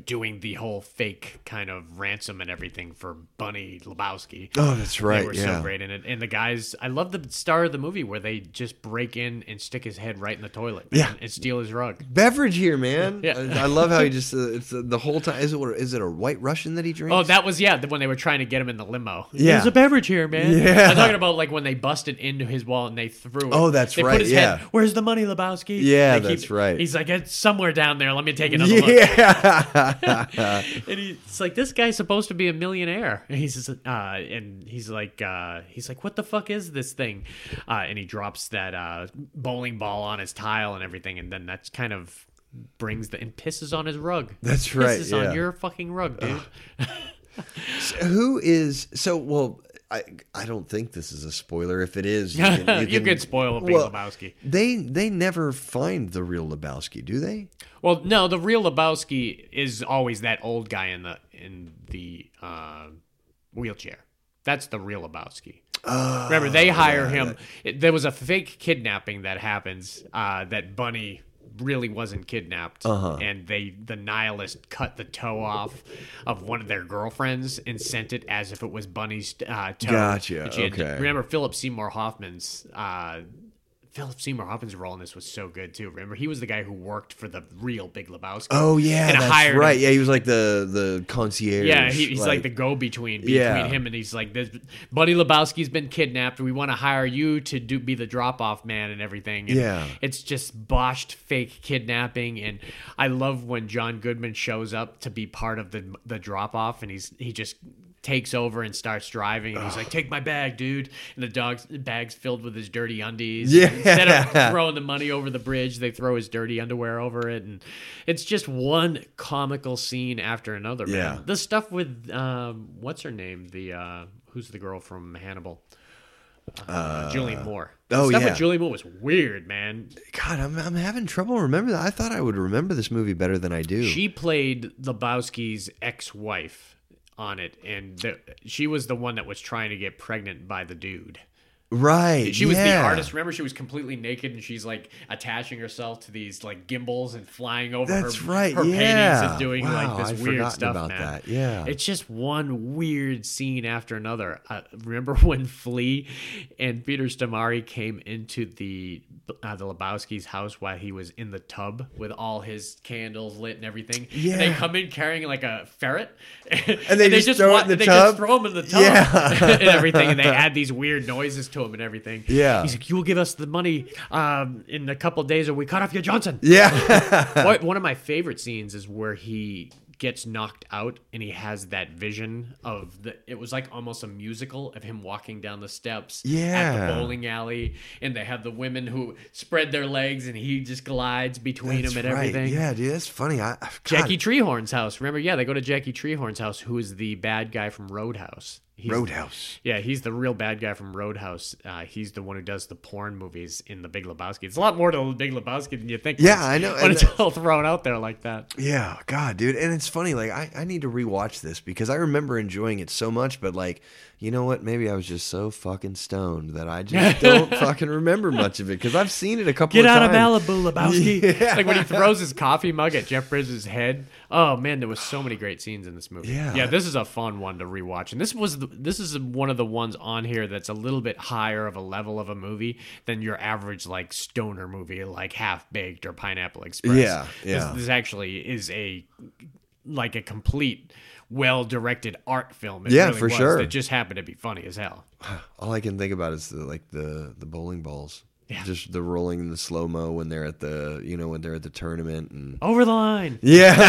Speaker 9: doing the whole fake kind of ransom and everything for Bunny Lebowski.
Speaker 8: Oh, that's right,
Speaker 9: They were
Speaker 8: yeah.
Speaker 9: so great in it. And the guys, I love the star of the movie where they just break in and stick his head right in the toilet.
Speaker 8: Yeah.
Speaker 9: and- and steal his rug.
Speaker 8: Beverage here, man.
Speaker 9: Yeah.
Speaker 8: I, I love how he just uh, it's uh, the whole time. Is it what- is it a White Russian that he drinks?
Speaker 9: Oh, that was yeah. the- When they were trying to get him in the limo.
Speaker 8: Yeah.
Speaker 9: there's a beverage here, man.
Speaker 8: Yeah.
Speaker 9: I'm talking about like when they busted into his wall and they threw. It.
Speaker 8: Oh, that's
Speaker 9: They
Speaker 8: right,
Speaker 9: Put his
Speaker 8: yeah.
Speaker 9: Head, Where's the money, Lebowski?
Speaker 8: Yeah,
Speaker 9: They
Speaker 8: that's right.
Speaker 9: He's like, it's somewhere down there. Let me take another look.
Speaker 8: yeah.
Speaker 9: and he's like, "This guy's supposed to be a millionaire." And he's just, uh, and he's like, uh, he's like, "What the fuck is this thing?" Uh, and he drops that uh, bowling ball on his tile and everything, and then that's kind of brings the and pisses on his rug.
Speaker 8: That's
Speaker 9: Pisses
Speaker 8: right, yeah.
Speaker 9: on your fucking rug, dude.
Speaker 8: Who is so well? I I don't think this is a spoiler. If it is, you can,
Speaker 9: you
Speaker 8: can-
Speaker 9: could spoil it being
Speaker 8: Well,
Speaker 9: Lebowski.
Speaker 8: They they never find the real Lebowski, do they?
Speaker 9: Well, no, the real Lebowski is always that old guy in the in the uh, wheelchair. That's the real Lebowski. Remember, they
Speaker 8: Oh,
Speaker 9: hire him. it- There was a fake kidnapping that happens uh, that Bunny really wasn't kidnapped,
Speaker 8: Uh-huh.
Speaker 9: and they the nihilist cut the toe off of one of their girlfriends and sent it as if it was Bunny's uh, toe.
Speaker 8: Gotcha,
Speaker 9: that she had-
Speaker 8: okay.
Speaker 9: Remember Philip Seymour Hoffman's uh, Philip Seymour Hoffman's role in this was so good too. Remember, he was the guy who worked for the real Big Lebowski.
Speaker 8: Oh yeah,
Speaker 9: and
Speaker 8: that's
Speaker 9: hired
Speaker 8: right.
Speaker 9: him.
Speaker 8: Yeah, he was like the the concierge.
Speaker 9: Yeah, he, he's like, the go-between between
Speaker 8: Yeah.
Speaker 9: him and he's like, this, Buddy Lebowski's been kidnapped. We want to hire you to do be the drop-off man and everything. And
Speaker 8: Yeah.
Speaker 9: it's just botched fake kidnapping. And I love when John Goodman shows up to be part of the the drop-off, and he's he just takes over and starts driving and he's like take my bag dude and the dog's bag's filled with his dirty undies
Speaker 8: Yeah.
Speaker 9: instead of throwing the money over the bridge they throw his dirty underwear over it and it's just one comical scene after another man.
Speaker 8: Yeah.
Speaker 9: The stuff with um, what's her name? The uh, who's the girl from Hannibal? Uh, Julie Moore. The
Speaker 8: oh,
Speaker 9: stuff
Speaker 8: yeah.
Speaker 9: with Julie Moore was weird, man.
Speaker 8: God, I'm I'm having trouble remembering that. I thought I would remember this movie better than I do.
Speaker 9: She played Lebowski's ex-wife on it, and the, she was the one that was trying to get pregnant by the dude.
Speaker 8: right.
Speaker 9: She was the
Speaker 8: yeah.
Speaker 9: artist. Remember, she was completely naked, and she's like attaching herself to these like gimbals and flying over.
Speaker 8: That's
Speaker 9: her,
Speaker 8: right.
Speaker 9: Her paintings
Speaker 8: yeah.
Speaker 9: and doing
Speaker 8: wow,
Speaker 9: like this
Speaker 8: I'd
Speaker 9: weird
Speaker 8: forgotten
Speaker 9: stuff.
Speaker 8: about
Speaker 9: man.
Speaker 8: that. Yeah.
Speaker 9: It's just one weird scene after another. Uh, remember when Flea and Peter Stamari came into the uh, the Lebowski's house while he was in the tub with all his candles lit and everything? And they
Speaker 8: Yeah.
Speaker 9: come in carrying like a ferret, and,
Speaker 8: they just throw it
Speaker 9: wa-
Speaker 8: in the
Speaker 9: they
Speaker 8: tub?
Speaker 9: just throw him in the tub
Speaker 8: Yeah.
Speaker 9: and everything, and they add these weird noises to him and everything.
Speaker 8: Yeah.
Speaker 9: he's like, "You will give us the money um, in a couple days, or we cut off your Johnson."
Speaker 8: yeah.
Speaker 9: One one of my favorite scenes is where he gets knocked out and he has that vision of the it was like almost a musical of him walking down the steps at
Speaker 8: Yeah.
Speaker 9: the bowling alley and they have the women who spread their legs and he just glides between
Speaker 8: That's
Speaker 9: them and
Speaker 8: right.
Speaker 9: everything
Speaker 8: Yeah, dude, that's funny. I, God,
Speaker 9: jackie treehorn's house remember yeah they go to jackie treehorn's house who is the bad guy from roadhouse He's-
Speaker 8: Roadhouse.
Speaker 9: yeah, he's the real bad guy from Roadhouse. Uh, he's the one who does the porn movies in The Big Lebowski. It's a lot more to The Big Lebowski than you think.
Speaker 8: Yeah,
Speaker 9: it's-
Speaker 8: I know,
Speaker 9: When
Speaker 8: and
Speaker 9: it's all thrown out there like that.
Speaker 8: Yeah, God, dude. And it's funny, like I, I need to rewatch this because I remember enjoying it so much, but like, you know what? Maybe I was just so fucking stoned that I just don't fucking remember much of it because I've seen it a couple
Speaker 9: Get
Speaker 8: of
Speaker 9: out of
Speaker 8: times.
Speaker 9: Malibu, Lebowski.
Speaker 8: Yeah.
Speaker 9: Like when he throws his coffee mug at Jeff Bridges' head. Oh man, there was so many great scenes in this movie.
Speaker 8: Yeah.
Speaker 9: yeah, this is a fun one to rewatch, and this was the, this is one of the ones on here that's a little bit higher of a level of a movie than your average like stoner movie, like Half Baked or Pineapple Express.
Speaker 8: Yeah,
Speaker 9: This-
Speaker 8: yeah.
Speaker 9: this actually is a like a complete, well directed art film. It
Speaker 8: Yeah,
Speaker 9: really
Speaker 8: for
Speaker 9: was,
Speaker 8: sure.
Speaker 9: It just happened to be funny as hell.
Speaker 8: All I can think about is the, like the the bowling balls. Yeah. Just the rolling in the slow mo when they're at the you know when they're at the tournament and
Speaker 9: Over the line.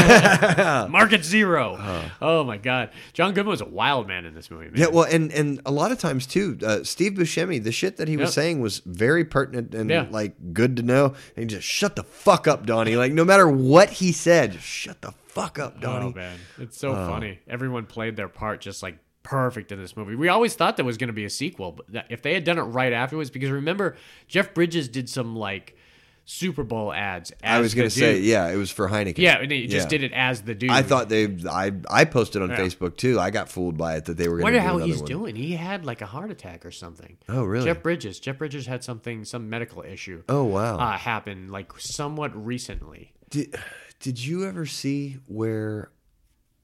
Speaker 8: yeah
Speaker 9: Market zero. oh my god, John Goodman was a wild man in this movie. Man.
Speaker 8: yeah well and and a lot of times too uh, Steve Buscemi the shit that he was
Speaker 9: Yeah.
Speaker 8: saying was very pertinent and
Speaker 9: Yeah.
Speaker 8: like good to know and he just shut the fuck up Donnie like no matter what he said just shut the fuck up Donnie
Speaker 9: oh man, it's so funny. Everyone played their part just like perfect in this movie. We always thought there was going to be a sequel, but that, if they had done it right afterwards, because remember Jeff Bridges did some like Super Bowl ads. As
Speaker 8: I was
Speaker 9: going
Speaker 8: gonna
Speaker 9: to
Speaker 8: say yeah it was for Heineken
Speaker 9: yeah, and he just
Speaker 8: Yeah.
Speaker 9: did it as the dude.
Speaker 8: I thought they I I posted on
Speaker 9: Yeah.
Speaker 8: Facebook too I got fooled by it that they were gonna
Speaker 9: Wonder
Speaker 8: do
Speaker 9: how
Speaker 8: another
Speaker 9: he's
Speaker 8: one.
Speaker 9: doing. He had like a heart attack or something.
Speaker 8: Oh, really?
Speaker 9: Jeff Bridges. Jeff Bridges had something, some medical issue.
Speaker 8: oh wow
Speaker 9: uh, happen like somewhat recently.
Speaker 8: Did, did you ever see where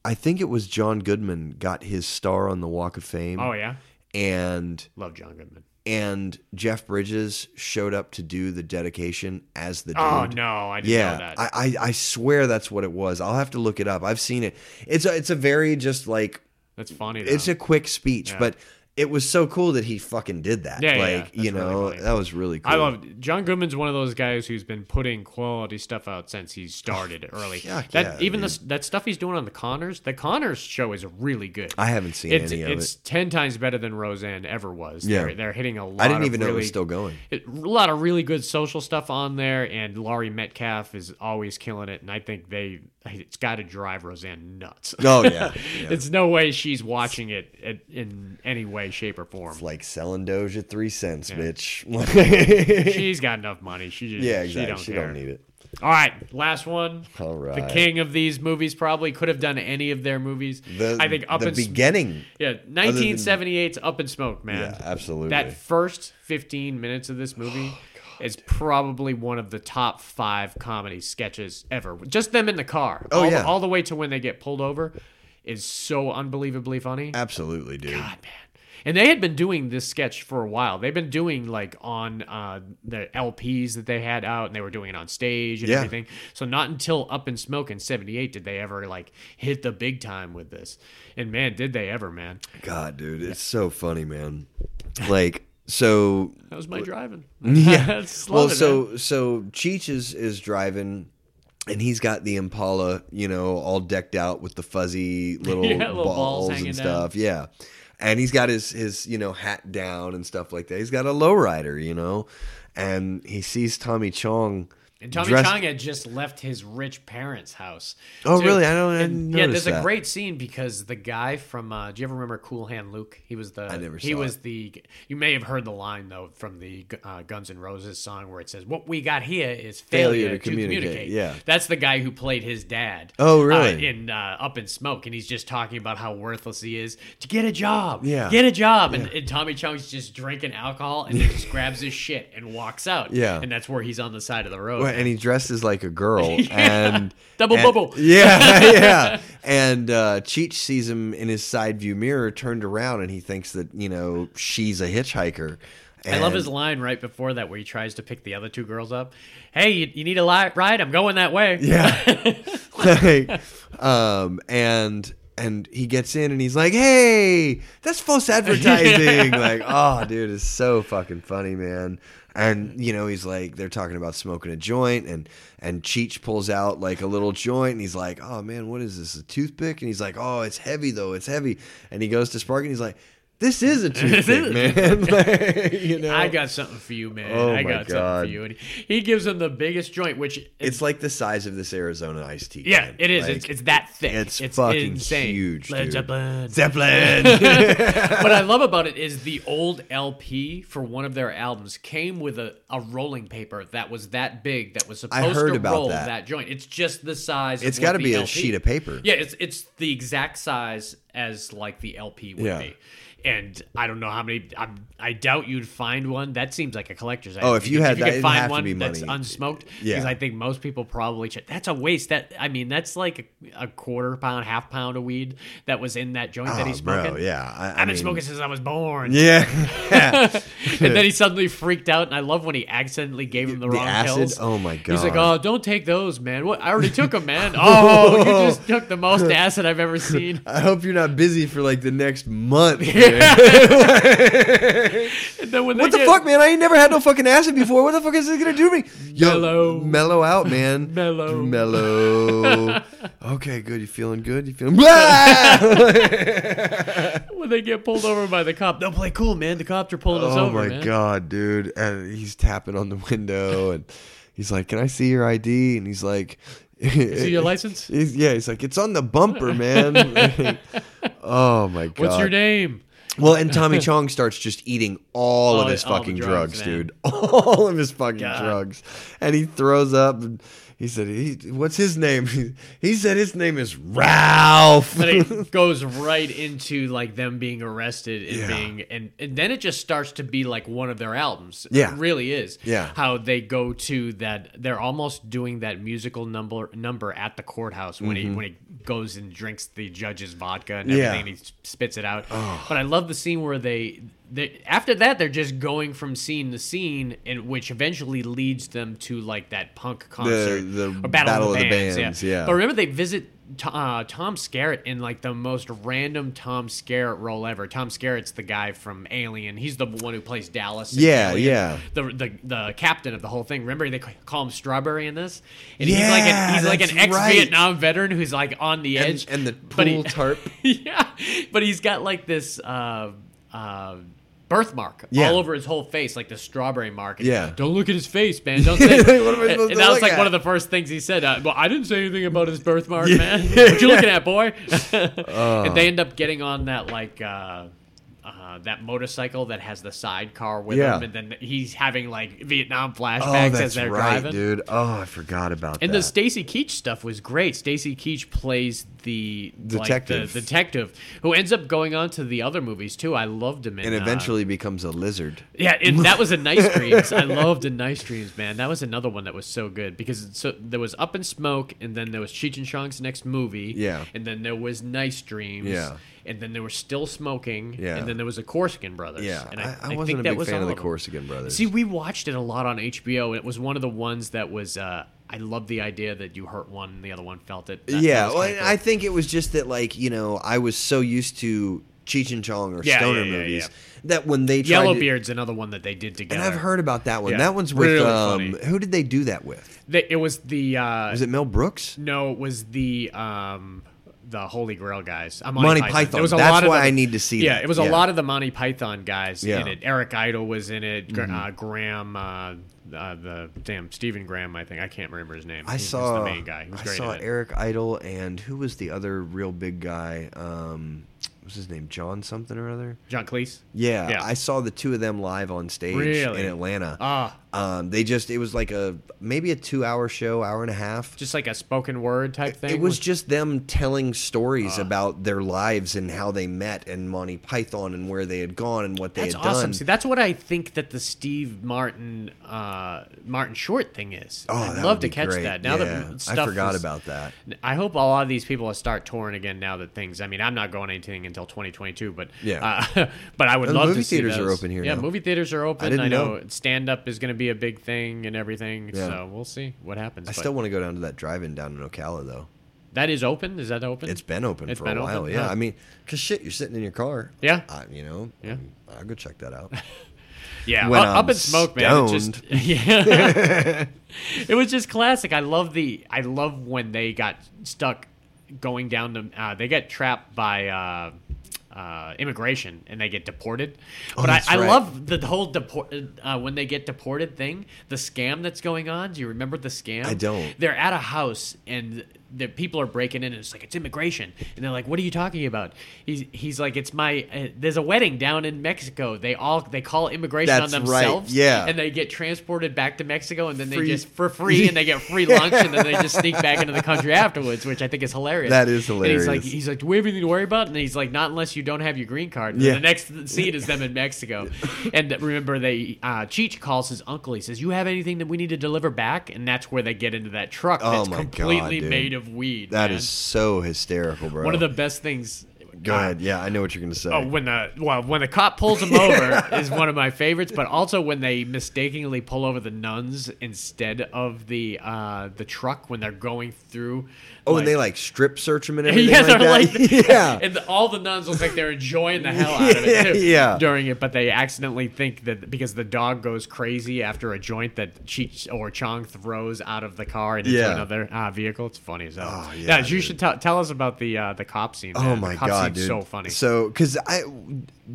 Speaker 8: I think it was John Goodman got his star on the Walk of Fame?
Speaker 9: Oh yeah,
Speaker 8: And
Speaker 9: love John Goodman.
Speaker 8: and Jeff Bridges showed up to do the dedication as the dude.
Speaker 9: Oh no, I didn't
Speaker 8: Yeah,
Speaker 9: know that.
Speaker 8: I, I I swear that's what it was. I'll have to look it up. I've seen it. It's a, it's a very just like
Speaker 9: That's funny. Though.
Speaker 8: it's a quick speech, but it was so cool that he fucking did that.
Speaker 9: Yeah, yeah, yeah.
Speaker 8: like you
Speaker 9: That's really
Speaker 8: know
Speaker 9: funny.
Speaker 8: that was really cool.
Speaker 9: I love John Goodman's one of those guys who's been putting quality stuff out since he started early.
Speaker 8: Fuck
Speaker 9: that
Speaker 8: yeah,
Speaker 9: even the, that stuff he's doing on the Connors, the Connors show is really good.
Speaker 8: I haven't seen
Speaker 9: it's
Speaker 8: any of
Speaker 9: it's
Speaker 8: it.
Speaker 9: ten times better than Roseanne ever was.
Speaker 8: Yeah.
Speaker 9: they're, they're hitting a lot.
Speaker 8: I didn't
Speaker 9: of
Speaker 8: even know it
Speaker 9: really-
Speaker 8: was still going.
Speaker 9: it- a lot of really good social stuff on there, and Laurie Metcalf is always killing it. And I think they, it's got to drive Roseanne nuts.
Speaker 8: Oh yeah.
Speaker 9: It's no way she's watching it at, in any way, way, shape, or form.
Speaker 8: It's like selling Doge at three cents, bitch.
Speaker 9: She's got enough money. She just
Speaker 8: yeah, exactly.
Speaker 9: she don't care.
Speaker 8: need it.
Speaker 9: All right, last one.
Speaker 8: All right.
Speaker 9: The king of these movies probably could have done any of their movies.
Speaker 8: The,
Speaker 9: I think up
Speaker 8: the
Speaker 9: in Sm-
Speaker 8: beginning.
Speaker 9: yeah, 1978's Up in Smoke, man.
Speaker 8: Yeah, absolutely. Oh,
Speaker 9: That first 15 minutes of this movie is probably one of the top five comedy sketches ever. Just them in the car.
Speaker 8: Oh,
Speaker 9: all,
Speaker 8: yeah.
Speaker 9: all the way to when they get pulled over is so unbelievably funny.
Speaker 8: absolutely, dude.
Speaker 9: God, man. And they had been doing this sketch for a while. They've been doing like on uh, the LPs that they had out, and they were doing it on stage and
Speaker 8: Yeah.
Speaker 9: everything. So not until Up in Smoke in '78 did they ever like hit the big time with this. And man, did they ever, man!
Speaker 8: God, dude, it's so funny, man. Like, so
Speaker 9: That was my driving.
Speaker 8: yeah.
Speaker 9: Just
Speaker 8: well,
Speaker 9: love it,
Speaker 8: so so Cheech is is driving, and he's got the Impala, you know, all decked out with the fuzzy little,
Speaker 9: Yeah, little balls
Speaker 8: balls,
Speaker 9: hanging
Speaker 8: and
Speaker 9: down.
Speaker 8: stuff. Yeah, and he's got his his you know hat down and stuff like that. He's got a lowrider, you know, and he sees Tommy Chong.
Speaker 9: And Tommy
Speaker 8: dressed-
Speaker 9: Chong had just left his rich parents' house.
Speaker 8: Oh, really? I don't- I
Speaker 9: and-
Speaker 8: didn't
Speaker 9: Yeah,
Speaker 8: notice
Speaker 9: there's a
Speaker 8: that.
Speaker 9: great scene because the guy from uh, Do you ever remember Cool Hand Luke? He was the. I
Speaker 8: never
Speaker 9: He
Speaker 8: saw
Speaker 9: was the. You may have heard the line though from the uh, Guns N' Roses song where it says, "What we got here is failure, to, communicate.
Speaker 8: yeah.
Speaker 9: that's the guy who played his dad.
Speaker 8: Oh,
Speaker 9: uh,
Speaker 8: really?
Speaker 9: in uh, Up in Smoke, and he's just talking about how worthless he is to get a job.
Speaker 8: Yeah.
Speaker 9: get a job. And, and Tommy Chong's just drinking alcohol and he just grabs his shit and walks out.
Speaker 8: Yeah.
Speaker 9: and that's where he's on the side of the road.
Speaker 8: Well, and he dresses like a girl and
Speaker 9: Double
Speaker 8: and-
Speaker 9: bubble.
Speaker 8: Yeah, yeah. And uh, Cheech sees him in his side view mirror, turned around, and he thinks that you know she's a hitchhiker.
Speaker 9: I love his
Speaker 8: And-
Speaker 9: line right before that where he tries to pick the other two girls up. Hey, you, you need a li- ride? I'm going that way.
Speaker 8: Yeah. like, um, and and he gets in and he's like, "Hey, that's false advertising." Like, oh, dude, it's so fucking funny, man. And you know, he's like, they're talking about smoking a joint, and and Cheech pulls out like a little joint, and he's like, "Oh man, what is this? A toothpick?" And he's like, "Oh, it's heavy though. It's heavy." And he goes to Spark, and he's like. This is a toothpick, man. Like, you know,
Speaker 9: I got something for you, man.
Speaker 8: Oh
Speaker 9: I
Speaker 8: my
Speaker 9: got something
Speaker 8: God.
Speaker 9: for you. And he gives him the biggest joint, which
Speaker 8: it's like the size of this Arizona iced tea.
Speaker 9: yeah,
Speaker 8: can.
Speaker 9: it is.
Speaker 8: Like,
Speaker 9: it's, it's that thick.
Speaker 8: it's fucking huge,
Speaker 9: Led
Speaker 8: dude.
Speaker 9: Zeppelin.
Speaker 8: Zeppelin.
Speaker 9: what I love about it is the old LP for one of their albums came with a, a rolling paper that was that big that was supposed
Speaker 8: heard
Speaker 9: to
Speaker 8: about
Speaker 9: roll
Speaker 8: that.
Speaker 9: joint. It's just the size.
Speaker 8: It's
Speaker 9: got to
Speaker 8: be a sheet of paper.
Speaker 9: Yeah, it's it's the exact size as like the LP would
Speaker 8: Yeah.
Speaker 9: be. And I don't know how many. I'm, I doubt you'd find one. That seems like a collector's item.
Speaker 8: Oh, if you
Speaker 9: could-
Speaker 8: had that,
Speaker 9: could
Speaker 8: it'd
Speaker 9: find
Speaker 8: have to
Speaker 9: one
Speaker 8: be
Speaker 9: that's
Speaker 8: money.
Speaker 9: unsmoked,
Speaker 8: Yeah.
Speaker 9: because I think most people probably should. That's a waste. That I mean, that's like a, a quarter pound, half pound of weed that was in that joint that he's
Speaker 8: Oh, bro,
Speaker 9: smoking.
Speaker 8: yeah, I, I
Speaker 9: I've been
Speaker 8: mean-
Speaker 9: smoking since I was born.
Speaker 8: Yeah.
Speaker 9: and then he suddenly freaked out, and I love when he accidentally gave him the,
Speaker 8: The
Speaker 9: wrong
Speaker 8: acid?
Speaker 9: pills.
Speaker 8: Oh, my
Speaker 9: He's like, "Oh,
Speaker 8: God.
Speaker 9: don't take those, man. What? I already took them, man. Oh, you just took the most acid I've ever seen."
Speaker 8: I hope you're not busy for like the next month. man.
Speaker 9: And then when
Speaker 8: What the
Speaker 9: they get-
Speaker 8: fuck, man? I ain't never had no fucking acid before. What the fuck is this gonna do to me? Yo,
Speaker 9: Mellow.
Speaker 8: mellow out, man.
Speaker 9: Mellow.
Speaker 8: mellow. Okay, good. You feeling good? You feeling? Blah!
Speaker 9: When they get pulled over by the cop, they'll play cool, man. The cops are pulling us
Speaker 8: oh
Speaker 9: over,
Speaker 8: my
Speaker 9: man.
Speaker 8: god, dude! And he's tapping on the window, and he's like, "Can I see your ID?" And he's like, "Is
Speaker 9: it your license?
Speaker 8: He's, yeah, he's like, "It's on the bumper, man." oh my god.
Speaker 9: What's your name?
Speaker 8: Well, and Tommy Chong starts just eating all
Speaker 9: All-
Speaker 8: of his
Speaker 9: all the
Speaker 8: fucking
Speaker 9: Oh, drugs,
Speaker 8: drugs,
Speaker 9: man.
Speaker 8: dude. All of his fucking
Speaker 9: God.
Speaker 8: drugs. And he throws up and he said, he, What's his name? He, he said his name is Ralph.
Speaker 9: But it goes right into like them being arrested and
Speaker 8: Yeah.
Speaker 9: being and, and then it just starts to be like one of their albums.
Speaker 8: Yeah.
Speaker 9: It really is.
Speaker 8: Yeah.
Speaker 9: How they go to that they're almost doing that musical number number at the courthouse when he when he goes and drinks the judge's vodka and everything
Speaker 8: Mm-hmm. Yeah. Oh.
Speaker 9: and he spits it out. But I love the scene where they they, after that, they're just going from scene to scene, and which eventually leads them to like that punk concert,
Speaker 8: the
Speaker 9: or
Speaker 8: Battle of the Bands, yeah.
Speaker 9: But remember, they visit T- uh, Tom Skerritt in like the most random Tom Skerritt role ever. Tom Skerritt's the guy from Alien. He's the one who plays Dallas. in
Speaker 8: Yeah,
Speaker 9: Alien.
Speaker 8: yeah.
Speaker 9: The, the the captain of the whole thing. Remember, they ca- call him Strawberry in this, and he's like an,
Speaker 8: Yeah,
Speaker 9: he's like
Speaker 8: that's
Speaker 9: an
Speaker 8: right.
Speaker 9: ex-Vietnam veteran who's like on the
Speaker 8: And-
Speaker 9: edge
Speaker 8: and the
Speaker 9: but he-
Speaker 8: pool tarp.
Speaker 9: yeah, but he's got like this uh, uh, birthmark
Speaker 8: Yeah.
Speaker 9: all over his whole face, like the strawberry mark. And
Speaker 8: Yeah.
Speaker 9: don't look at his face, man. Don't say.
Speaker 8: Like, what am I
Speaker 9: And-
Speaker 8: supposed
Speaker 9: and
Speaker 8: to
Speaker 9: that was
Speaker 8: look
Speaker 9: like one
Speaker 8: at?
Speaker 9: of the first things he said. Uh, well, I didn't say anything about his birthmark, man. What you looking at, boy? and they end up getting on that like. Uh, uh, uh, that motorcycle that has the sidecar with
Speaker 8: Yeah.
Speaker 9: him, and then he's having like Vietnam
Speaker 8: Oh,
Speaker 9: flashbacks as
Speaker 8: that's
Speaker 9: they're
Speaker 8: right,
Speaker 9: driving.
Speaker 8: dude. Oh, I forgot about
Speaker 9: And
Speaker 8: that.
Speaker 9: the Stacy Keach stuff was great. Stacy Keach plays the like,
Speaker 8: Detective.
Speaker 9: the detective who ends up going on to the other movies too. I loved him in
Speaker 8: and
Speaker 9: uh,
Speaker 8: eventually becomes a lizard.
Speaker 9: yeah, and that was a nice dreams. I loved a nice dreams, man. That was another one that was so good because it's so there was Up in Smoke, and then there was Cheech and Chong's next movie.
Speaker 8: Yeah.
Speaker 9: and then there was Nice Dreams.
Speaker 8: Yeah.
Speaker 9: and then there was Still Smoking.
Speaker 8: Yeah.
Speaker 9: and then there was the Corsican Brothers.
Speaker 8: Yeah,
Speaker 9: and
Speaker 8: I- I wasn't a big fan
Speaker 9: all
Speaker 8: of the
Speaker 9: them.
Speaker 8: Corsican Brothers.
Speaker 9: See, we watched it a lot on HBO, and it was one of the ones that was. Uh, I love the idea that you hurt one, and the other one felt it. That- that
Speaker 8: yeah,
Speaker 9: was
Speaker 8: well,
Speaker 9: kinda
Speaker 8: and
Speaker 9: cool.
Speaker 8: I think it was just that, like, you know, I was so used to Cheech and Chong or
Speaker 9: Yeah,
Speaker 8: Stoner
Speaker 9: yeah, yeah,
Speaker 8: movies
Speaker 9: yeah.
Speaker 8: that when they tried to-
Speaker 9: Yellowbeard's another one that they did together.
Speaker 8: and I've heard about that one.
Speaker 9: Yeah,
Speaker 8: That one's with
Speaker 9: really
Speaker 8: um,
Speaker 9: funny.
Speaker 8: who did they do that with?
Speaker 9: They- it was the uh,
Speaker 8: Was it Mel Brooks?
Speaker 9: No, it was the um the Holy Grail guys. Uh,
Speaker 8: Monty Python.
Speaker 9: There was a
Speaker 8: That's
Speaker 9: lot of
Speaker 8: why
Speaker 9: the-
Speaker 8: I need to see
Speaker 9: Yeah,
Speaker 8: that.
Speaker 9: it was a
Speaker 8: Yeah.
Speaker 9: lot of the Monty Python guys
Speaker 8: Yeah. Mm-hmm.
Speaker 9: in it. Eric Idle was in it. Gr Uh, Graham, uh, uh, the damn Stephen Graham, I think. I can't remember his name.
Speaker 8: I
Speaker 9: He was
Speaker 8: saw
Speaker 9: the main guy. He was
Speaker 8: I
Speaker 9: great
Speaker 8: saw
Speaker 9: in it.
Speaker 8: Eric Idle and who was the other real big guy? Um, what was his name John something or other?
Speaker 9: John Cleese.
Speaker 8: Yeah,
Speaker 9: Yeah.
Speaker 8: I saw the two of them live on stage
Speaker 9: Really?
Speaker 8: in Atlanta.
Speaker 9: Ah.
Speaker 8: um, they just it was like a maybe a two hour show, hour and a half.
Speaker 9: Just like a spoken word type thing. Ah.
Speaker 8: It was just them telling stories about their lives and how they met and Monty Python and where they had gone and what they
Speaker 9: that's
Speaker 8: had
Speaker 9: awesome.
Speaker 8: done.
Speaker 9: See, that's what I think that the Steve Martin, uh, Martin Short thing is.
Speaker 8: oh, that
Speaker 9: I'd love
Speaker 8: would
Speaker 9: to
Speaker 8: be
Speaker 9: catch
Speaker 8: great.
Speaker 9: that. Now
Speaker 8: Yeah,
Speaker 9: that stuff
Speaker 8: I forgot
Speaker 9: is-
Speaker 8: about that.
Speaker 9: I hope a lot of these people will start touring again now that things. I mean, I'm not going anything until 2022, but
Speaker 8: Yeah.
Speaker 9: uh, but I would
Speaker 8: And
Speaker 9: love
Speaker 8: movie
Speaker 9: to see
Speaker 8: theaters are
Speaker 9: those.
Speaker 8: open here
Speaker 9: Yeah,
Speaker 8: now.
Speaker 9: movie theaters are open. I,
Speaker 8: didn't
Speaker 9: know,
Speaker 8: know.
Speaker 9: stand up is going to be a big thing and everything.
Speaker 8: Yeah.
Speaker 9: So we'll see what happens.
Speaker 8: I
Speaker 9: But
Speaker 8: still want to go down to that drive-in down in Ocala though.
Speaker 9: that is open. Is that open?
Speaker 8: It's been open
Speaker 9: It's
Speaker 8: for
Speaker 9: been
Speaker 8: a while.
Speaker 9: open,
Speaker 8: yeah,
Speaker 9: huh.
Speaker 8: I mean, cause shit, you're sitting in your car.
Speaker 9: Yeah.
Speaker 8: I, you know.
Speaker 9: Yeah.
Speaker 8: I'll go check that out.
Speaker 9: Yeah,
Speaker 8: when
Speaker 9: up, up
Speaker 8: I'm
Speaker 9: in smoke, man. It just
Speaker 8: stoned.
Speaker 9: yeah, it was just classic. I love the I love when they got stuck going down to uh, they got trapped by. Uh, uh, immigration and they get deported, but I,
Speaker 8: Oh, that's
Speaker 9: I
Speaker 8: right.
Speaker 9: love the whole deport uh, when they get deported thing. The scam that's going on. Do you remember the scam?
Speaker 8: I don't.
Speaker 9: They're at a house and the people are breaking in and it's like it's immigration and they're like what are you talking about he's he's like it's my uh, there's a wedding down in mexico they all they call immigration
Speaker 8: That's
Speaker 9: on
Speaker 8: right,
Speaker 9: themselves
Speaker 8: yeah.
Speaker 9: and they get transported back to mexico and then they
Speaker 8: Free-
Speaker 9: just for free and they get free lunch and then they just sneak back into the country afterwards which i think is hilarious
Speaker 8: That is
Speaker 9: And
Speaker 8: hilarious.
Speaker 9: he's like he's like do we have anything to worry about and he's like not unless you don't have your green card and
Speaker 8: Yeah.
Speaker 9: the next scene is them in mexico and remember they uh cheech calls his uncle he says you have anything that we need to deliver back and that's where they get into that truck
Speaker 8: Oh
Speaker 9: that's
Speaker 8: my God,
Speaker 9: completely
Speaker 8: dude.
Speaker 9: made of weed.
Speaker 8: That is
Speaker 9: man.
Speaker 8: so hysterical, bro.
Speaker 9: one of the best things.
Speaker 8: Go ahead. Yeah, I know what you're gonna say.
Speaker 9: Oh, when the well, when the cop pulls him over is one of my favorites. But also when they mistakenly pull over the nuns instead of the uh, the truck when they're going through.
Speaker 8: oh, and they like strip search them and everything
Speaker 9: yeah,
Speaker 8: like
Speaker 9: they're
Speaker 8: that.
Speaker 9: like
Speaker 8: yeah.
Speaker 9: and the- all the nuns look like they're enjoying the hell out of it too,
Speaker 8: Yeah.
Speaker 9: during it. But they accidentally think that because the dog goes crazy after a joint that Cheech or Chong throws out of the car and into
Speaker 8: Yeah.
Speaker 9: another uh, vehicle. It's funny as hell.
Speaker 8: Oh,
Speaker 9: yeah,
Speaker 8: yeah,
Speaker 9: you should tell tell us about the uh, the cop scene.
Speaker 8: Oh
Speaker 9: man.
Speaker 8: my
Speaker 9: the cop
Speaker 8: god,
Speaker 9: scene's
Speaker 8: dude!
Speaker 9: so funny.
Speaker 8: So, because I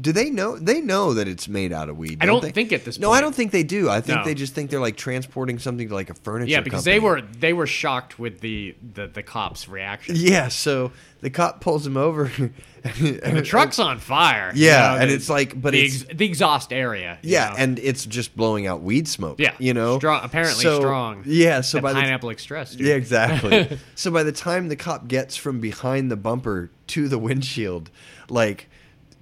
Speaker 8: do they know they know that it's made out of weed.
Speaker 9: I don't
Speaker 8: they?
Speaker 9: think at this
Speaker 8: No, I
Speaker 9: point.
Speaker 8: don't think they do. I think
Speaker 9: No.
Speaker 8: they just think they're like transporting something to like a furniture.
Speaker 9: yeah, because
Speaker 8: company.
Speaker 9: they were they were shocked with the the, the cops' reaction.
Speaker 8: Yeah, so the cop pulls him over.
Speaker 9: The truck's on fire.
Speaker 8: Yeah, and
Speaker 9: the-
Speaker 8: it's like- but
Speaker 9: the,
Speaker 8: it's-
Speaker 9: the exhaust area. you
Speaker 8: Yeah,
Speaker 9: know.
Speaker 8: and it's just blowing out weed smoke.
Speaker 9: yeah,
Speaker 8: you know,
Speaker 9: strong, apparently
Speaker 8: So-
Speaker 9: strong.
Speaker 8: Yeah, so
Speaker 9: That
Speaker 8: by the
Speaker 9: pineapple express. Dude.
Speaker 8: Yeah, exactly. so by the time the cop gets from behind the bumper to the windshield, like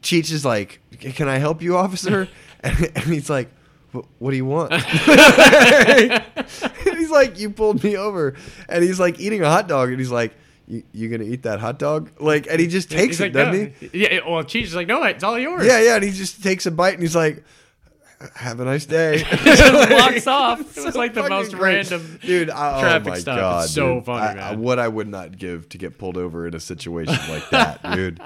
Speaker 8: Cheech is like, "Can I help you, officer?" And, and he's like, "Wh- "What do you want?" And he's like, "You pulled me over," and he's like eating a hot dog, and he's like, you, "You gonna eat that hot dog?" Like, and he just takes
Speaker 9: He's
Speaker 8: it,
Speaker 9: like,
Speaker 8: doesn't
Speaker 9: no.
Speaker 8: he?
Speaker 9: Yeah, it- well, Cheech is like, no, it's all yours.
Speaker 8: Yeah, yeah. And he just takes a bite, and he's like, "Have a nice day."
Speaker 9: Just walks off. It was like the
Speaker 8: fucking
Speaker 9: most
Speaker 8: great.
Speaker 9: random
Speaker 8: dude. I,
Speaker 9: traffic
Speaker 8: oh my
Speaker 9: stop.
Speaker 8: god,
Speaker 9: it's so
Speaker 8: dude.
Speaker 9: funny,
Speaker 8: I- I-
Speaker 9: man.
Speaker 8: what I would not give to get pulled over in a situation like that, dude.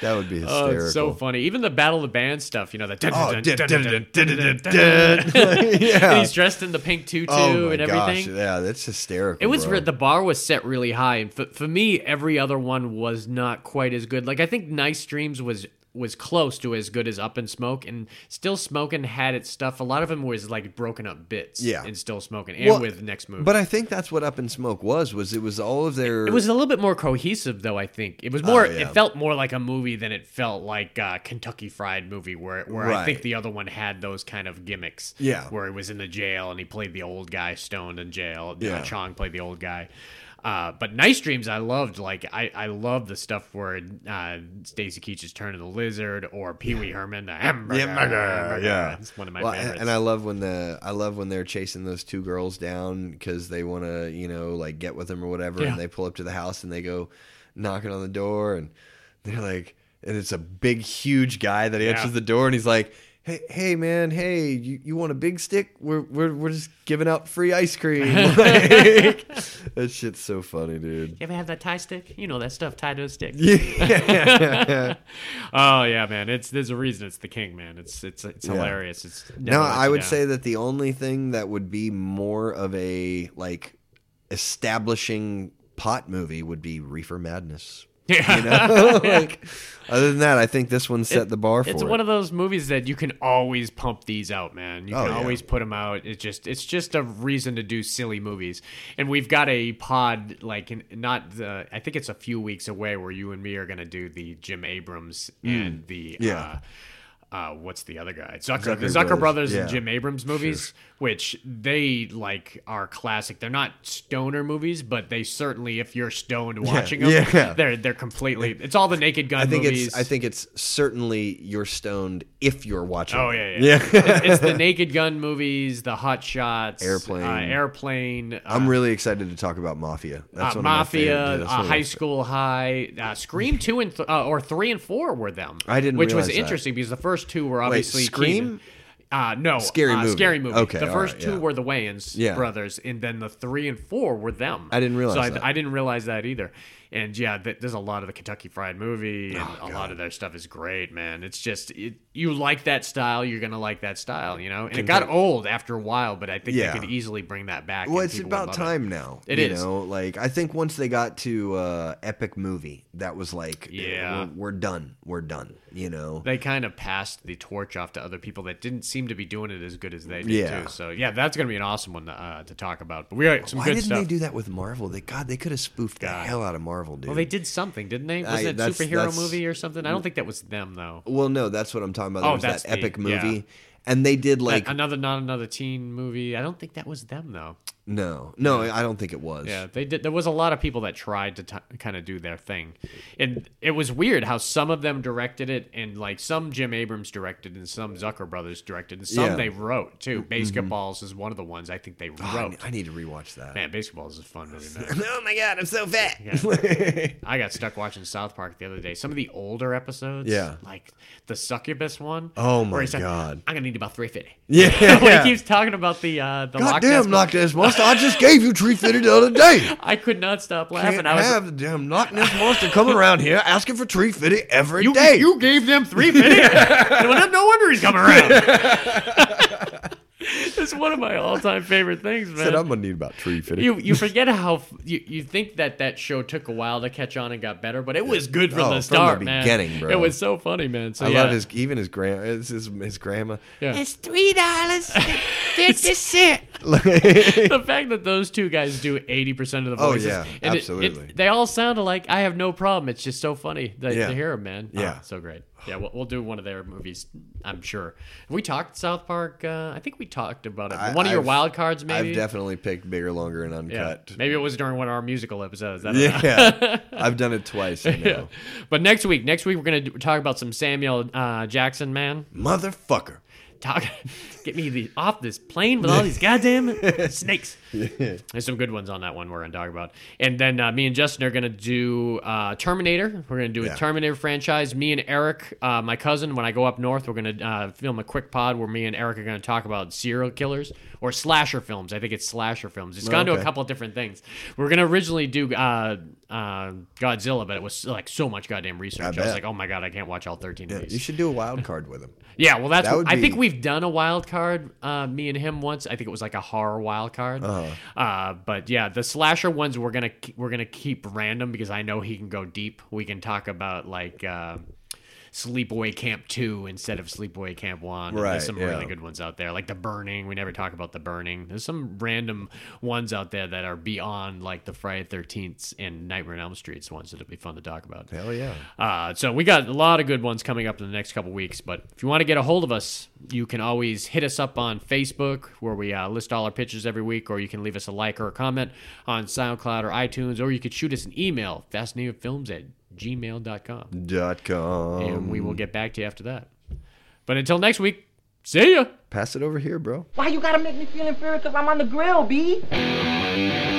Speaker 8: That would be
Speaker 9: Oh,
Speaker 8: hysterical.
Speaker 9: it's so funny. Even the Battle of the Band stuff, you know, the dun
Speaker 8: Oh,
Speaker 9: dun
Speaker 8: dun-
Speaker 9: dun
Speaker 8: dun-
Speaker 9: dun
Speaker 8: dun-
Speaker 9: dun
Speaker 8: dun-
Speaker 9: dun
Speaker 8: dun-
Speaker 9: dun
Speaker 8: dun. Like,
Speaker 9: And
Speaker 8: Yeah.
Speaker 9: he's dressed in the pink tutu
Speaker 8: Oh my
Speaker 9: and
Speaker 8: gosh.
Speaker 9: everything.
Speaker 8: Yeah, that's hysterical.
Speaker 9: It was
Speaker 8: bro.
Speaker 9: re- the bar was set really high, and for, for me, every other one was not quite as good. Like I think Nice Dreams was was close to as good as Up in Smoke, and Still Smoking had its stuff. A lot of them was like broken up bits.
Speaker 8: Yeah.
Speaker 9: in Still Smoking and
Speaker 8: Well,
Speaker 9: with Next Movie.
Speaker 8: But I think that's what Up in Smoke was. Was it was all of their.
Speaker 9: it was a little bit more cohesive, though. I think it was more.
Speaker 8: Oh, yeah.
Speaker 9: It felt more like a movie than it felt like a Kentucky Fried Movie, where where I think
Speaker 8: Right.
Speaker 9: the other one had those kind of gimmicks.
Speaker 8: Yeah.
Speaker 9: where he was in the jail and he played the old guy stoned in jail. Yeah,
Speaker 8: Yeah.
Speaker 9: Chong played the old guy. Uh, but Nice Dreams, I loved. Like I, I loved the stuff where uh, Stacy Keach's Turn of the Lizard or Pee Wee Herman the Hamburger. Hamburger.
Speaker 8: yeah.
Speaker 9: it's one of my
Speaker 8: Well,
Speaker 9: favorites.
Speaker 8: and, and I love when the I love when they're chasing those two girls down because they want to you know like get with them or whatever,
Speaker 9: Yeah.
Speaker 8: and they pull up to the house and they go knocking on the door and they're like, and it's a big huge guy that answers the door and he's like. Hey, hey, man! Hey, you, you want a big stick? We're, we're we're just giving out free ice cream. Like, that shit's so funny, dude.
Speaker 9: you ever have that tie stick? You know that stuff tied to a stick.
Speaker 8: Yeah.
Speaker 9: Oh yeah, man! It's there's a reason it's the king, man. It's it's it's hilarious. It's
Speaker 8: No,
Speaker 9: never lets
Speaker 8: I
Speaker 9: you
Speaker 8: would
Speaker 9: down.
Speaker 8: say that the only thing that would be more of a like establishing pot movie would be Reefer Madness.
Speaker 9: yeah.
Speaker 8: like, other than that, I think this one set the bar for
Speaker 9: it's
Speaker 8: it.
Speaker 9: one of those movies that you can always pump these out, man. You
Speaker 8: Oh,
Speaker 9: can
Speaker 8: yeah.
Speaker 9: always put them out. It's just it's just a reason to do silly movies. And we've got a pod like in, not the I think it's a few weeks away where you and me are gonna do the Jim Abrams and the
Speaker 8: Hmm. Yeah.
Speaker 9: uh, uh, what's the other guy? Zucker, the
Speaker 8: Zucker
Speaker 9: Zucker
Speaker 8: Brothers,
Speaker 9: Brothers
Speaker 8: yeah.
Speaker 9: and Jim Abrams movies, which they like are classic. They're not stoner movies, but they certainly, if you're stoned watching them,
Speaker 8: yeah.
Speaker 9: they're they're completely. It's all the Naked Gun
Speaker 8: I think
Speaker 9: movies.
Speaker 8: it's I think it's certainly you're stoned if you're watching.
Speaker 9: Oh
Speaker 8: it.
Speaker 9: yeah, yeah. It's- it's the Naked Gun movies, the Hot Shots,
Speaker 8: Airplane.
Speaker 9: uh, airplane. Uh,
Speaker 8: I'm really excited to talk about Mafia. That's
Speaker 9: uh,
Speaker 8: one
Speaker 9: Mafia,
Speaker 8: of my favorite. that's
Speaker 9: uh,
Speaker 8: one of my
Speaker 9: High
Speaker 8: fa-
Speaker 9: School High, uh, Scream two and th- uh, or three and four were them.
Speaker 8: I didn't
Speaker 9: which was
Speaker 8: realize that.
Speaker 9: interesting because the first two were obviously
Speaker 8: Scream?
Speaker 9: Keaton- Uh, no,
Speaker 8: Scary
Speaker 9: uh,
Speaker 8: Movie.
Speaker 9: Scary movie.
Speaker 8: Okay,
Speaker 9: the
Speaker 8: all
Speaker 9: first
Speaker 8: right,
Speaker 9: two
Speaker 8: yeah.
Speaker 9: were the Wayans
Speaker 8: Yeah.
Speaker 9: brothers, and then the three and four were them.
Speaker 8: I didn't realize
Speaker 9: So I,
Speaker 8: that.
Speaker 9: I didn't realize that either. And yeah, th- there's a lot of the Kentucky Fried Movie, and
Speaker 8: Oh,
Speaker 9: a lot of their stuff is great, man. It's just it, you like that style, you're gonna like that style, you know. And it got old after a while, but I think
Speaker 8: Yeah.
Speaker 9: they could easily bring that back.
Speaker 8: Well,
Speaker 9: and
Speaker 8: it's
Speaker 9: people would
Speaker 8: about
Speaker 9: love
Speaker 8: time now.
Speaker 9: It
Speaker 8: It is. you
Speaker 9: is.
Speaker 8: know, like I think once they got to uh, epic movie, that was like,
Speaker 9: Yeah.
Speaker 8: we're, we're done, we're done. You know,
Speaker 9: they kind of passed the torch off to other people that didn't seem to be doing it as good as they did
Speaker 8: Yeah.
Speaker 9: too. So yeah, that's gonna be an awesome one to, uh, to talk about. But we got some
Speaker 8: Why
Speaker 9: good
Speaker 8: didn't
Speaker 9: stuff.
Speaker 8: they do that with Marvel? They God, they could have spoofed the hell out of Marvel, dude.
Speaker 9: well, they did something, didn't they?
Speaker 8: I-
Speaker 9: Was it a
Speaker 8: that's-
Speaker 9: superhero
Speaker 8: that's-
Speaker 9: movie or something? I don't think that was them though.
Speaker 8: Well, no, that's what I'm talking about. There
Speaker 9: Oh,
Speaker 8: was
Speaker 9: that's
Speaker 8: that epic
Speaker 9: the-
Speaker 8: movie,
Speaker 9: yeah.
Speaker 8: and they did like
Speaker 9: Like another, not another teen movie. I don't think that was them though.
Speaker 8: no, no, I don't think it was.
Speaker 9: Yeah, they did. There was a lot of people that tried to t- kind of do their thing, and it was weird how some of them directed it, and like some Jim Abrams directed, and some Zucker Brothers directed, and some
Speaker 8: Yeah. Mm-hmm. Oh,
Speaker 9: they wrote too. Basketballs is one of the ones I think they wrote.
Speaker 8: I, ne- I need to rewatch that.
Speaker 9: Man, basketballs is a fun movie, man.
Speaker 8: Oh my god, I'm so fat.
Speaker 9: I got stuck watching South Park the other day. Some of the older episodes,
Speaker 8: Yeah.
Speaker 9: like the succubus one.
Speaker 8: Oh
Speaker 9: where
Speaker 8: my
Speaker 9: he's like,
Speaker 8: God.
Speaker 9: I'm gonna need about three fifty.
Speaker 8: Yeah.
Speaker 9: he keeps talking about the uh, the Loch Ness
Speaker 8: Goddamn,
Speaker 9: Monster.
Speaker 8: Loch Ness monster! I just gave you tree fitted the other day.
Speaker 9: I could not stop laughing.
Speaker 8: Can't
Speaker 9: I was
Speaker 8: have the damn Loch Ness monster coming around here asking for tree fitted every day.
Speaker 9: You gave them three minutes. well, no wonder he's coming around. it's one of my all-time favorite things, man.
Speaker 8: said I'm gonna need about tree fitted.
Speaker 9: you you forget how f- you, you think that that show took a while to catch on and got better, but it was good from
Speaker 8: Oh, from
Speaker 9: the
Speaker 8: the
Speaker 9: start, man.
Speaker 8: beginning, bro.
Speaker 9: It was so funny, man. So
Speaker 8: I
Speaker 9: yeah.
Speaker 8: love his even his grand his, his, his grandma.
Speaker 9: Yeah.
Speaker 8: It's three dollars fifty cent. Like,
Speaker 9: the fact that those two guys do 80% of the
Speaker 8: Oh,
Speaker 9: voices.
Speaker 8: yeah,
Speaker 9: and it- it-
Speaker 8: absolutely.
Speaker 9: they all sound alike. I have no problem. It's just so funny that,
Speaker 8: Yeah.
Speaker 9: to hear them, man. Oh,
Speaker 8: Yeah.
Speaker 9: so great. Yeah, we'll, we'll do one of their movies, I'm sure. Have we talked South Park? Uh, I think we talked about it.
Speaker 8: I-
Speaker 9: one of your
Speaker 8: I've-
Speaker 9: wild cards, maybe?
Speaker 8: I've definitely picked bigger, longer, and
Speaker 9: yeah.
Speaker 8: uncut.
Speaker 9: Maybe it was during one of our musical episodes. I don't know.
Speaker 8: Yeah, I've done it twice. I know.
Speaker 9: But next week, next week, we're going to talk about some Samuel uh, Jackson, man.
Speaker 8: Motherfucker.
Speaker 9: talk get me the, off this plane with all these goddamn snakes there's some good ones on that one we're gonna talk about and then uh, me and justin are gonna do uh, terminator we're gonna do a terminator franchise me and eric uh, my cousin when i go up north we're gonna uh, film a quick pod where me and eric are gonna talk about serial killers or slasher films i think it's slasher films It's gone to a
Speaker 8: okay.
Speaker 9: couple of different things we are gonna originally do uh, uh, godzilla but it was like so much goddamn research i, was
Speaker 8: bet.
Speaker 9: like oh my god i can't watch all 13 of these
Speaker 8: You should do a wild card with him.
Speaker 9: yeah, well, that's.
Speaker 8: That would
Speaker 9: I think
Speaker 8: be-
Speaker 9: we've done a wild card, uh, me and him once. I think it was like a horror wild card. Uh-huh. but yeah, the slasher ones we're gonna we're gonna keep random because I know he can go deep. We can talk about like. Uh, Sleepaway Camp Two instead of Sleepaway Camp One. And
Speaker 5: Right,
Speaker 9: There's some
Speaker 5: yeah.
Speaker 9: really good ones out there, like The Burning. We never talk about The Burning. There's some random ones out there that are beyond like the Friday Thirteenth and Nightmare on Elm Street's ones that'd be fun to talk about.
Speaker 5: Hell yeah.
Speaker 9: Uh, so we got a lot of good ones coming up in the next couple weeks. But if you want to get a hold of us, you can always hit us up on Facebook, where we uh, list all our pictures every week, or you can leave us a like or a comment on SoundCloud or iTunes, or you could shoot us an email, fascinatedfilms at gmail.com.
Speaker 5: Dot com.
Speaker 9: And we will get back to you after that. But until next week, see ya!
Speaker 5: Pass it over here, bro.
Speaker 6: Why you gotta make me feel inferior because I'm on the grill, B?